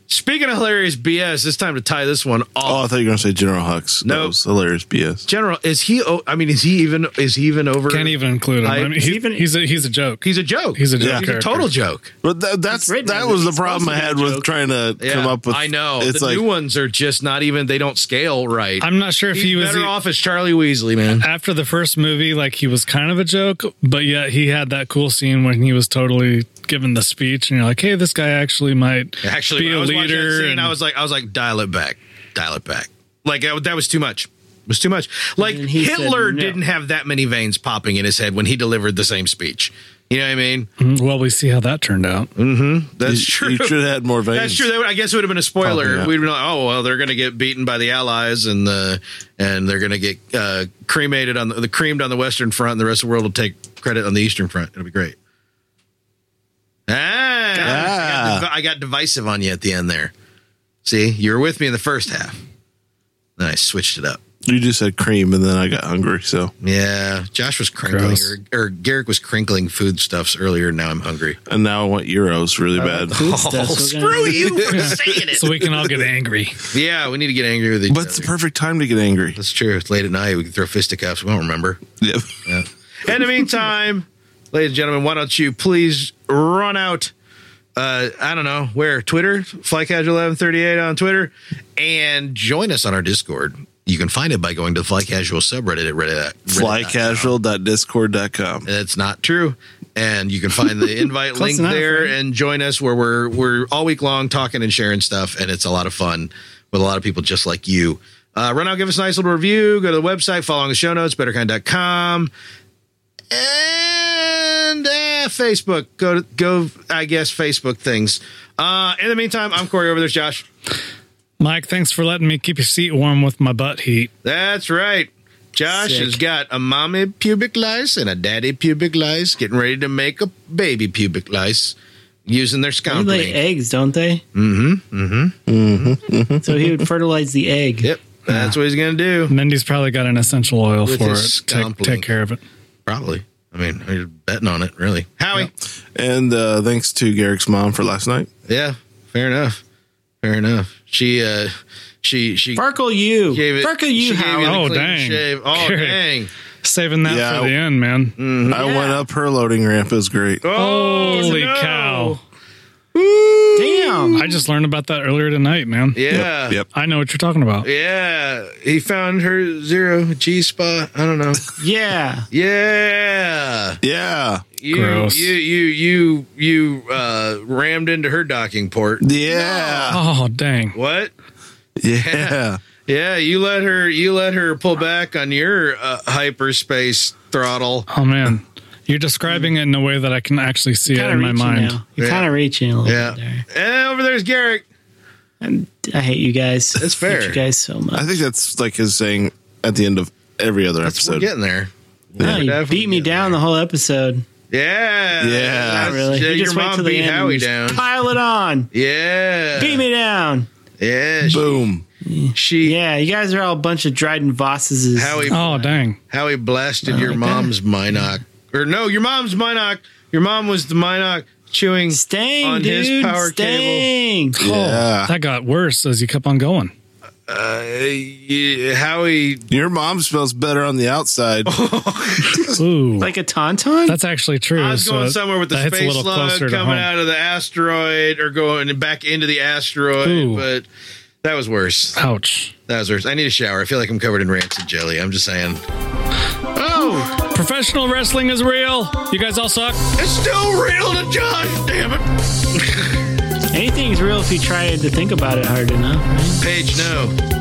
A: speaking of hilarious BS, it's time to tie this one
D: Oh, I
A: off.
D: thought you were gonna say General Hux.
A: No.
D: That was hilarious BS.
A: General, is he o- I mean, is he even is he even over
B: Can't even include him.
A: I-
B: I, mean, he's,
C: even-
B: he's a he's a joke.
A: He's a joke.
B: He's a joke
A: He's a
B: character.
A: total joke.
D: But tha- that's
C: It's written
D: that
C: as
D: was
C: it's
D: the problem I
C: supposed to be
D: had
C: a
D: with
C: joke.
D: trying to
A: Yeah,
D: come up with.
A: I know
D: It's
A: the
D: like
A: new ones are just not even. They don't scale right.
B: I'm not sure if
A: He's
B: he was
A: better
B: e-
A: off as Charlie Weasley, man.
B: after the first movie, like he was kind of a joke, but yet he had that cool scene when he was totally given the speech, and you're like, hey, this guy actually might
A: Actually,
B: be
A: when
B: a
A: I was watching that
B: leader.
A: scene,
B: and-
A: I was like, I was like, dial it back, dial it back. Like that that was too much. It was too much. Like
C: And he said
A: Hitler
C: no.
A: didn't have that many veins popping in his head when he delivered the same speech. You know what I mean?
B: Mm, well, we see how that turned out.
A: That's
D: you-
A: true.
D: You should have had more veins.
A: That's true. That would, I guess it would have been a spoiler.
D: Popping up.
A: We'd been like, oh well, they're going to get beaten by the Allies, and the and they're going to get uh, cremated on the, the creamed on the Western Front, and the rest of the world will take credit on the Eastern Front. It'll be great. Ah, I, got div- I got divisive on you at the end there. See, you were with me in the first half. Then I switched it up.
D: You just said cream, and then I got hungry. So
A: Yeah, Josh was crinkling,
B: Gross.
A: or, or Garrick was crinkling foodstuffs earlier. Now I'm hungry.
D: and now I want euros really bad.
C: Food stuff,
A: Oh,
C: so we're gonna-
A: screw you for saying it.
B: So we can all get angry.
A: Yeah, we need to get angry with each
D: But
A: other.
D: it's the perfect time to get angry.
A: That's true. It's late at night. We can throw fisticuffs. We won't remember.
D: Yep.
A: In the meantime, ladies and gentlemen, why don't you please run out? Uh, I don't know where Twitter, FlyCasual1138 on Twitter, and join us on our Discord. You can find it by going to the Fly Casual subreddit at Reddit.
D: Flycasual.discord.com.
A: That's not true. And you can find the invite
C: Close
A: link
C: enough,
A: there
C: right?
A: and join us where we're we're all week long talking and sharing stuff, and it's a lot of fun with a lot of people just like you. Uh, run out, give us a nice little review. Go to the website, follow on the show notes, betterkind.com. And uh, Facebook. Go to go, I guess, Facebook things. Uh, in the meantime, I'm Corey over there's Josh.
B: Mike, thanks for letting me keep your seat warm with my butt heat.
A: That's right. Josh
C: Sick.
A: has got a mommy pubic lice and a daddy pubic lice, getting ready to make a baby pubic lice using their
C: They lay
A: scomplink.
C: eggs, don't they? Mm-hmm. Mm-hmm. Mm-hmm. So he would fertilize the egg.
A: Yep, that's what he's gonna do.
B: Mindy's probably got an essential oil
A: With
B: for
A: his
B: it. Take,
A: scalpel.
B: take care of it.
A: Probably. I mean, you're betting on it, really. Howie.
D: And uh, thanks to Garrick's mom for last night.
A: Yeah, fair enough. Fair enough. She uh she she
C: Farkle you.
A: gave it
C: Farkle
A: she
C: you,
A: gave
C: Howie.
A: you the
B: Oh,
A: clean
B: dang.
A: shave. Oh
B: Gary.
A: dang.
B: Saving that
D: Yeah,
B: for the
D: I-
B: end, man.
D: I went up her loading ramp. It was great.
A: Oh,
B: Holy
A: no.
B: cow!
C: Damn.
B: I just learned about that earlier tonight, man.
A: Yeah.
D: Yep.
B: I know what you're talking about.
A: Yeah. He found her zero G spot. I don't know.
C: Yeah.
A: Yeah.
D: Yeah.
A: You
B: Gross.
A: you you you you uh rammed into her docking port.
D: Yeah.
B: Oh dang!
A: What?
D: Yeah.
A: Yeah, you let her you let her pull back on your uh, hyperspace throttle.
B: Oh man, you're describing it in a way that I can actually see it
C: Kind
B: in
C: of
B: my
C: reaching
B: mind.
C: now. You're
A: Yeah.
C: kind of reaching a little
A: Yeah.
C: bit there.
A: And over there's Garrick.
C: I'm, I hate you guys.
A: That's
C: I
A: fair.
C: hate you guys so
D: I
C: much.
D: think that's like his saying at the end of every other
A: That's we're
D: episode.
A: getting there.
C: No, you
A: definitely
C: beat me
A: getting
C: down the whole episode.
A: Yeah.
D: Yeah.
A: That's-
C: Not really.
A: yeah,
C: You
A: your
C: just wait
A: mom
C: till the
A: beat
C: end. and
A: Howie
C: just
A: down.
C: Pile it on.
A: Yeah.
C: Beat me down.
A: Yeah. She,
D: Boom.
A: she
C: Yeah, you guys are all a bunch of Dryden Vosses.
A: Howie
B: Oh dang!
A: Howie blasted your
C: like
A: mom's Minoc. Or no, your mom's Minoc. Your mom was the Minoc chewing
C: Sting,
A: on
C: dude.
A: his power
C: Sting.
D: Yeah.
B: Oh, that got worse as you kept on going.
A: uh, yeah, Uh, Howie
D: Your mom smells better on the outside.
B: Ooh,
C: Like a tauntaun?
B: that's actually true.
A: I was
B: So
A: going somewhere with the
B: that hits
A: space slug
B: closer to
A: coming
B: home.
A: out of the asteroid or going back into the asteroid,
B: Ooh.
A: but that was worse.
B: Ouch!
A: That was worse. I need a shower. I feel like I'm covered in rancid jelly. I'm just saying. Oh,
B: Professional wrestling is real. You guys all suck.
A: it's still real to John. Damn it.
C: Anything's real if you try to think about it hard enough.
A: Page, no.